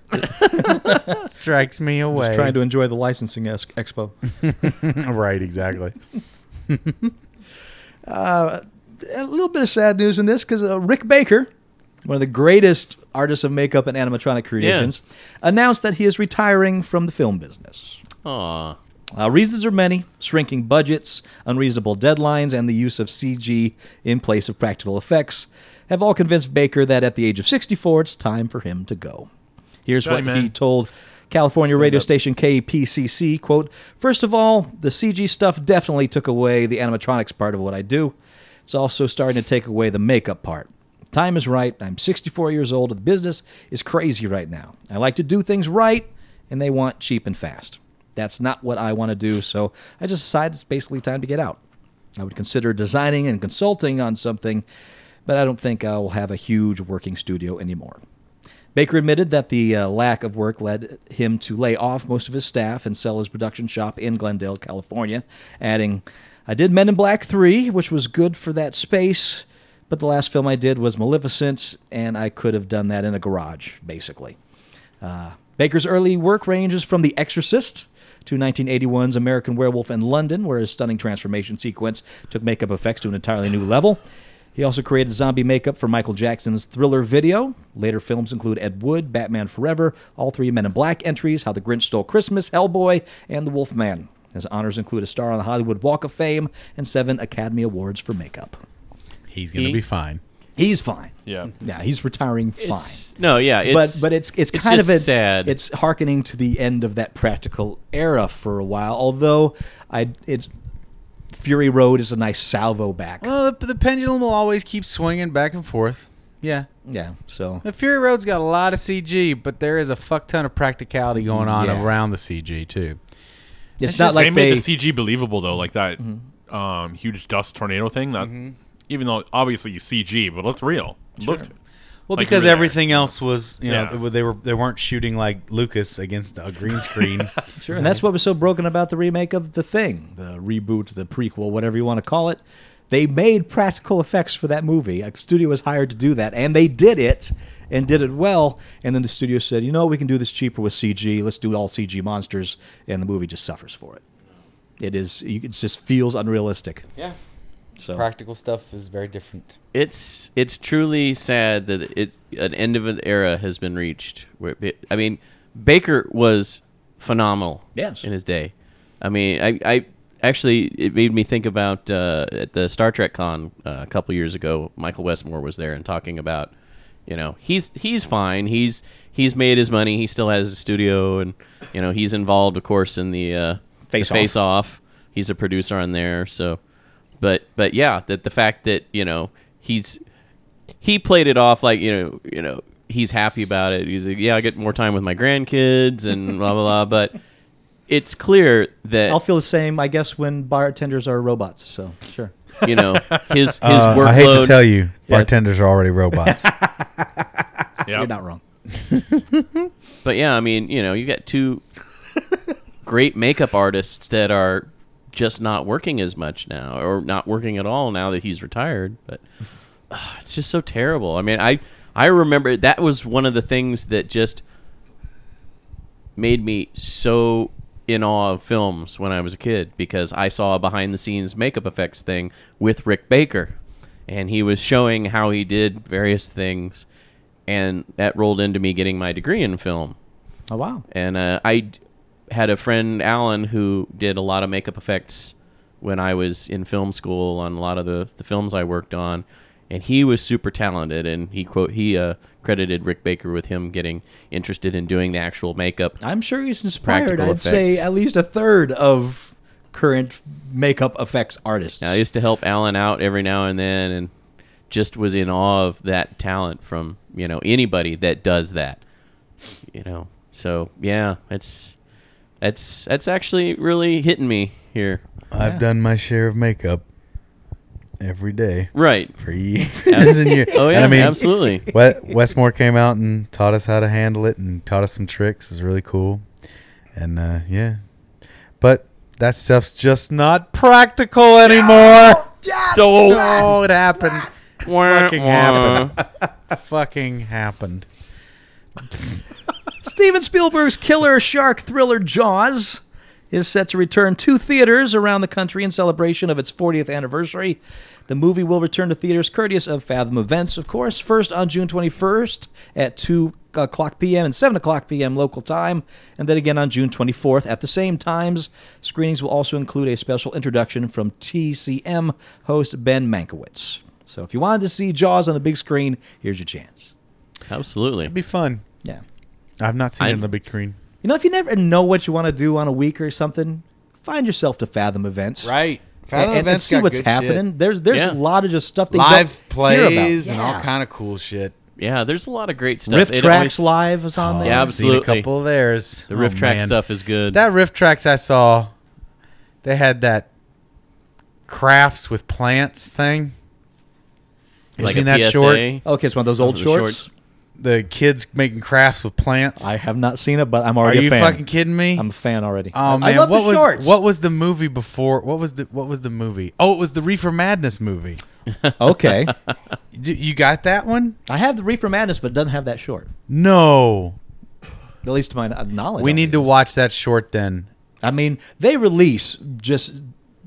Speaker 5: strikes me away.
Speaker 4: Trying to enjoy the licensing ex- expo.
Speaker 5: right, exactly.
Speaker 4: a little bit of sad news in this because uh, Rick Baker, one of the greatest artists of makeup and animatronic creations, announced that he is retiring from the film business.
Speaker 3: Aw.
Speaker 4: Uh, reasons are many shrinking budgets, unreasonable deadlines, and the use of CG in place of practical effects have all convinced Baker that at the age of 64, it's time for him to go. Here's
Speaker 6: Sorry,
Speaker 4: what
Speaker 6: man.
Speaker 4: he told California radio station KPCC quote, First of all, the CG stuff definitely took away the animatronics part of what I do. It's also starting to take away the makeup part. Time is right. I'm 64 years old. The business is crazy right now. I like to do things right, and they want cheap and fast. That's not what I want to do, so I just decided it's basically time to get out. I would consider designing and consulting on something, but I don't think I will have a huge working studio anymore. Baker admitted that the uh, lack of work led him to lay off most of his staff and sell his production shop in Glendale, California, adding, I did Men in Black 3, which was good for that space, but the last film I did was Maleficent, and I could have done that in a garage, basically. Uh, Baker's early work ranges from The Exorcist to 1981's American Werewolf in London, where his stunning transformation sequence took makeup effects to an entirely new level. He also created zombie makeup for Michael Jackson's thriller video. Later films include Ed Wood, Batman Forever, all three Men in Black entries, How the Grinch Stole Christmas, Hellboy, and The Wolfman. His honors include a star on the Hollywood Walk of Fame and seven Academy Awards for makeup.
Speaker 5: He's gonna
Speaker 3: He-
Speaker 5: be fine.
Speaker 4: He's fine.
Speaker 6: Yeah.
Speaker 4: Yeah, he's retiring fine.
Speaker 3: It's- no, yeah,
Speaker 4: but
Speaker 3: it's,
Speaker 4: but it's it's, kind
Speaker 3: just
Speaker 4: of a,
Speaker 3: sad.
Speaker 4: It's hearkening to the end of that practical era for a while. Although I it Fury Road is a nice salvo back.
Speaker 5: Well, the, the pendulum will always keep swinging back and forth. Yeah.
Speaker 4: yeah, so
Speaker 5: The Fury Road's got a lot of CG, but there is a fuck ton of practicality going on
Speaker 4: Yeah.
Speaker 5: around the CG too.
Speaker 4: it's,
Speaker 6: It's
Speaker 4: not
Speaker 6: just-
Speaker 4: like they.
Speaker 6: they made the CG believable though, like that
Speaker 5: Mm-hmm.
Speaker 6: um, huge dust tornado thing. That even though obviously you CG, but it looked real. It Looked
Speaker 5: Well,
Speaker 6: Like,
Speaker 5: because
Speaker 6: really
Speaker 5: everything else was, you know,
Speaker 6: Yeah.
Speaker 5: they- they were they weren't shooting like Lucas against a green screen.
Speaker 4: Sure. And that's what was so broken about the remake of The Thing, the reboot, the prequel, whatever you want to call it. They made practical effects for that movie. A studio was hired to do that, and they did it and did it well. And then the studio said, you know, we can do this cheaper with CG. Let's do all CG monsters. And the movie just suffers for it. It is, you- it just feels unrealistic.
Speaker 5: yeah,
Speaker 4: So,
Speaker 5: practical stuff is very different.
Speaker 3: it's it's truly sad that it an end of an era has been reached. Where it- I mean, Baker was phenomenal.
Speaker 4: Yes.
Speaker 3: in his day. I mean, I, I actually it made me think about uh, at the Star Trek con uh, a couple years ago. Michael Westmore was there and talking about, you know, he's he's fine. He's he's made his money. He still has his studio, and you know, he's involved, of course, in the uh,
Speaker 4: Face
Speaker 3: the
Speaker 4: Off.
Speaker 3: face off. He's a producer on there, so. But but yeah, that the fact that you know he's he played it off like you know you know he's happy about it. He's like, yeah, I get more time with my grandkids and blah blah blah. But it's clear
Speaker 4: I'll
Speaker 3: that
Speaker 4: feel the same, I guess, when bartenders are robots. So, sure.
Speaker 3: you know his his workload.
Speaker 5: Uh, I hate to tell you, bartenders are already robots.
Speaker 6: real. Yeah,
Speaker 4: You're not wrong.
Speaker 3: But yeah, I mean, you know, you got two great makeup artists that are just not working as much now, or not working at all now that he's retired. But ah, it's just so terrible. I mean, I I remember that was one of the things that just made me so in awe of films when I was a kid because I saw a behind the scenes makeup effects thing with Rick Baker and he was showing how he did various things and that rolled into me getting my degree in film
Speaker 4: Oh, wow.
Speaker 3: and uh, I d- had a friend Alan who did a lot of makeup effects when I was in film school on a lot of the, the films I worked on, and he was super talented. And he quote he uh, credited Rick Baker with him getting interested in doing the actual makeup.
Speaker 4: I'm sure he's inspired.
Speaker 3: Practical
Speaker 4: I'd say
Speaker 3: effects.
Speaker 4: at least a third of current makeup effects artists.
Speaker 3: I used to help Alan out every now and then, and just was in awe of that talent from you know anybody that does that. You know, so yeah, it's that's that's actually really hitting me here.
Speaker 5: I've done my share of makeup every day
Speaker 3: Right.
Speaker 5: for years and years.
Speaker 3: Oh yeah,
Speaker 5: and I mean,
Speaker 3: absolutely.
Speaker 5: We- Westmore came out and taught us how to handle it and taught us some tricks. It was really cool. And uh, yeah. But that stuff's just not practical anymore. No, it happened. Fucking happened. Fucking happened.
Speaker 4: Steven Spielberg's killer shark thriller Jaws is set to return to theaters around the country in celebration of its 40th anniversary. The movie will return to theaters courteous of Fathom Events, of course. First on June 21st at 2 o'clock p.m. and 7 o'clock p.m. local time, and then again on June 24th at the same times. Screenings will also include a special introduction from TCM host Ben Mankiewicz. So if you wanted to see Jaws on the big screen, here's your chance.
Speaker 3: Absolutely.
Speaker 5: It'd be fun.
Speaker 4: Yeah.
Speaker 5: I've not seen it
Speaker 3: I'm-
Speaker 5: on the big screen.
Speaker 4: You know, if you never know what you want to do on a week or something, find yourself to Fathom events.
Speaker 5: Right.
Speaker 4: And, and- and see what's happening. There's there's
Speaker 3: Yeah.
Speaker 4: a lot of just stuff they
Speaker 5: Live
Speaker 4: don't hear about.
Speaker 5: plays and all
Speaker 4: Yeah.
Speaker 5: kind of cool shit.
Speaker 3: Yeah, there's a lot of great stuff.
Speaker 4: Riff
Speaker 3: It
Speaker 4: tracks
Speaker 3: always- Oh,
Speaker 4: live is on there.
Speaker 3: Yeah,
Speaker 5: I've seen a
Speaker 3: absolutely.
Speaker 5: couple of theirs.
Speaker 3: the riff
Speaker 5: Oh,
Speaker 3: track
Speaker 5: man.
Speaker 3: stuff is good.
Speaker 5: That riff tracks I saw, they had that crafts with plants thing. You
Speaker 3: like
Speaker 5: seen
Speaker 3: a
Speaker 5: that
Speaker 3: PSA.
Speaker 5: short?
Speaker 4: Okay, it's one of those old
Speaker 3: The
Speaker 4: shorts.
Speaker 5: The kids making crafts with plants.
Speaker 4: I have not seen it, but I'm
Speaker 5: Are
Speaker 4: already a
Speaker 5: you
Speaker 4: fan.
Speaker 5: fucking kidding me?
Speaker 4: I'm a fan already.
Speaker 5: oh man,
Speaker 4: I love
Speaker 5: what
Speaker 4: the
Speaker 5: was
Speaker 4: shorts.
Speaker 5: what was the movie before? What was the what was the movie? Oh, it was the Reefer Madness movie.
Speaker 4: okay,
Speaker 5: You, you got that one?
Speaker 4: I have the Reefer Madness, but it doesn't have that short.
Speaker 5: No.
Speaker 4: At least to my knowledge.
Speaker 5: We need to watch that short then.
Speaker 4: I mean, they release just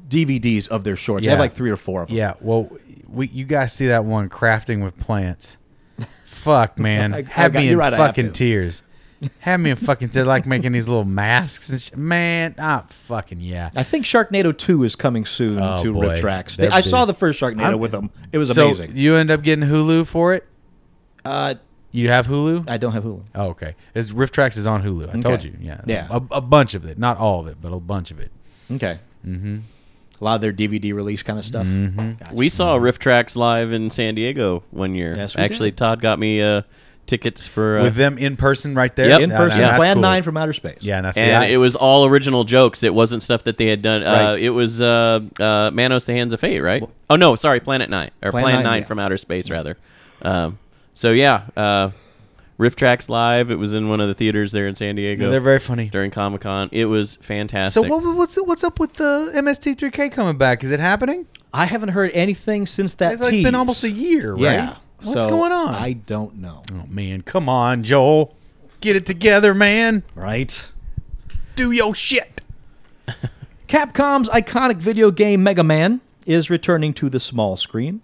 Speaker 4: DVDs of their shorts. I have
Speaker 5: Yeah.
Speaker 4: like three or four of them.
Speaker 5: Yeah, well, we you guys see that one crafting with plants. Fuck man,
Speaker 4: I- I
Speaker 5: have
Speaker 4: got-
Speaker 5: me
Speaker 4: you're
Speaker 5: in
Speaker 4: right, I have to.
Speaker 5: fucking tears. Have me in fucking tears. Like making these little masks and sh- man, ah fucking yeah.
Speaker 4: I think Sharknado 2 is coming soon
Speaker 5: Oh,
Speaker 4: to
Speaker 5: boy.
Speaker 4: Ritrax.
Speaker 5: That'd
Speaker 4: I
Speaker 5: be-
Speaker 4: saw the first Sharknado
Speaker 5: I'm-
Speaker 4: with them. It was
Speaker 5: so
Speaker 4: amazing.
Speaker 5: you end up getting Hulu for it.
Speaker 4: uh,
Speaker 5: You have Hulu.
Speaker 4: I don't have Hulu.
Speaker 5: oh okay. Is Rift Tracks is on Hulu. I told
Speaker 4: Okay.
Speaker 5: you. Yeah.
Speaker 4: Yeah.
Speaker 5: A, a bunch of it, not all of it, but a bunch of it.
Speaker 4: Okay. Mm-hmm. A lot of their DVD release kind of stuff.
Speaker 5: Mm-hmm.
Speaker 3: We saw Rift Tracks live in San Diego one year.
Speaker 4: Yes, we
Speaker 3: Actually,
Speaker 4: did.
Speaker 3: Todd got me uh, tickets for uh,
Speaker 5: With them in person right there.
Speaker 3: Yep.
Speaker 5: Yeah,
Speaker 4: In person,
Speaker 5: that's
Speaker 4: Plan
Speaker 5: cool.
Speaker 4: 9 from Outer Space.
Speaker 5: Yeah, and I see
Speaker 3: and
Speaker 5: I-
Speaker 3: it was all original jokes. It wasn't stuff that they had done. Uh,
Speaker 5: Right.
Speaker 3: it was uh, uh, Manos, the Hands of Fate, right? oh no, sorry, Planet Nine or
Speaker 4: Plan
Speaker 3: Plan Nine,
Speaker 4: Nine, yeah.
Speaker 3: from Outer Space, rather. Um, so yeah, uh, Rift Tracks live. It was in one of the theaters there in San Diego.
Speaker 5: Yeah, they're very funny.
Speaker 3: during Comic Con. It was fantastic.
Speaker 5: So what, what's what's up with the MST3K coming back? Is it happening?
Speaker 4: I haven't heard anything since that
Speaker 5: It's like
Speaker 4: tease.
Speaker 5: been almost a year, right?
Speaker 4: Yeah.
Speaker 5: What's
Speaker 4: So,
Speaker 5: going on?
Speaker 4: I don't know.
Speaker 5: oh man, come on, Joel, get it together, man.
Speaker 4: Right?
Speaker 5: Do your shit.
Speaker 4: Capcom's iconic video game Mega Man is returning to the small screen.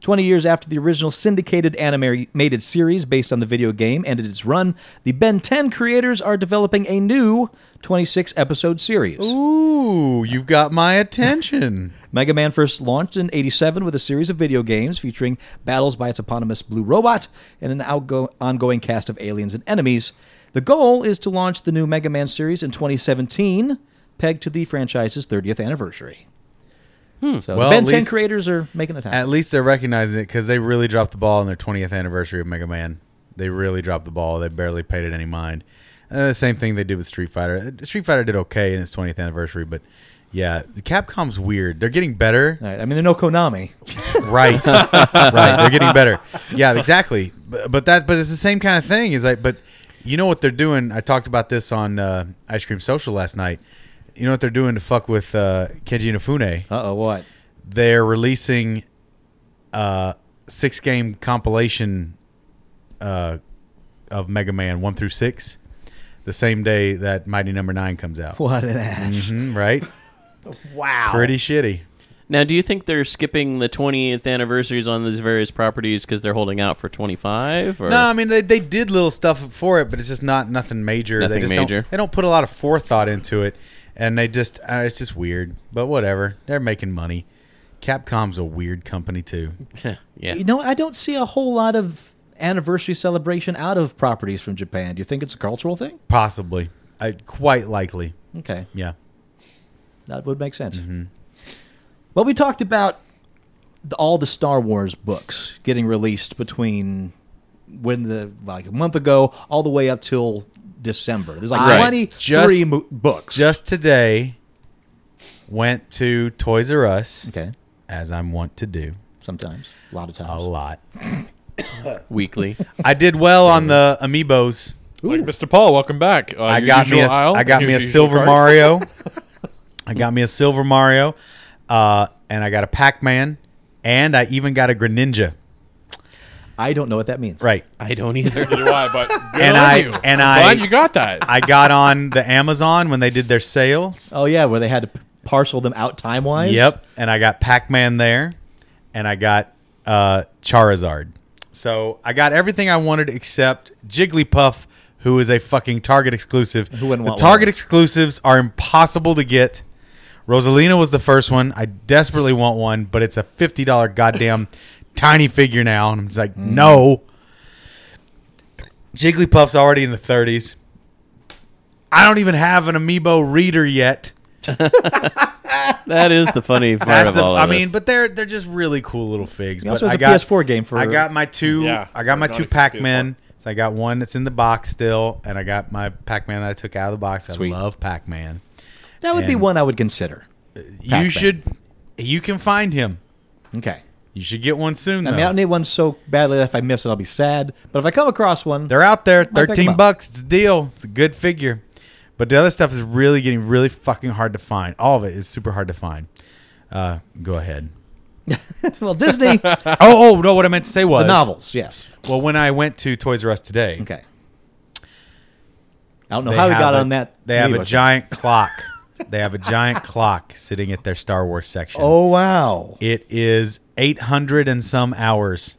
Speaker 4: 20 years after the original syndicated animated series based on the video game ended its run, the Ben 10 creators are developing a new 26 episode series.
Speaker 5: Ooh, you've got my attention.
Speaker 4: Mega Man first launched in 87 with a series of video games featuring battles by its eponymous Blue Robot and an outgo- ongoing cast of aliens and enemies. The goal is to launch the new Mega Man series in 2017, pegged to the franchise's 30th anniversary. So
Speaker 5: Hmm. Well,
Speaker 4: the Ben
Speaker 5: at
Speaker 4: 10
Speaker 5: least-
Speaker 4: creators are making it happen.
Speaker 5: At least they're recognizing it because they really dropped the ball on their 20th anniversary of Mega Man. They really dropped the ball. They barely paid it any mind. Uh, the same thing they did with Street Fighter. Uh, Street Fighter did okay in its 20th anniversary, but yeah, Capcom's weird. They're getting better.
Speaker 4: All right. I mean, they're no Konami.
Speaker 5: right right they're getting better yeah exactly but, but that but it's the same kind of thing is like but you know what they're doing i talked about this on uh, ice cream social last night you know what they're doing to fuck with uh, kenji inafune
Speaker 4: Uh oh, what?
Speaker 5: they're releasing uh six game compilation uh of mega man 1 through 6 the same day that mighty number 9 comes out
Speaker 4: What an ass.
Speaker 5: Mhm, right wow pretty shitty
Speaker 3: now, do you think they're skipping the 20th anniversaries on these various properties because they're holding out for 25? Or
Speaker 5: No, I mean they, they did little stuff for it, but it's just not nothing major. they
Speaker 3: Nothing
Speaker 5: just
Speaker 3: major.
Speaker 5: Don't, they don't put a lot of forethought into it, and they just uh, it's just weird. But whatever, they're making money. Capcom's a weird company too.
Speaker 3: yeah.
Speaker 4: You know, I don't see a whole lot of anniversary celebration out of properties from Japan. Do you think it's a cultural thing?
Speaker 5: Possibly, I, quite likely.
Speaker 4: Okay.
Speaker 5: Yeah,
Speaker 4: That would make sense. Mm-hmm. Well, we talked about the, all the Star Wars books getting released between when the like a month ago all the way up till December. There's like
Speaker 5: Right.
Speaker 4: 23
Speaker 5: Just-
Speaker 4: mo- books.
Speaker 5: just today went to Toys R Us
Speaker 4: okay.
Speaker 5: as I'm wont to do
Speaker 4: Sometimes, a lot of times.
Speaker 5: a lot.
Speaker 3: weekly.
Speaker 5: I did well on the Amiibos.
Speaker 6: Like Mr. Paul, welcome back. Uh,
Speaker 5: I
Speaker 6: your
Speaker 5: got me a,
Speaker 6: usual aisle,
Speaker 5: I got
Speaker 6: your
Speaker 5: me a
Speaker 6: usual
Speaker 5: silver
Speaker 6: cart.
Speaker 5: Mario. I got me a silver Mario, uh, and I got a Pac Man, and I even got a Greninja.
Speaker 4: I don't know what that means.
Speaker 5: Right,
Speaker 3: I don't either.
Speaker 6: Neither do I, but good
Speaker 5: And
Speaker 6: on
Speaker 5: I-
Speaker 6: you.
Speaker 5: and
Speaker 6: I'm
Speaker 5: I-
Speaker 6: glad you got that.
Speaker 5: I got on the Amazon when they did their sales.
Speaker 4: Oh yeah, where they had to p- parcel them out time wise.
Speaker 5: Yep, and I got Pac Man there, and I got uh, Charizard. So I got everything I wanted except Jigglypuff, who is a fucking Target exclusive. Who
Speaker 4: wouldn't
Speaker 5: the
Speaker 4: want one of
Speaker 5: Target
Speaker 4: those?
Speaker 5: exclusives are impossible to get. Rosalina was the first one. I desperately want one, but it's a fifty dollar goddamn tiny figure now, and I'm just like,
Speaker 4: Mm-hmm.
Speaker 5: no. Jigglypuff's already in the thirties. I don't even have an amiibo reader yet.
Speaker 3: that is the funny part
Speaker 5: That's
Speaker 3: of
Speaker 5: the,
Speaker 3: all
Speaker 5: I
Speaker 3: of
Speaker 5: mean,
Speaker 3: this.
Speaker 5: but they're they're just really cool little figs.
Speaker 4: It
Speaker 5: But
Speaker 4: also has
Speaker 5: I
Speaker 4: a
Speaker 5: got
Speaker 4: PS4 game for.
Speaker 5: I got my two.
Speaker 6: Yeah,
Speaker 5: I got my
Speaker 6: for
Speaker 5: two
Speaker 6: non-exclusive PS4.
Speaker 5: Pac Man. So I got one that's in the box still, and I got my Pac Man that I took out of the box.
Speaker 4: Sweet.
Speaker 5: I love Pac Man.
Speaker 4: that would be
Speaker 5: and-
Speaker 4: one I would consider. Pac-Man.
Speaker 5: You should. You can find him.
Speaker 4: Okay.
Speaker 5: You should get one soon. Though.
Speaker 4: I mean, I don't need one so badly that if I miss it, I'll be sad. But if I come across one,
Speaker 5: They're out there.
Speaker 4: pick 'em
Speaker 5: Thirteen
Speaker 4: up.
Speaker 5: bucks. It's a deal. It's a good figure. But the other stuff is really getting really fucking hard to find. All of it is super hard to find. Uh, go ahead.
Speaker 4: well, Disney the
Speaker 5: Oh, oh no! What I meant to say was
Speaker 4: novels. Yes.
Speaker 5: Well, when I went to Toys R Us today,
Speaker 4: Okay. I don't know
Speaker 5: They
Speaker 4: how we
Speaker 5: have
Speaker 4: got
Speaker 5: a-
Speaker 4: on that.
Speaker 5: They have
Speaker 4: menu,
Speaker 5: a
Speaker 4: but-
Speaker 5: giant clock They have a giant clock sitting at their Star Wars section.
Speaker 4: Oh wow!
Speaker 5: It is 800 and some hours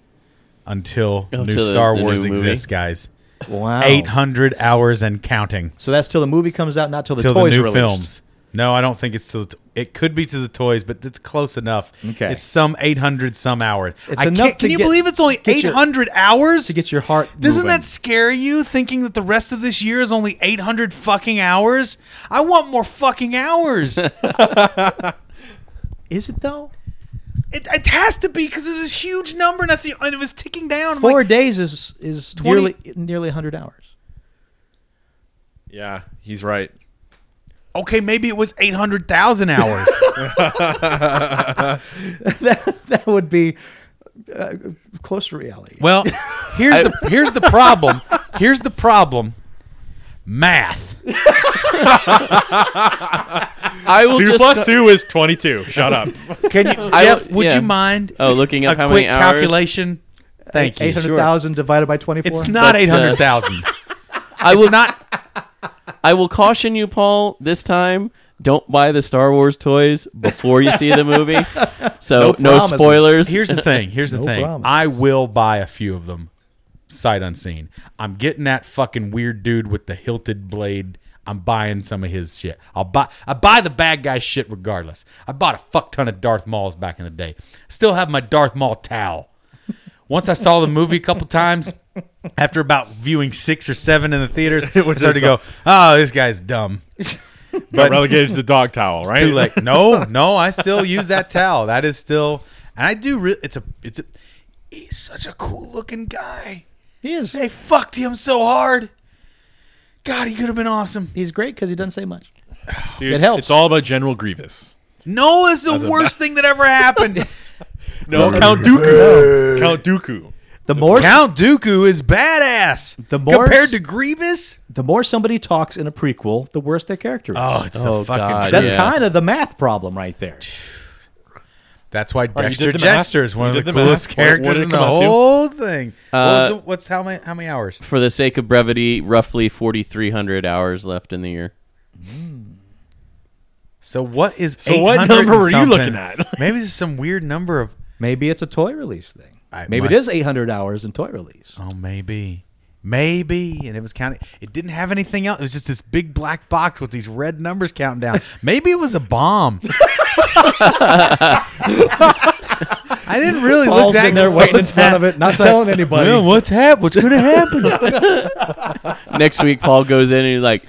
Speaker 5: until new
Speaker 3: till the-
Speaker 5: Star
Speaker 3: the
Speaker 5: Wars
Speaker 3: new movie.
Speaker 5: exists, guys.
Speaker 4: Wow.
Speaker 5: 800 hours and counting
Speaker 4: So that's till the movie comes out, not till the
Speaker 5: till the
Speaker 4: toys
Speaker 5: new
Speaker 4: released.
Speaker 5: films. No, I don't think it's to the. T- it could be to the toys, but it's close enough.
Speaker 4: Okay.
Speaker 5: it's some eight hundred some hours.
Speaker 4: It's
Speaker 5: I can't-
Speaker 4: enough to
Speaker 5: Can you
Speaker 4: get-
Speaker 5: believe it's only
Speaker 4: get
Speaker 5: eight
Speaker 4: your-
Speaker 5: hundred hours
Speaker 4: to get your heart.
Speaker 5: Doesn't
Speaker 4: moving.
Speaker 5: that scare you? Thinking that the rest of this year is only eight hundred fucking hours. I want more fucking hours. it,
Speaker 4: is it though?
Speaker 5: it has to be because there's this huge number, and that's the, and it was ticking down. I'm
Speaker 4: Four
Speaker 5: like,
Speaker 4: days is is
Speaker 5: 20
Speaker 4: nearly nearly hundred hours.
Speaker 6: Yeah, he's right.
Speaker 5: okay, maybe it was eight hundred thousand hours.
Speaker 4: That would be uh, close to reality.
Speaker 5: Well, here's the here's the problem. Here's the problem. Math.
Speaker 3: I will
Speaker 6: Two
Speaker 3: just
Speaker 6: plus two is twenty-two. Shut up.
Speaker 5: Can you,
Speaker 3: I-
Speaker 5: Jeff? would
Speaker 3: yeah.
Speaker 5: you mind
Speaker 3: Oh, looking
Speaker 5: a
Speaker 3: up how
Speaker 5: quick
Speaker 3: many hours?
Speaker 5: calculation? Thank you.
Speaker 4: Eight hundred thousand divided by twenty four.
Speaker 5: It's not
Speaker 3: But, uh,
Speaker 5: eight hundred thousand.
Speaker 3: I will
Speaker 5: It's not.
Speaker 3: I will caution you, Paul, this time. Don't buy the Star Wars toys before you see the movie. So no,
Speaker 4: promises.
Speaker 3: spoilers.
Speaker 5: Here's the thing. Here's the
Speaker 4: No
Speaker 5: thing.
Speaker 4: promises.
Speaker 5: I will buy a few of them, sight unseen. I'm getting that fucking weird dude with the hilted blade. I'm buying some of his shit. I'll buy. I buy the bad guy shit regardless. I bought a fuck ton of Darth Mauls back in the day. Still have my Darth Maul towel. Once I saw the movie a couple times, after about viewing six or seven in the theaters, I started to go, "Oh, this guy's dumb."
Speaker 6: But relegated to the dog towel, right?
Speaker 5: too late. No, no, I still use that towel. That is still, and I do. Re- it's a, it's a, he's such a cool looking guy.
Speaker 4: He is.
Speaker 5: They fucked him so hard. God, he could have been awesome.
Speaker 4: He's great because he doesn't say much.
Speaker 6: Dude,
Speaker 4: It helps.
Speaker 6: It's all about General Grievous.
Speaker 5: No, it's the worst thing that ever happened.
Speaker 6: No, Count Dooku. Count Dooku.
Speaker 4: The more
Speaker 5: Count Dooku is badass.
Speaker 4: The more-
Speaker 5: compared to Grievous,
Speaker 4: the more somebody talks in a prequel, the worse their character is.
Speaker 5: oh, it's
Speaker 3: Oh,
Speaker 5: the fucking.
Speaker 3: God,
Speaker 5: truth.
Speaker 4: That's
Speaker 3: yeah.
Speaker 4: kind of the math problem right there.
Speaker 5: That's why
Speaker 6: Oh, you
Speaker 5: Dexter
Speaker 6: did the math.
Speaker 5: Jester is one
Speaker 6: You
Speaker 5: of the
Speaker 6: did the math.
Speaker 5: coolest
Speaker 6: What- what
Speaker 5: characters
Speaker 6: did it
Speaker 5: in the
Speaker 6: come out to?
Speaker 5: whole thing. What was
Speaker 3: Uh,
Speaker 5: the- what's how many how many hours?
Speaker 3: For the sake of brevity, roughly 4,300 hours left in the year.
Speaker 5: So what is
Speaker 6: So what
Speaker 5: 800 and
Speaker 6: number are you
Speaker 5: something?
Speaker 6: looking at?
Speaker 5: Maybe it's some weird number of
Speaker 4: Maybe it's a toy release thing.
Speaker 5: I
Speaker 4: Maybe it is
Speaker 5: must-
Speaker 4: 800 hours in toy release.
Speaker 5: Oh, maybe. Maybe. And it was counting. It didn't have anything else. It was just this big black box with these red numbers counting down. Maybe it was a bomb. I didn't really
Speaker 4: Paul's
Speaker 5: look that
Speaker 4: in there
Speaker 5: what's
Speaker 4: waiting in front
Speaker 5: hap-
Speaker 4: of it, not
Speaker 5: It's like,
Speaker 4: telling anybody.
Speaker 5: Well, what's hap- What's going to happen?
Speaker 3: Next week, Paul goes in and he's like,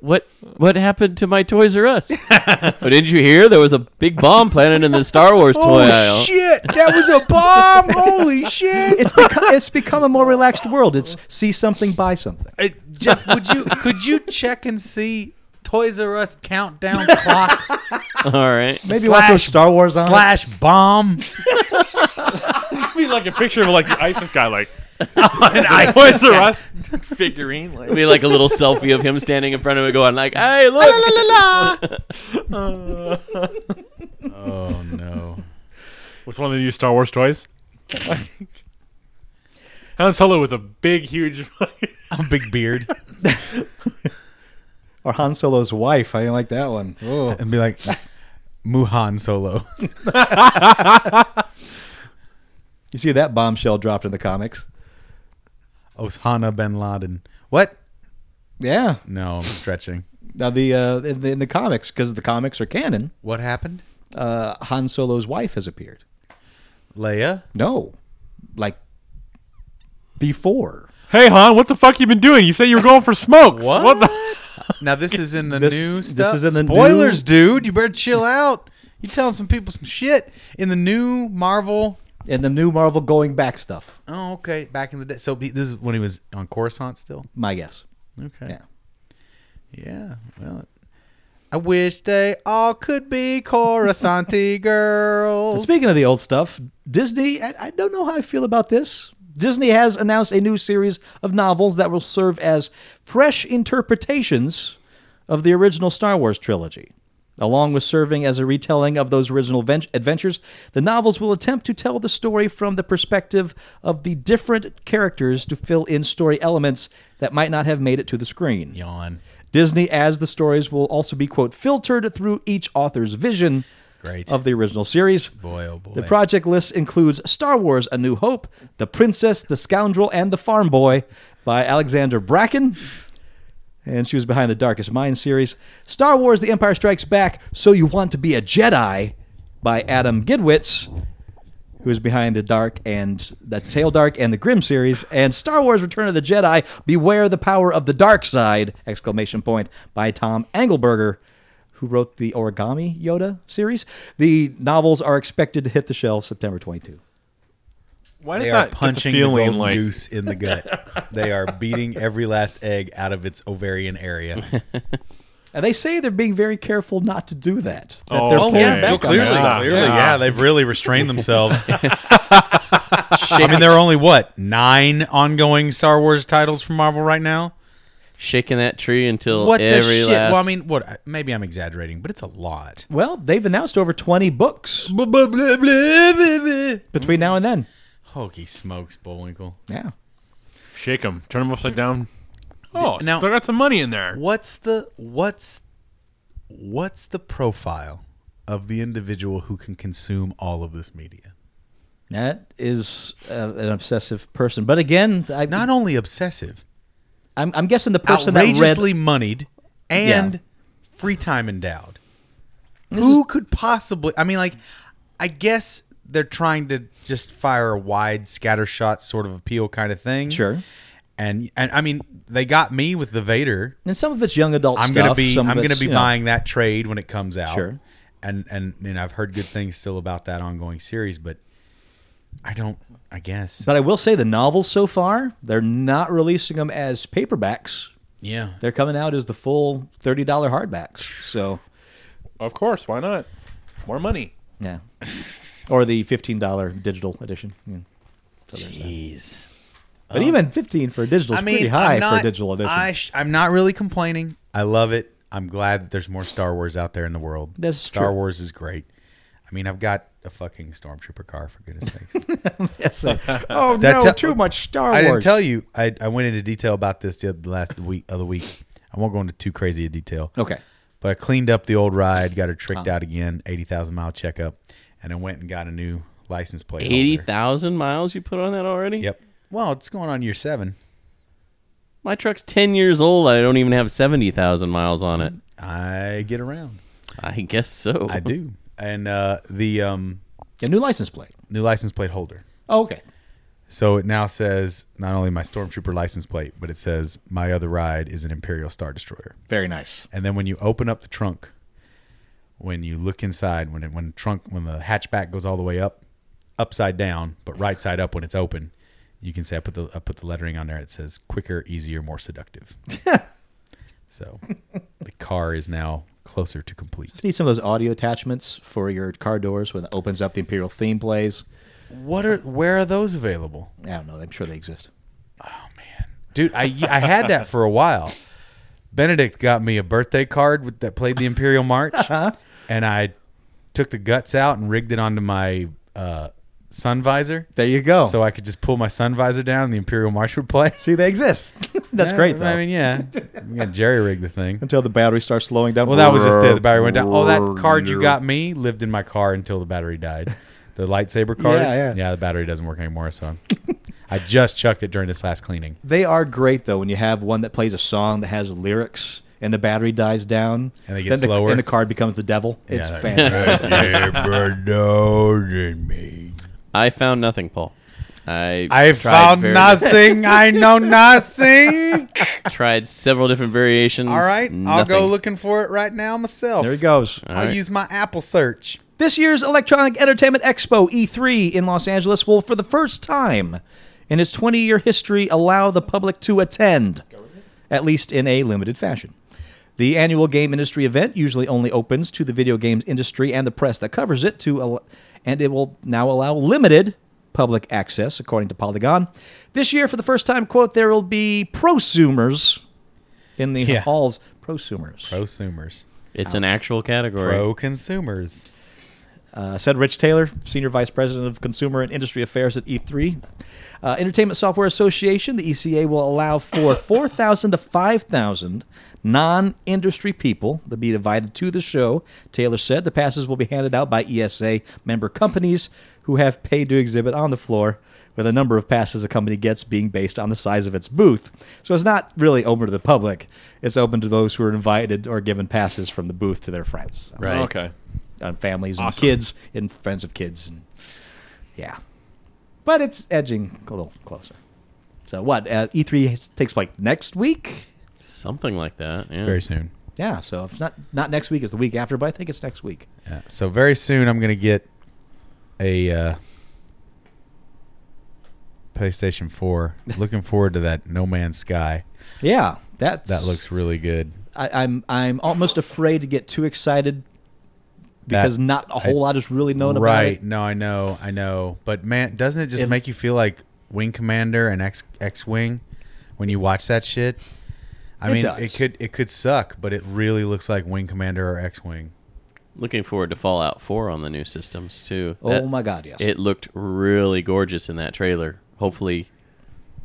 Speaker 3: what what happened to my Toys R Us? but did you hear there was a big bomb planted in the Star Wars toy aisle?
Speaker 5: oh, shit. That was a bomb. Holy shit.
Speaker 4: It's become, it's become a more relaxed world. It's see something, buy something.
Speaker 5: Uh, Jeff, would you could you check and see Toys R Us countdown clock
Speaker 3: All right.
Speaker 4: Maybe we'll throw
Speaker 5: Slash-
Speaker 4: Star Wars on. it.
Speaker 5: slash bomb?
Speaker 6: I mean, like a picture of like the ISIS guy, like
Speaker 5: And I
Speaker 6: Toys R Us figurine. Like,
Speaker 3: Be like a little selfie of him standing in front of it going like, hey, look.
Speaker 5: Oh no.
Speaker 6: what's one of the new Star Wars toys? Han Solo with a big, huge.
Speaker 5: A big beard.
Speaker 4: Or Han Solo's wife. I didn't like that one. Oh.
Speaker 5: and be like Muhan Solo.
Speaker 4: You see that bombshell dropped in the comics?
Speaker 5: Osama bin Laden. What?
Speaker 4: Yeah.
Speaker 5: No, I'm stretching.
Speaker 4: Now the uh, in the, in the comics because the comics are canon.
Speaker 5: What happened?
Speaker 4: Uh, Han Solo's wife has appeared.
Speaker 5: Leia?
Speaker 4: No, like before.
Speaker 6: hey Han, what the fuck you been doing? You said you were going for smokes. the?
Speaker 5: now this is in the
Speaker 4: This-
Speaker 5: new
Speaker 4: this
Speaker 5: stuff.
Speaker 4: is in the
Speaker 5: Spoilers, dude. You better chill out. You're telling some people some shit in the new Marvel.
Speaker 4: And the new Marvel going back stuff.
Speaker 5: Oh, okay. Back in the day. So he- this is when he was on Coruscant still.
Speaker 4: My guess.
Speaker 5: Okay.
Speaker 4: Yeah.
Speaker 5: Yeah. Well, I wish they all could be Coruscanti girls.
Speaker 4: Speaking of the old stuff, Disney, I, I don't know how I feel about this. Disney has announced a new series of novels that will serve as fresh interpretations of the original Star Wars trilogy. Along with serving as a retelling of those original ven- adventures, the novels will attempt to tell the story from the perspective of the different characters to fill in story elements that might not have made it to the screen.
Speaker 5: Yawn.
Speaker 4: Disney adds the stories will also be, quote, filtered through each author's vision
Speaker 5: Great.
Speaker 4: of the original series.
Speaker 5: Boy, oh boy.
Speaker 4: The project list includes Star Wars A New Hope, The Princess, The Scoundrel, and The Farm Boy by Alexander Bracken. And she was behind the Darkest Mind series. Star Wars The Empire Strikes Back, So You Want to Be a Jedi by Adam Gidwitz, who is behind the Dark and the Tail Dark and the Grim series. And Star Wars Return of the Jedi, Beware the Power of the Dark Side! Exclamation point by Tom Engelberger who wrote the Origami Yoda series. The novels are expected to hit the shelves September 22.
Speaker 6: Why
Speaker 5: they
Speaker 6: does
Speaker 5: are
Speaker 6: that
Speaker 5: punching
Speaker 6: get the
Speaker 5: the
Speaker 6: feeling
Speaker 5: golden
Speaker 6: like
Speaker 5: goose in the gut. they are beating every last egg out of its ovarian area.
Speaker 4: And they say they're being very careful not to do that. that
Speaker 6: Oh,
Speaker 4: they're
Speaker 6: oh,
Speaker 4: pulling
Speaker 6: yeah,
Speaker 4: back on
Speaker 5: clearly,
Speaker 4: that.
Speaker 6: Yeah.
Speaker 5: clearly, yeah.
Speaker 6: Yeah.
Speaker 5: they've really restrained themselves. I mean, there are only what nine ongoing Star Wars titles from Marvel right now.
Speaker 3: shaking that tree until
Speaker 5: What the
Speaker 3: every
Speaker 5: shit?
Speaker 3: last.
Speaker 5: Well, I mean, what? Maybe I'm exaggerating, but it's a lot.
Speaker 4: Well, they've announced over 20 books between now and then.
Speaker 5: Hokey smokes, Bullwinkle.
Speaker 4: Yeah.
Speaker 6: shake them, turn them upside down? Oh,
Speaker 5: Now-
Speaker 6: still got some money in there.
Speaker 5: What's the what's what's the profile of the individual who can consume all of this media?
Speaker 4: That is uh, an obsessive person. But again, I,
Speaker 5: Not only obsessive,
Speaker 4: I'm, I'm guessing the person that read.
Speaker 5: outrageously moneyed, and
Speaker 4: Yeah.
Speaker 5: free time endowed. Who could possibly? I mean, like, I guess they're trying to just fire a wide scattershot sort of appeal kind of thing.
Speaker 4: Sure.
Speaker 5: And and I mean, they got me with the Vader.
Speaker 4: And some of it's young adult
Speaker 5: I'm
Speaker 4: stuff.
Speaker 5: gonna be
Speaker 4: some
Speaker 5: I'm
Speaker 4: of
Speaker 5: gonna
Speaker 4: it's,
Speaker 5: be
Speaker 4: you know,
Speaker 5: buying that trade when it comes out.
Speaker 4: Sure.
Speaker 5: And and and I've heard good things still about that ongoing series, but I don't. I guess.
Speaker 4: But I will say the novels so far, they're not releasing them as paperbacks.
Speaker 5: yeah.
Speaker 4: They're coming out as the full $30 hardbacks. So.
Speaker 6: Of course, why not? More money.
Speaker 4: Yeah. or the fifteen dollar digital edition. Yeah.
Speaker 5: Jeez.
Speaker 4: But even fifteen for a digital is pretty high
Speaker 5: Oh. I'm
Speaker 4: for a digital edition.
Speaker 5: I sh- I'm not really complaining. I love it. I'm glad that there's more Star Wars out there in the world.
Speaker 4: That's
Speaker 5: Star
Speaker 4: true.
Speaker 5: Wars is great. I mean, I've got a fucking stormtrooper car for goodness sakes.
Speaker 4: Yes, uh, oh
Speaker 5: That
Speaker 4: no,
Speaker 5: tell-
Speaker 4: too much Star
Speaker 5: I didn't
Speaker 4: Wars.
Speaker 5: tell you. I, I went into detail about this the other, last week other week. I won't go into too crazy a detail.
Speaker 4: okay.
Speaker 5: But I cleaned up the old ride, got her tricked out again, eighty thousand mile checkup, and I went and got a new license plate. holder.
Speaker 3: Eighty thousand miles you put on that already?
Speaker 5: Yep. Well, it's going on year seven.
Speaker 3: My truck's ten years old. I don't even have seventy thousand miles on it.
Speaker 5: I get around.
Speaker 3: I guess so.
Speaker 5: I do. And uh, the um,
Speaker 4: A new license plate.
Speaker 5: new license plate holder.
Speaker 4: Oh, okay.
Speaker 5: So it now says not only my stormtrooper license plate, but it says my other ride is an Imperial Star Destroyer.
Speaker 4: Very nice.
Speaker 5: And then when you open up the trunk, when you look inside, when it, when trunk when the hatchback goes all the way up, upside down, but right side up when it's open, you can say I put the I put the lettering on there. It says quicker, easier, more seductive. so the car is now closer to complete.
Speaker 4: Just need some of those audio attachments for your car doors when it opens up the Imperial theme plays.
Speaker 5: What are where are those available?
Speaker 4: I don't know. I'm sure they exist.
Speaker 5: dude. I I had that for a while. Benedict got me a birthday card with, that played the Imperial March,
Speaker 4: Uh-huh.
Speaker 5: and I took the guts out and rigged it onto my uh, sun visor,
Speaker 4: There you go.
Speaker 5: so I could just pull my sun visor down and the Imperial March would play.
Speaker 4: Oh. See, they exist. That's great though.
Speaker 5: I mean, yeah, we got Jerry rigged the thing.
Speaker 4: Until the battery starts slowing down.
Speaker 5: Well, that was just it. The battery went down. Oh, that card you got me lived in my car until the battery died. The lightsaber card.
Speaker 4: Yeah, yeah.
Speaker 5: the battery doesn't work anymore, so I just chucked it during this last cleaning.
Speaker 4: They are great though when you have one that plays a song that has lyrics and the battery dies down
Speaker 5: And they get
Speaker 4: then the,
Speaker 5: slower.
Speaker 4: and the card becomes the devil. It's
Speaker 5: Yeah.
Speaker 4: fantastic.
Speaker 5: Never doubted me.
Speaker 3: I found nothing, Paul. I
Speaker 5: I
Speaker 3: tried
Speaker 5: found
Speaker 3: very-
Speaker 5: nothing. I know nothing.
Speaker 3: Tried several different variations.
Speaker 5: All right, I'll go
Speaker 3: Nothing.
Speaker 5: looking for it right now myself.
Speaker 4: There he goes.
Speaker 5: I'll
Speaker 3: right.
Speaker 5: use my Apple search.
Speaker 4: This year's Electronic Entertainment Expo E3 in Los Angeles will, for the first time in its 20 year history, allow the public to attend, at least in a limited fashion. The annual game industry event usually only opens to the video games industry and the press that covers it to al- and it will now allow limited public access according to Polygon. This year for the first time quote there will be prosumers in the
Speaker 5: Yeah.
Speaker 4: halls prosumers.
Speaker 5: Prosumers.
Speaker 3: It's an actual category.
Speaker 5: Pro consumers.
Speaker 4: Uh, said Rich Taylor, Senior Vice President of Consumer and Industry Affairs at E3. Uh, Entertainment Software Association, the ECA, will allow for 4,000 to 5,000 non industry people to be invited to the show. Taylor said the passes will be handed out by ESA member companies who have paid to exhibit on the floor with a number of passes a company gets being based on the size of its booth. So it's not really open to the public. It's open to those who are invited or given passes from the booth to their friends,
Speaker 3: Right.
Speaker 6: Okay.
Speaker 4: on families and
Speaker 6: Awesome.
Speaker 4: kids and friends of kids. And yeah, but it's edging a little closer. So what? Uh, E3 has- takes like next week.
Speaker 3: Something like that. Yeah.
Speaker 5: Very soon.
Speaker 4: Yeah, so it's not not next week. It's the week after, but I think it's next week.
Speaker 5: Yeah. So very soon I'm gonna get a uh, PlayStation 4. Looking forward to that No Man's Sky.
Speaker 4: Yeah, that's
Speaker 5: That looks really good.
Speaker 4: I, I'm I'm almost afraid to get too excited
Speaker 5: That-
Speaker 4: because not a whole
Speaker 5: I-
Speaker 4: lot is really known about
Speaker 5: right.
Speaker 4: it.
Speaker 5: No, I know, I know. But man, doesn't it just
Speaker 4: If-
Speaker 5: make you feel like Wing Commander and X X Wing when you watch that shit? I
Speaker 4: It
Speaker 5: mean,
Speaker 4: does.
Speaker 5: it could it could suck, but it really looks like Wing Commander or X Wing.
Speaker 3: Looking forward to Fallout 4 on the new systems too.
Speaker 4: Oh
Speaker 3: That-
Speaker 4: my god, yes.
Speaker 3: It looked really gorgeous in that trailer. Hopefully,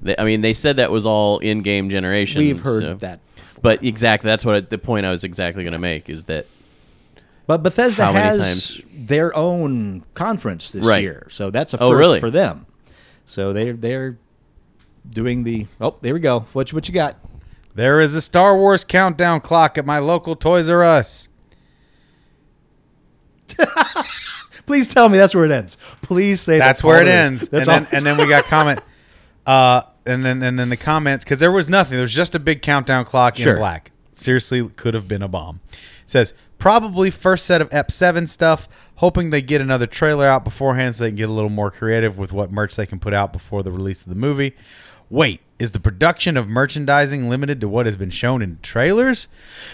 Speaker 3: they, I mean, they said that was all in-game generation.
Speaker 4: We've heard
Speaker 3: so-
Speaker 4: that.
Speaker 3: but exactly that's what I, the point I was exactly going to make is that
Speaker 4: But Bethesda
Speaker 3: How many
Speaker 4: has
Speaker 3: times-
Speaker 4: their own conference this
Speaker 3: Right.
Speaker 4: year, so that's a first
Speaker 3: Oh, really?
Speaker 4: for them. So they're they're doing the oh there we go what you, what you got
Speaker 5: There is a Star Wars countdown clock at my local Toys R Us.
Speaker 4: please tell me that's where it ends please say
Speaker 5: That's
Speaker 4: all
Speaker 5: where it
Speaker 4: is.
Speaker 5: ends.
Speaker 4: that's
Speaker 5: and, then,
Speaker 4: all
Speaker 5: and then we got comment. Uh, and then and then the comments because there was nothing. There was just a big countdown clock
Speaker 4: Sure.
Speaker 5: in black. Seriously, could have been a bomb. It says probably first set of Ep Seven stuff. Hoping they get another trailer out beforehand so they can get a little more creative with what merch they can put out before the release of the movie. Wait, is the production of merchandising limited to what has been shown in trailers?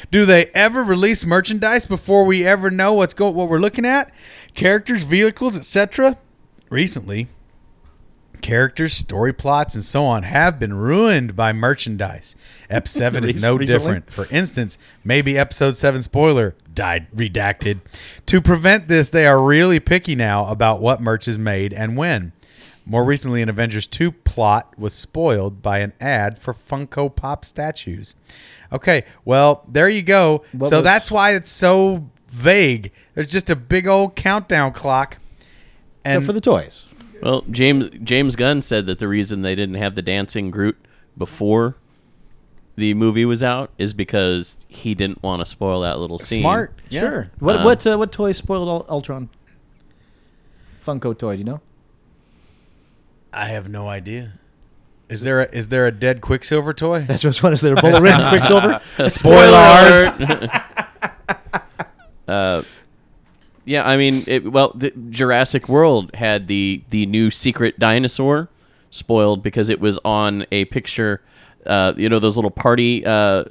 Speaker 5: Do they ever release merchandise before we ever know what's go what we're looking at? Characters, vehicles, etc. Recently, characters, story plots, and so on have been ruined by merchandise. Ep 7 is no
Speaker 4: Recently?
Speaker 5: different. For instance, maybe episode 7 spoiler died redacted. To prevent this, they are really picky now about what merch is made and when. More recently, an Avengers 2 plot was spoiled by an ad for Funko Pop statues. Okay, well, there you go.
Speaker 4: What
Speaker 5: so
Speaker 4: was-
Speaker 5: that's why it's so vague. There's just a big old countdown clock. And
Speaker 4: Except for the toys
Speaker 3: well, James James Gunn said that the reason they didn't have the dancing Groot before the movie was out is because he didn't want to spoil that little scene.
Speaker 5: smart.
Speaker 4: sure what
Speaker 3: Uh,
Speaker 4: what uh, what toy spoiled Ul- Ultron Funko toy do you know
Speaker 5: I have no idea. Is there a, is there a dead Quicksilver toy?
Speaker 4: that's what's one is there a Polaroid and Quicksilver
Speaker 5: Spoilers.
Speaker 3: Uh, Yeah, I mean, it, well, the, Jurassic World had the the new secret dinosaur spoiled because it was on a picture. Uh, you know those little party uh,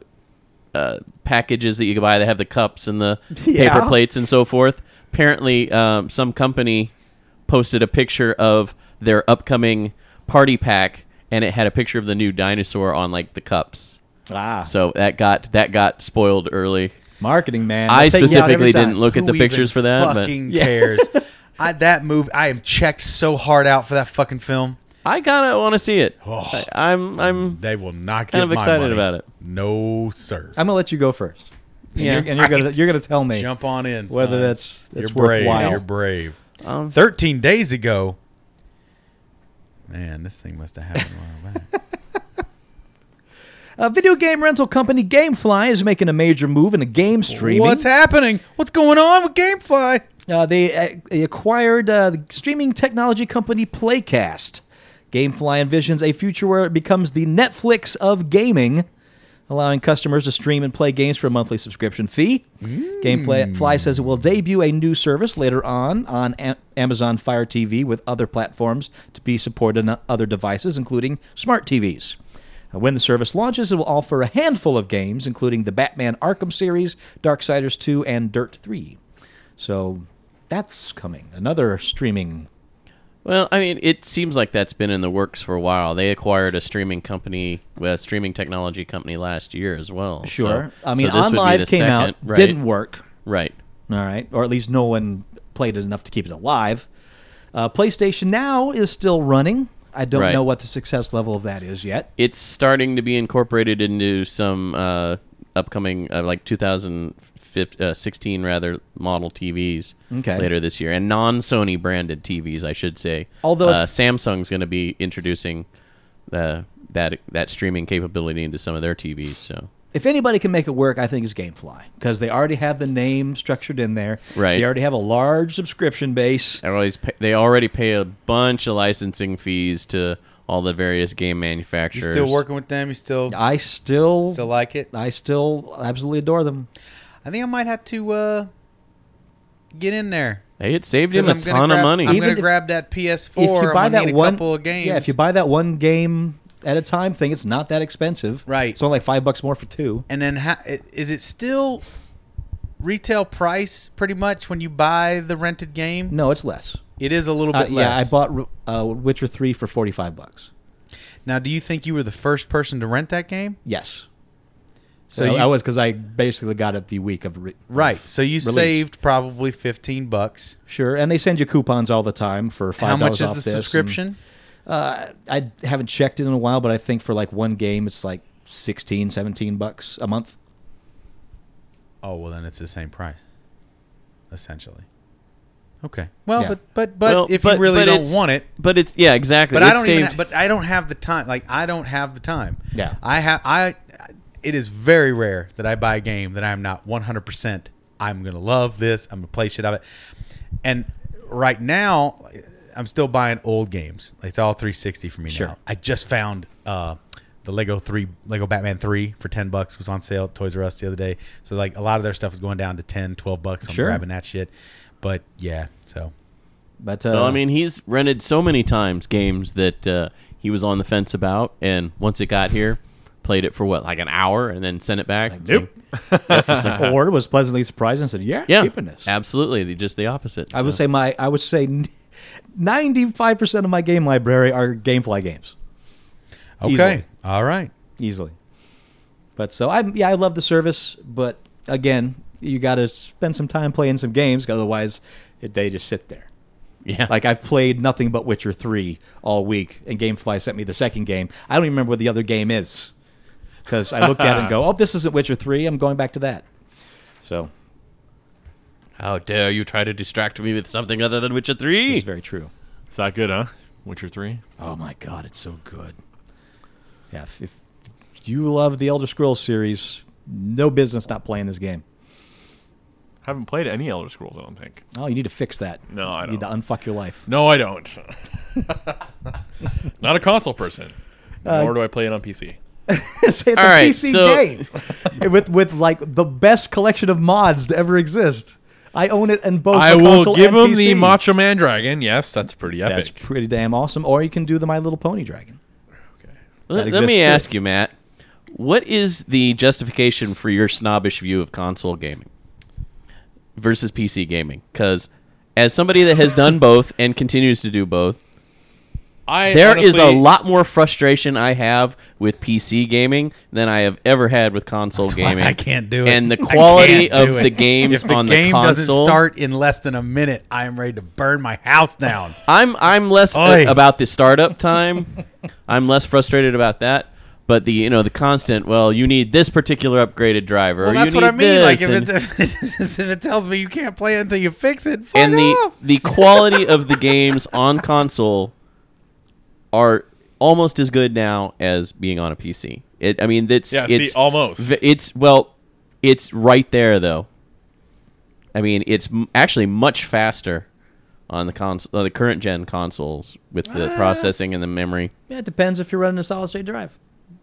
Speaker 3: uh, packages that you can buy that have the cups and the
Speaker 4: Yeah.
Speaker 3: paper plates and so forth. Apparently, um, some company posted a picture of their upcoming party pack, and it had a picture of the new dinosaur on like the cups.
Speaker 4: ah
Speaker 3: So that got that got spoiled early.
Speaker 4: marketing man
Speaker 3: I
Speaker 4: They'll take you out every
Speaker 3: specifically
Speaker 4: time.
Speaker 3: didn't look at
Speaker 5: Who
Speaker 3: the
Speaker 5: even
Speaker 3: pictures for that, but
Speaker 5: Fucking cares. I, that movie, I am checked so hard out for that fucking film.
Speaker 3: I kind of want to see it.
Speaker 5: Oh.
Speaker 3: I, I'm I'm
Speaker 5: They will not get
Speaker 3: Kind of
Speaker 5: my
Speaker 3: excited
Speaker 5: money.
Speaker 3: about it.
Speaker 5: No sir.
Speaker 4: I'm gonna let you go first and
Speaker 3: Yeah.
Speaker 4: you're, and you're gonna you're gonna tell me
Speaker 5: Jump on in.
Speaker 4: whether
Speaker 5: son.
Speaker 4: that's- that's
Speaker 5: you're brave.
Speaker 4: worthwhile.
Speaker 5: You're brave.
Speaker 3: Um,
Speaker 5: Thirteen days ago. Man, this thing must have happened a while back.
Speaker 4: A video game rental company GameFly is making a major move in the game streaming.
Speaker 5: What's happening? What's going on with GameFly?
Speaker 4: Uh, they, uh, they acquired uh, the streaming technology company Playcast. GameFly envisions a future where it becomes the Netflix of gaming, allowing customers to stream and play games for a monthly subscription fee. GameFly Fly says it will debut a new service later on on a- Amazon Fire TV with other platforms to be supported on other devices, including smart TVs. Uh, When the service launches, it will offer a handful of games, including the Batman Arkham series, Darksiders 2, and Dirt 3. So that's coming. Another streaming.
Speaker 3: well, I mean, it seems like that's been in the works for a while. They acquired a streaming company, well, a streaming technology company last year as well. so-
Speaker 4: I mean,
Speaker 3: so this would be
Speaker 4: OnLive
Speaker 3: the
Speaker 4: came out,
Speaker 3: second- right,
Speaker 4: didn't work.
Speaker 3: Right.
Speaker 4: All right, or at least no one played it enough to keep it alive. Uh, PlayStation Now is still running. I don't
Speaker 3: Right.
Speaker 4: know what the success level of that is yet.
Speaker 3: It's starting to be incorporated into some uh, upcoming, uh, like 2016 uh, rather, model TVs
Speaker 4: Okay.
Speaker 3: later this year, and non-Sony branded TVs, I should say.
Speaker 4: Although
Speaker 3: uh,
Speaker 4: if-
Speaker 3: Samsung's going to be introducing uh, that that streaming capability into some of their TVs, so
Speaker 4: if anybody can make it work, I think it's GameFly because they already have the name structured in there.
Speaker 3: Right.
Speaker 4: They already have a large subscription base.
Speaker 3: They always pay, they already pay a bunch of licensing fees to all the various game
Speaker 5: You
Speaker 3: manufacturers.
Speaker 5: still working with them? You still
Speaker 4: I still,
Speaker 5: still like it?
Speaker 4: I still absolutely adore them.
Speaker 5: I think I might have to uh, get in there.
Speaker 3: Hey, it saved
Speaker 5: 'Cause
Speaker 3: him a ton
Speaker 5: gonna
Speaker 3: of
Speaker 5: grab-
Speaker 3: money.
Speaker 5: I'm
Speaker 4: Even
Speaker 5: gonna
Speaker 4: if-
Speaker 5: grab that PS4.
Speaker 4: if you
Speaker 5: I'm
Speaker 4: buy
Speaker 5: gonna
Speaker 4: that
Speaker 5: need um, a
Speaker 4: one,
Speaker 5: couple of games.
Speaker 4: yeah, if you buy that one game at a time thing, it's not that expensive.
Speaker 5: Right.
Speaker 4: It's only like five bucks more for two.
Speaker 5: and then ha- i- is it still retail price pretty much when you buy the rented game?
Speaker 4: No, it's less.
Speaker 5: It is a little bit
Speaker 4: Uh, yeah, I
Speaker 5: less.
Speaker 4: bought uh, Witcher three for forty five bucks.
Speaker 5: now, do you think you were the first person to rent that game?
Speaker 4: Yes.
Speaker 5: So
Speaker 4: I-
Speaker 5: you,
Speaker 4: I was because I basically got it the week of re-
Speaker 5: right.
Speaker 4: of
Speaker 5: So you
Speaker 4: release.
Speaker 5: saved probably 15 bucks.
Speaker 4: Sure, and they send you coupons all the time for five.
Speaker 5: How much
Speaker 4: dollars
Speaker 5: is
Speaker 4: off
Speaker 5: the
Speaker 4: this and- uh,
Speaker 5: subscription?
Speaker 4: I haven't checked it in a while, but I think for like one game, it's like 16, 17 bucks a month.
Speaker 5: Oh well, then it's the same price, essentially. Okay. Well,
Speaker 4: Yeah.
Speaker 5: but but but
Speaker 3: Well,
Speaker 5: if
Speaker 3: but-
Speaker 5: you really
Speaker 3: but
Speaker 5: don't
Speaker 3: it's-
Speaker 5: want it,
Speaker 3: but it's yeah, exactly.
Speaker 5: but
Speaker 3: It
Speaker 5: I don't even.
Speaker 3: saved-
Speaker 5: Ha- but I don't have the time. Like I don't have the time.
Speaker 4: Yeah.
Speaker 5: I have. I. It is very rare that I buy a game that I'm not 100. percent I'm gonna love this. I'm gonna play shit out of it. And right now, I'm still buying old games. It's all 360 for me
Speaker 4: Sure.
Speaker 5: now. I just found uh, the Lego three, Lego Batman three for 10 bucks was on sale at Toys R Us the other day. So like a lot of their stuff is going down to 10, 12 bucks. I'm
Speaker 4: Sure.
Speaker 5: grabbing that shit. But yeah, so
Speaker 4: But uh,
Speaker 3: Well, I mean, he's rented so many times games that uh, he was on the fence about, and once it got here, played it for what like an hour, and then sent it back. nope.
Speaker 4: or was pleasantly surprised and said, "Yeah,
Speaker 3: Yeah,
Speaker 4: keeping this."
Speaker 3: absolutely. The, just the opposite.
Speaker 4: I would
Speaker 3: so.
Speaker 4: say my, I would say, ninety-five percent of my game library are GameFly games,
Speaker 5: okay,
Speaker 4: Easily.
Speaker 5: all right.
Speaker 4: easily. But so I, yeah, I love the service, but again, you got to spend some time playing some games, 'cause otherwise, it, they just sit there.
Speaker 3: yeah,
Speaker 4: Like I've played nothing but Witcher three all week, and GameFly sent me the second game. I don't even remember what the other game is because I look at it and go, "Oh, this isn't Witcher three. I'm going back to that." So
Speaker 3: how dare you try to distract me with something other than Witcher Three?
Speaker 4: it's very true.
Speaker 6: It's that good, huh? Witcher three.
Speaker 4: Oh my god, it's so good. Yeah, if, if you love the Elder Scrolls series, no business not playing this game.
Speaker 6: Haven't played any Elder Scrolls, I don't think.
Speaker 4: Oh, you need to fix that.
Speaker 6: No, I
Speaker 4: you need to
Speaker 6: don't.
Speaker 4: unfuck your life.
Speaker 6: No, I don't. Not a console person.
Speaker 4: Uh,
Speaker 6: Nor do I play it on PC.
Speaker 4: it's it's a
Speaker 3: All right,
Speaker 4: PC
Speaker 3: so-
Speaker 4: game with with like the best collection of mods to ever exist. I own it in both.
Speaker 6: I
Speaker 4: Oh, the
Speaker 6: will
Speaker 4: console
Speaker 6: give
Speaker 4: and
Speaker 6: him the
Speaker 4: PC.
Speaker 6: Macho Man Dragon. Yes, that's pretty epic.
Speaker 4: That's pretty damn awesome. Or you can do the My Little Pony Dragon.
Speaker 3: Let,
Speaker 4: that
Speaker 3: let me
Speaker 4: exists, too.
Speaker 3: ask you, Matt. What is the justification for your snobbish view of console gaming versus PC gaming? Because as somebody that has done both and continues to do both,
Speaker 6: I
Speaker 3: there is a
Speaker 6: honestly-
Speaker 3: lot more frustration I have with PC gaming than I have ever had with console
Speaker 5: why
Speaker 3: gaming.
Speaker 5: I can't do it.
Speaker 3: And the
Speaker 5: I
Speaker 3: quality
Speaker 5: can't
Speaker 3: of
Speaker 5: do
Speaker 3: the
Speaker 5: it.
Speaker 3: games
Speaker 5: if the
Speaker 3: on the
Speaker 5: game
Speaker 3: console.
Speaker 5: doesn't start in less than a minute, I am ready to burn my house down.
Speaker 3: I'm I'm less uh,
Speaker 5: Oy.
Speaker 3: about the startup time. I'm less frustrated about that. But the you know the constant well you need this particular upgraded driver.
Speaker 5: Well,
Speaker 3: or
Speaker 5: that's
Speaker 3: you
Speaker 5: what I
Speaker 3: need
Speaker 5: mean. Like if
Speaker 3: this,
Speaker 5: it,
Speaker 3: and-
Speaker 5: if it tells me you can't play it until you fix it, fuck
Speaker 3: and the
Speaker 5: off.
Speaker 3: the quality of the games on console are almost as good now as being on a PC. It, I mean, that's
Speaker 6: Yeah,
Speaker 3: it's
Speaker 6: see, almost.
Speaker 3: v- It's well, it's right there though. I mean, it's m- actually much faster on the console, uh, the current gen consoles with
Speaker 5: Ah.
Speaker 3: the processing and the memory.
Speaker 4: Yeah, it depends if you're running a solid state drive.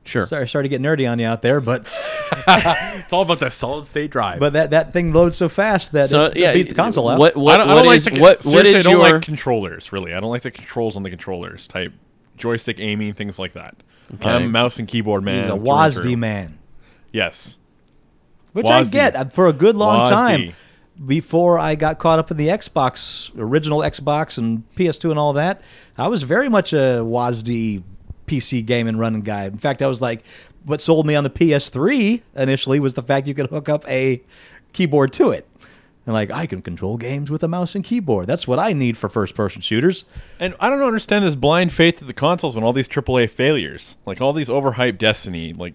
Speaker 3: Sure,
Speaker 4: Sorry, sorry to get nerdy on you out there, but
Speaker 6: It's all about that solid state drive.
Speaker 4: but that, that thing loads so fast that
Speaker 3: so
Speaker 4: it, it
Speaker 3: yeah,
Speaker 4: beat the console out.
Speaker 3: What
Speaker 6: I
Speaker 3: what
Speaker 6: don't, I
Speaker 3: what
Speaker 6: don't
Speaker 3: is-
Speaker 6: like the,
Speaker 3: what what
Speaker 6: seriously,
Speaker 3: is
Speaker 6: I don't
Speaker 3: your
Speaker 6: like controllers really. I don't like the controls on the controllers type joystick aiming things like that. I'm a mouse and keyboard man.
Speaker 4: He's a
Speaker 6: through and through.
Speaker 4: WASD man,
Speaker 6: Yes.
Speaker 4: which I
Speaker 6: WASD.
Speaker 4: get uh, for a good long
Speaker 6: WASD.
Speaker 4: time before I got caught up in the Xbox original Xbox and PS2 and all that. I was very much a WASD PC game and running guy. In fact, I was like, what sold me on the PS3 initially was the fact you could hook up a keyboard to it. And like, I can control games with a mouse and keyboard. That's what I need for first person shooters.
Speaker 6: And I don't understand this blind faith of the consoles when all these AAA failures, like all these overhyped Destiny, like,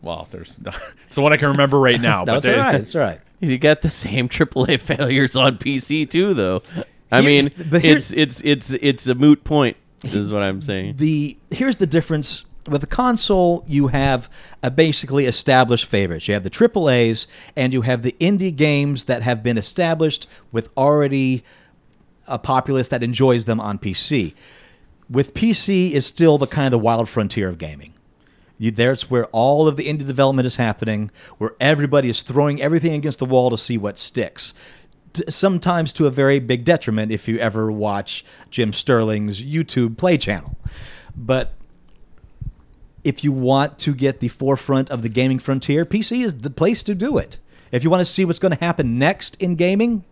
Speaker 6: well, there's it's the one I can remember right now.
Speaker 4: No,
Speaker 6: but
Speaker 4: it's
Speaker 6: they-
Speaker 4: all right. It's all right.
Speaker 3: You got the same AAA failures on PC too, though. I
Speaker 4: Here's-
Speaker 3: mean,
Speaker 4: but here-
Speaker 3: it's it's it's it's a moot point. Is what I'm saying.
Speaker 4: the here's the difference with the console you have a basically established favorites you have the triple a's and you have the indie games that have been established with already a populace that enjoys them on pc with pc is still the kind of wild frontier of gaming you, there's where all of the indie development is happening, where everybody is throwing everything against the wall to see what sticks. T- sometimes to a very big detriment if you ever watch Jim Sterling's YouTube play channel. But if you want to get the forefront of the gaming frontier, PC is the place to do it. If you want to see what's going to happen next in gaming,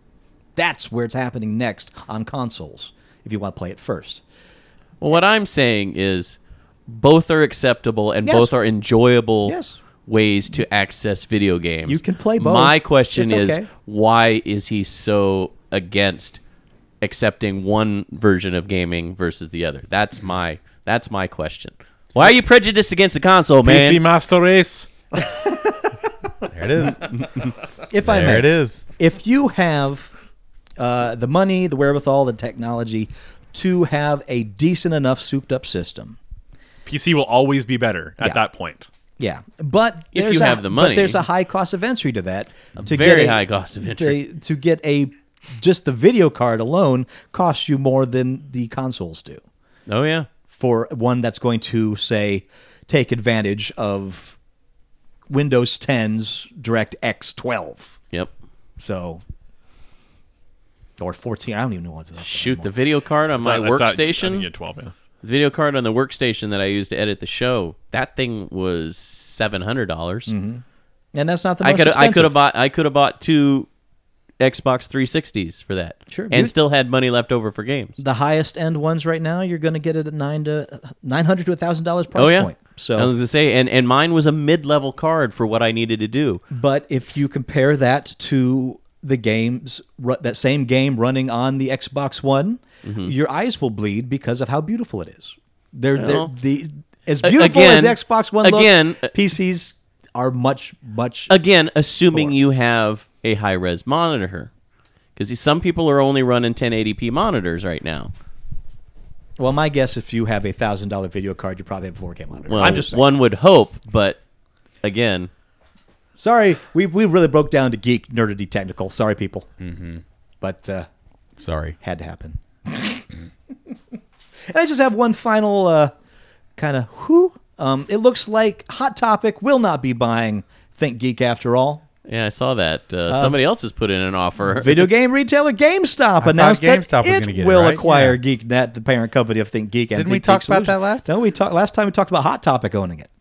Speaker 4: that's where it's happening next on consoles. If you want to play it first,
Speaker 3: Well, what I'm saying is both are acceptable and
Speaker 4: Yes.
Speaker 3: both are enjoyable
Speaker 4: Yes.
Speaker 3: ways to access video games.
Speaker 4: You can play both.
Speaker 3: My question
Speaker 4: It's
Speaker 3: is
Speaker 4: okay.
Speaker 3: why is he so against accepting one version of gaming versus the other? That's my that's my question. Why are you prejudiced against the console, man?
Speaker 6: PC Master Race.
Speaker 5: There it is.
Speaker 4: if I may,
Speaker 5: there it is.
Speaker 4: if you have uh, the money, the wherewithal, the technology to have a decent enough souped up system,
Speaker 6: PC will always be better at
Speaker 4: Yeah.
Speaker 6: that point.
Speaker 4: yeah. But
Speaker 3: If
Speaker 4: there's
Speaker 3: you
Speaker 4: a-
Speaker 3: have the
Speaker 4: but
Speaker 3: money.
Speaker 4: there's a high cost of entry to that. to
Speaker 3: very
Speaker 4: a-
Speaker 3: high cost of entry.
Speaker 4: To, to get a just the video card alone costs you more than the consoles do
Speaker 3: oh yeah.
Speaker 4: for one that's going to say take advantage of Windows 10's DirectX 12.
Speaker 3: Yep.
Speaker 4: So. Or 14. I don't even know what's up there
Speaker 3: Shoot
Speaker 4: anymore.
Speaker 3: the video card on my
Speaker 6: That's not- I
Speaker 3: workstation.
Speaker 6: think you had 12, yeah.
Speaker 3: The video card on the workstation that I used to edit the show, that thing was seven hundred dollars.
Speaker 4: And that's not the most
Speaker 3: I could
Speaker 4: Mm-hmm.
Speaker 3: I
Speaker 4: expensive.
Speaker 3: could have bought I could have bought two Xbox 360s for that.
Speaker 4: Sure,
Speaker 3: and
Speaker 4: you-
Speaker 3: still had money left over for games.
Speaker 4: the highest end ones right now, you're going to get it at nine to nine hundred to thousand dollars price
Speaker 3: oh yeah.
Speaker 4: point.
Speaker 3: I was
Speaker 4: So,
Speaker 3: gonna say, and and mine was a mid level card for what I needed to do.
Speaker 4: but if you compare that to the games, ru- that same game running on the Xbox One,
Speaker 3: Mm-hmm.
Speaker 4: your eyes will bleed because of how beautiful it is. They're,
Speaker 3: Well,
Speaker 4: they're the as
Speaker 3: a-
Speaker 4: beautiful as
Speaker 3: again-
Speaker 4: the Xbox One. looks,
Speaker 3: again- uh,
Speaker 4: PCs are much much.
Speaker 3: Again, assuming
Speaker 4: Sure.
Speaker 3: you have a high res monitor, because some people are only running 1080p monitors right now.
Speaker 4: well, my guess, if you have a thousand dollar video card, you probably have a four K monitor.
Speaker 3: Well,
Speaker 4: I'm just saying.
Speaker 3: one would hope, but again,
Speaker 4: sorry. We we really broke down to geek nerdity technical. Sorry, people. Mm-hmm. But. Uh,
Speaker 5: Sorry.
Speaker 4: had to happen. and I just have one final uh, kind of whoo. Um, it looks like Hot Topic will not be buying Think Geek after all.
Speaker 3: yeah, I saw that uh, somebody else has put in an offer.
Speaker 4: Video game retailer GameStop announced that
Speaker 5: GameStop was
Speaker 4: it
Speaker 5: gonna get it,
Speaker 4: will
Speaker 5: right?
Speaker 4: acquire
Speaker 5: Yeah.
Speaker 4: GeekNet, the parent company of Think Geek. And
Speaker 5: Didn't we
Speaker 4: Think
Speaker 5: talk
Speaker 4: Geek
Speaker 5: about that
Speaker 4: Solutions.
Speaker 5: last
Speaker 4: No, we talked last time. We talked about Hot Topic owning it.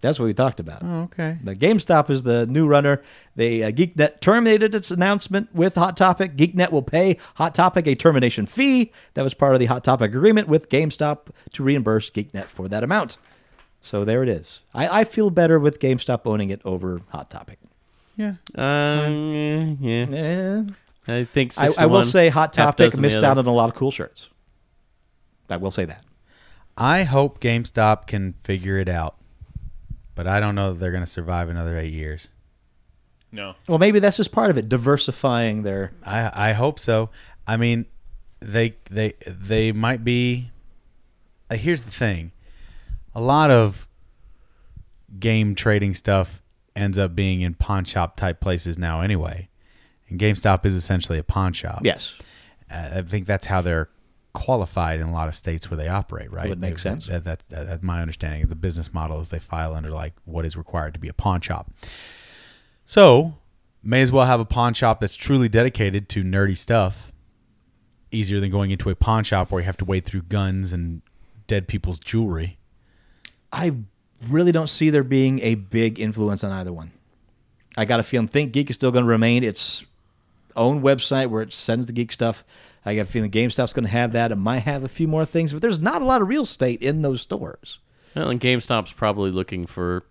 Speaker 4: That's what we talked about.
Speaker 5: Oh, Okay.
Speaker 4: The GameStop is the new runner. They uh, GeekNet terminated its announcement with Hot Topic. GeekNet will pay Hot Topic a termination fee that was part of the Hot Topic agreement with GameStop to reimburse GeekNet for that amount. So there it is. I, I feel better with GameStop owning it over Hot Topic.
Speaker 5: Yeah.
Speaker 3: Um, yeah, yeah,
Speaker 4: Eh,
Speaker 3: I think.
Speaker 4: I,
Speaker 3: six to
Speaker 4: I will
Speaker 3: one,
Speaker 4: say Hot
Speaker 3: half
Speaker 4: Topic
Speaker 3: dozen the
Speaker 4: missed
Speaker 3: other.
Speaker 4: out on a lot of cool shirts. I will say that.
Speaker 5: I hope GameStop can figure it out, but I don't know that they're going to survive another eight years.
Speaker 6: No.
Speaker 4: Well, maybe that's just part of it, diversifying their.
Speaker 5: I I hope so. I mean, they they they might be. Uh, here's the thing: a lot of game trading stuff ends up being in pawn shop type places now, anyway. And GameStop is essentially a pawn shop.
Speaker 4: Yes.
Speaker 5: Uh, I think that's how they're qualified in a lot of states where they operate, right?
Speaker 4: Would make
Speaker 5: They-
Speaker 4: sense.
Speaker 5: That, that's that, that's my understanding of the business model is they file under like what is required to be a pawn shop. So may as well have a pawn shop that's truly dedicated to nerdy stuff. Easier than going into a pawn shop where you have to wade through guns and dead people's jewelry.
Speaker 4: I really don't see there being a big influence on either one. I got a feeling Think Geek is still going to remain its own website where it sends the geek stuff. I got a feeling GameStop's going to have that. It might have a few more things, but there's not a lot of real estate in those stores.
Speaker 3: Well, and GameStop's probably looking for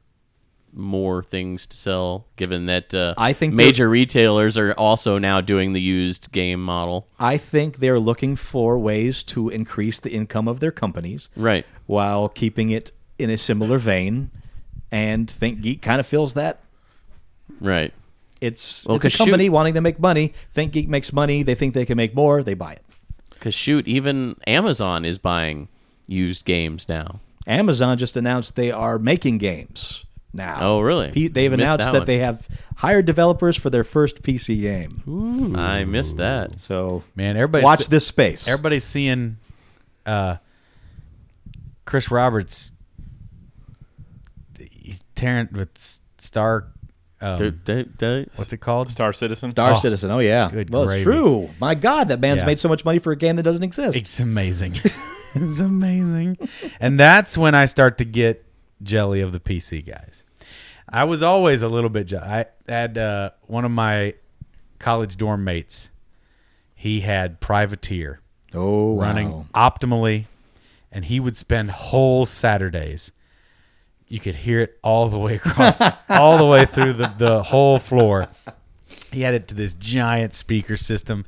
Speaker 3: more things to sell, given that uh,
Speaker 4: I think they're-
Speaker 3: major retailers are also now doing the used game model.
Speaker 4: I think they're looking for ways to increase the income of their companies
Speaker 3: Right.
Speaker 4: while keeping it in a similar vein. And Think Geek kind of feels that.
Speaker 3: Right.
Speaker 4: It's,
Speaker 3: Well,
Speaker 4: it's a
Speaker 3: 'cause
Speaker 4: company
Speaker 3: shoot-
Speaker 4: wanting to make money. Think Geek makes money. They think they can make more. They buy it.
Speaker 3: Because shoot, even Amazon is buying used games now.
Speaker 4: Amazon just announced they are making games now.
Speaker 3: Oh, really?
Speaker 4: P- they've
Speaker 3: Missed
Speaker 4: announced
Speaker 3: that
Speaker 4: that
Speaker 3: one.
Speaker 4: they have hired developers for their first PC game.
Speaker 3: I missed that.
Speaker 4: So
Speaker 5: Man, everybody's-
Speaker 4: watch this space.
Speaker 5: Everybody's seeing uh, Chris Roberts he's tearing with S- Star. Um,
Speaker 3: Do- do- do-
Speaker 5: what's it called?
Speaker 6: Star Citizen.
Speaker 4: Star
Speaker 5: Oh,
Speaker 4: Citizen. Oh yeah.
Speaker 5: good
Speaker 4: well,
Speaker 5: gravy.
Speaker 4: it's true. My God, that man's
Speaker 5: Yeah.
Speaker 4: made so much money for a game that doesn't exist.
Speaker 5: It's amazing. it's amazing. And that's when I start to get jelly of the PC guys. I was always a little bit jelly. I had uh, one of my college dorm mates. He had Privateer
Speaker 4: oh, wow.
Speaker 5: running optimally, and he would spend whole Saturdays. You could hear it all the way across, all the way through the, the whole floor. He had it to this giant speaker system.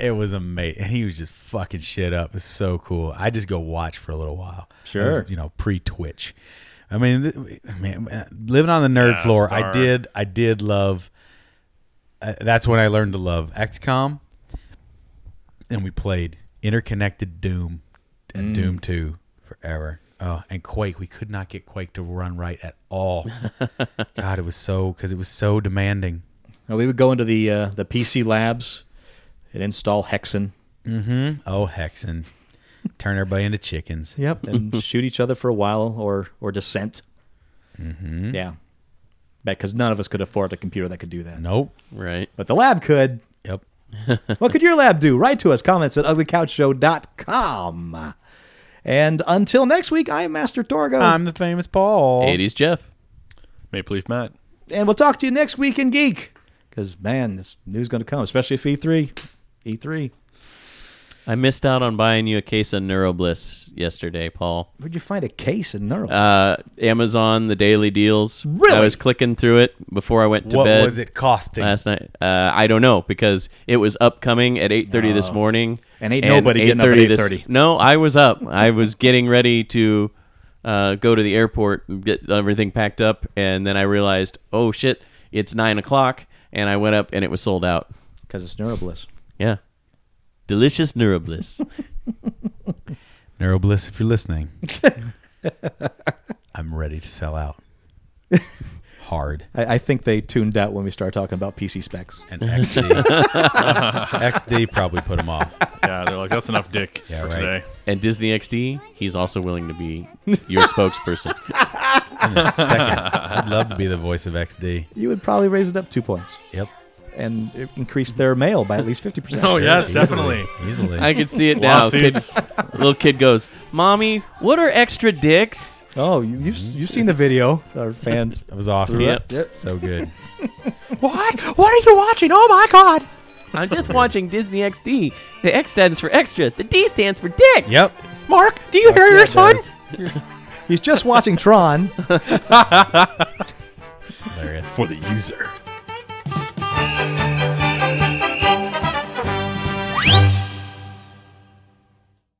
Speaker 5: It was amazing. And he was just fucking shit up. It's so cool. I just go watch for a little while.
Speaker 4: Sure.
Speaker 5: It was, you know, pre Twitch. I mean, th- man, uh, living on the nerd
Speaker 6: Yeah,
Speaker 5: floor, I
Speaker 6: Star.
Speaker 5: did, I did love. Uh, that's when I learned to love XCOM and we played interconnected Doom and
Speaker 3: Mm.
Speaker 5: Doom Two forever. Oh, and Quake, we could not get Quake to run right at all. God, it was so because it was so demanding.
Speaker 4: Now, we would go into the uh, the PC labs and install Hexen.
Speaker 5: Oh, Hexen, turn everybody into chickens.
Speaker 4: Yep. And shoot each other for a while or or dissent. Mm-hmm. Yeah. Because none of us could afford a computer that could do that.
Speaker 5: Nope.
Speaker 3: Right.
Speaker 4: But the lab could.
Speaker 5: Yep.
Speaker 4: What could your lab do? Write to us. Comments at uglycouchshow.com. And until next week, I am Master
Speaker 3: Oh.
Speaker 4: Torgo.
Speaker 5: I'm the famous Paul.
Speaker 3: 80s Jeff.
Speaker 6: Maple Leaf Matt.
Speaker 4: and we'll talk to you next week in Geek. Because, man, this news going to come, especially if E E3. E3.
Speaker 3: I missed out on buying you a case of NeuroBliss yesterday, Paul.
Speaker 4: Where'd you find a case in Neural?
Speaker 3: Uh, Amazon, the daily deals.
Speaker 4: Really?
Speaker 3: I was clicking through it before I went to
Speaker 5: What
Speaker 3: bed
Speaker 5: was it costing?
Speaker 3: last night. Uh, I don't know because it was upcoming at 8:30 this morning.
Speaker 4: Oh. And ain't nobody getting up at 8:30.
Speaker 3: no, I was up. I was getting ready to uh, go to the airport, and get everything packed up, and then I realized, oh shit, it's nine o'clock, and I went up and it was sold out.
Speaker 4: Because it's Neurobliss.
Speaker 3: Yeah, delicious NeuroBliss.
Speaker 5: Neurobliss, if you're listening, I'm ready to sell out. Hard.
Speaker 4: I, I think they tuned out when we started talking about PC specs.
Speaker 5: And XD. XD probably put him off.
Speaker 6: Yeah, they're like, that's enough dick
Speaker 5: Yeah,
Speaker 6: for
Speaker 5: right.
Speaker 6: today.
Speaker 3: and Disney XD, he's also willing to be your spokesperson.
Speaker 5: in a second. I'd love to be the voice of XD.
Speaker 4: You would probably raise it up two points
Speaker 5: Yep.
Speaker 4: and increase their mail by at least 50%.
Speaker 6: Oh, yes,
Speaker 5: Easily.
Speaker 6: definitely.
Speaker 5: Easily.
Speaker 3: I can see it now.
Speaker 6: Lawsuits.
Speaker 3: Kids, little kid goes, "Mommy, what are extra dicks?"
Speaker 4: Oh, you, you've, you've seen the video. Our fans.
Speaker 5: That was awesome.
Speaker 3: Yep.
Speaker 4: Yep.
Speaker 5: So good.
Speaker 7: What? What are you watching? Oh my god!
Speaker 3: I'm just watching Disney XD. The X stands for extra. The D stands for dick.
Speaker 5: Yep.
Speaker 7: Mark, do you hear your son?
Speaker 4: He's just watching Tron.
Speaker 5: Hilarious.
Speaker 6: For the user.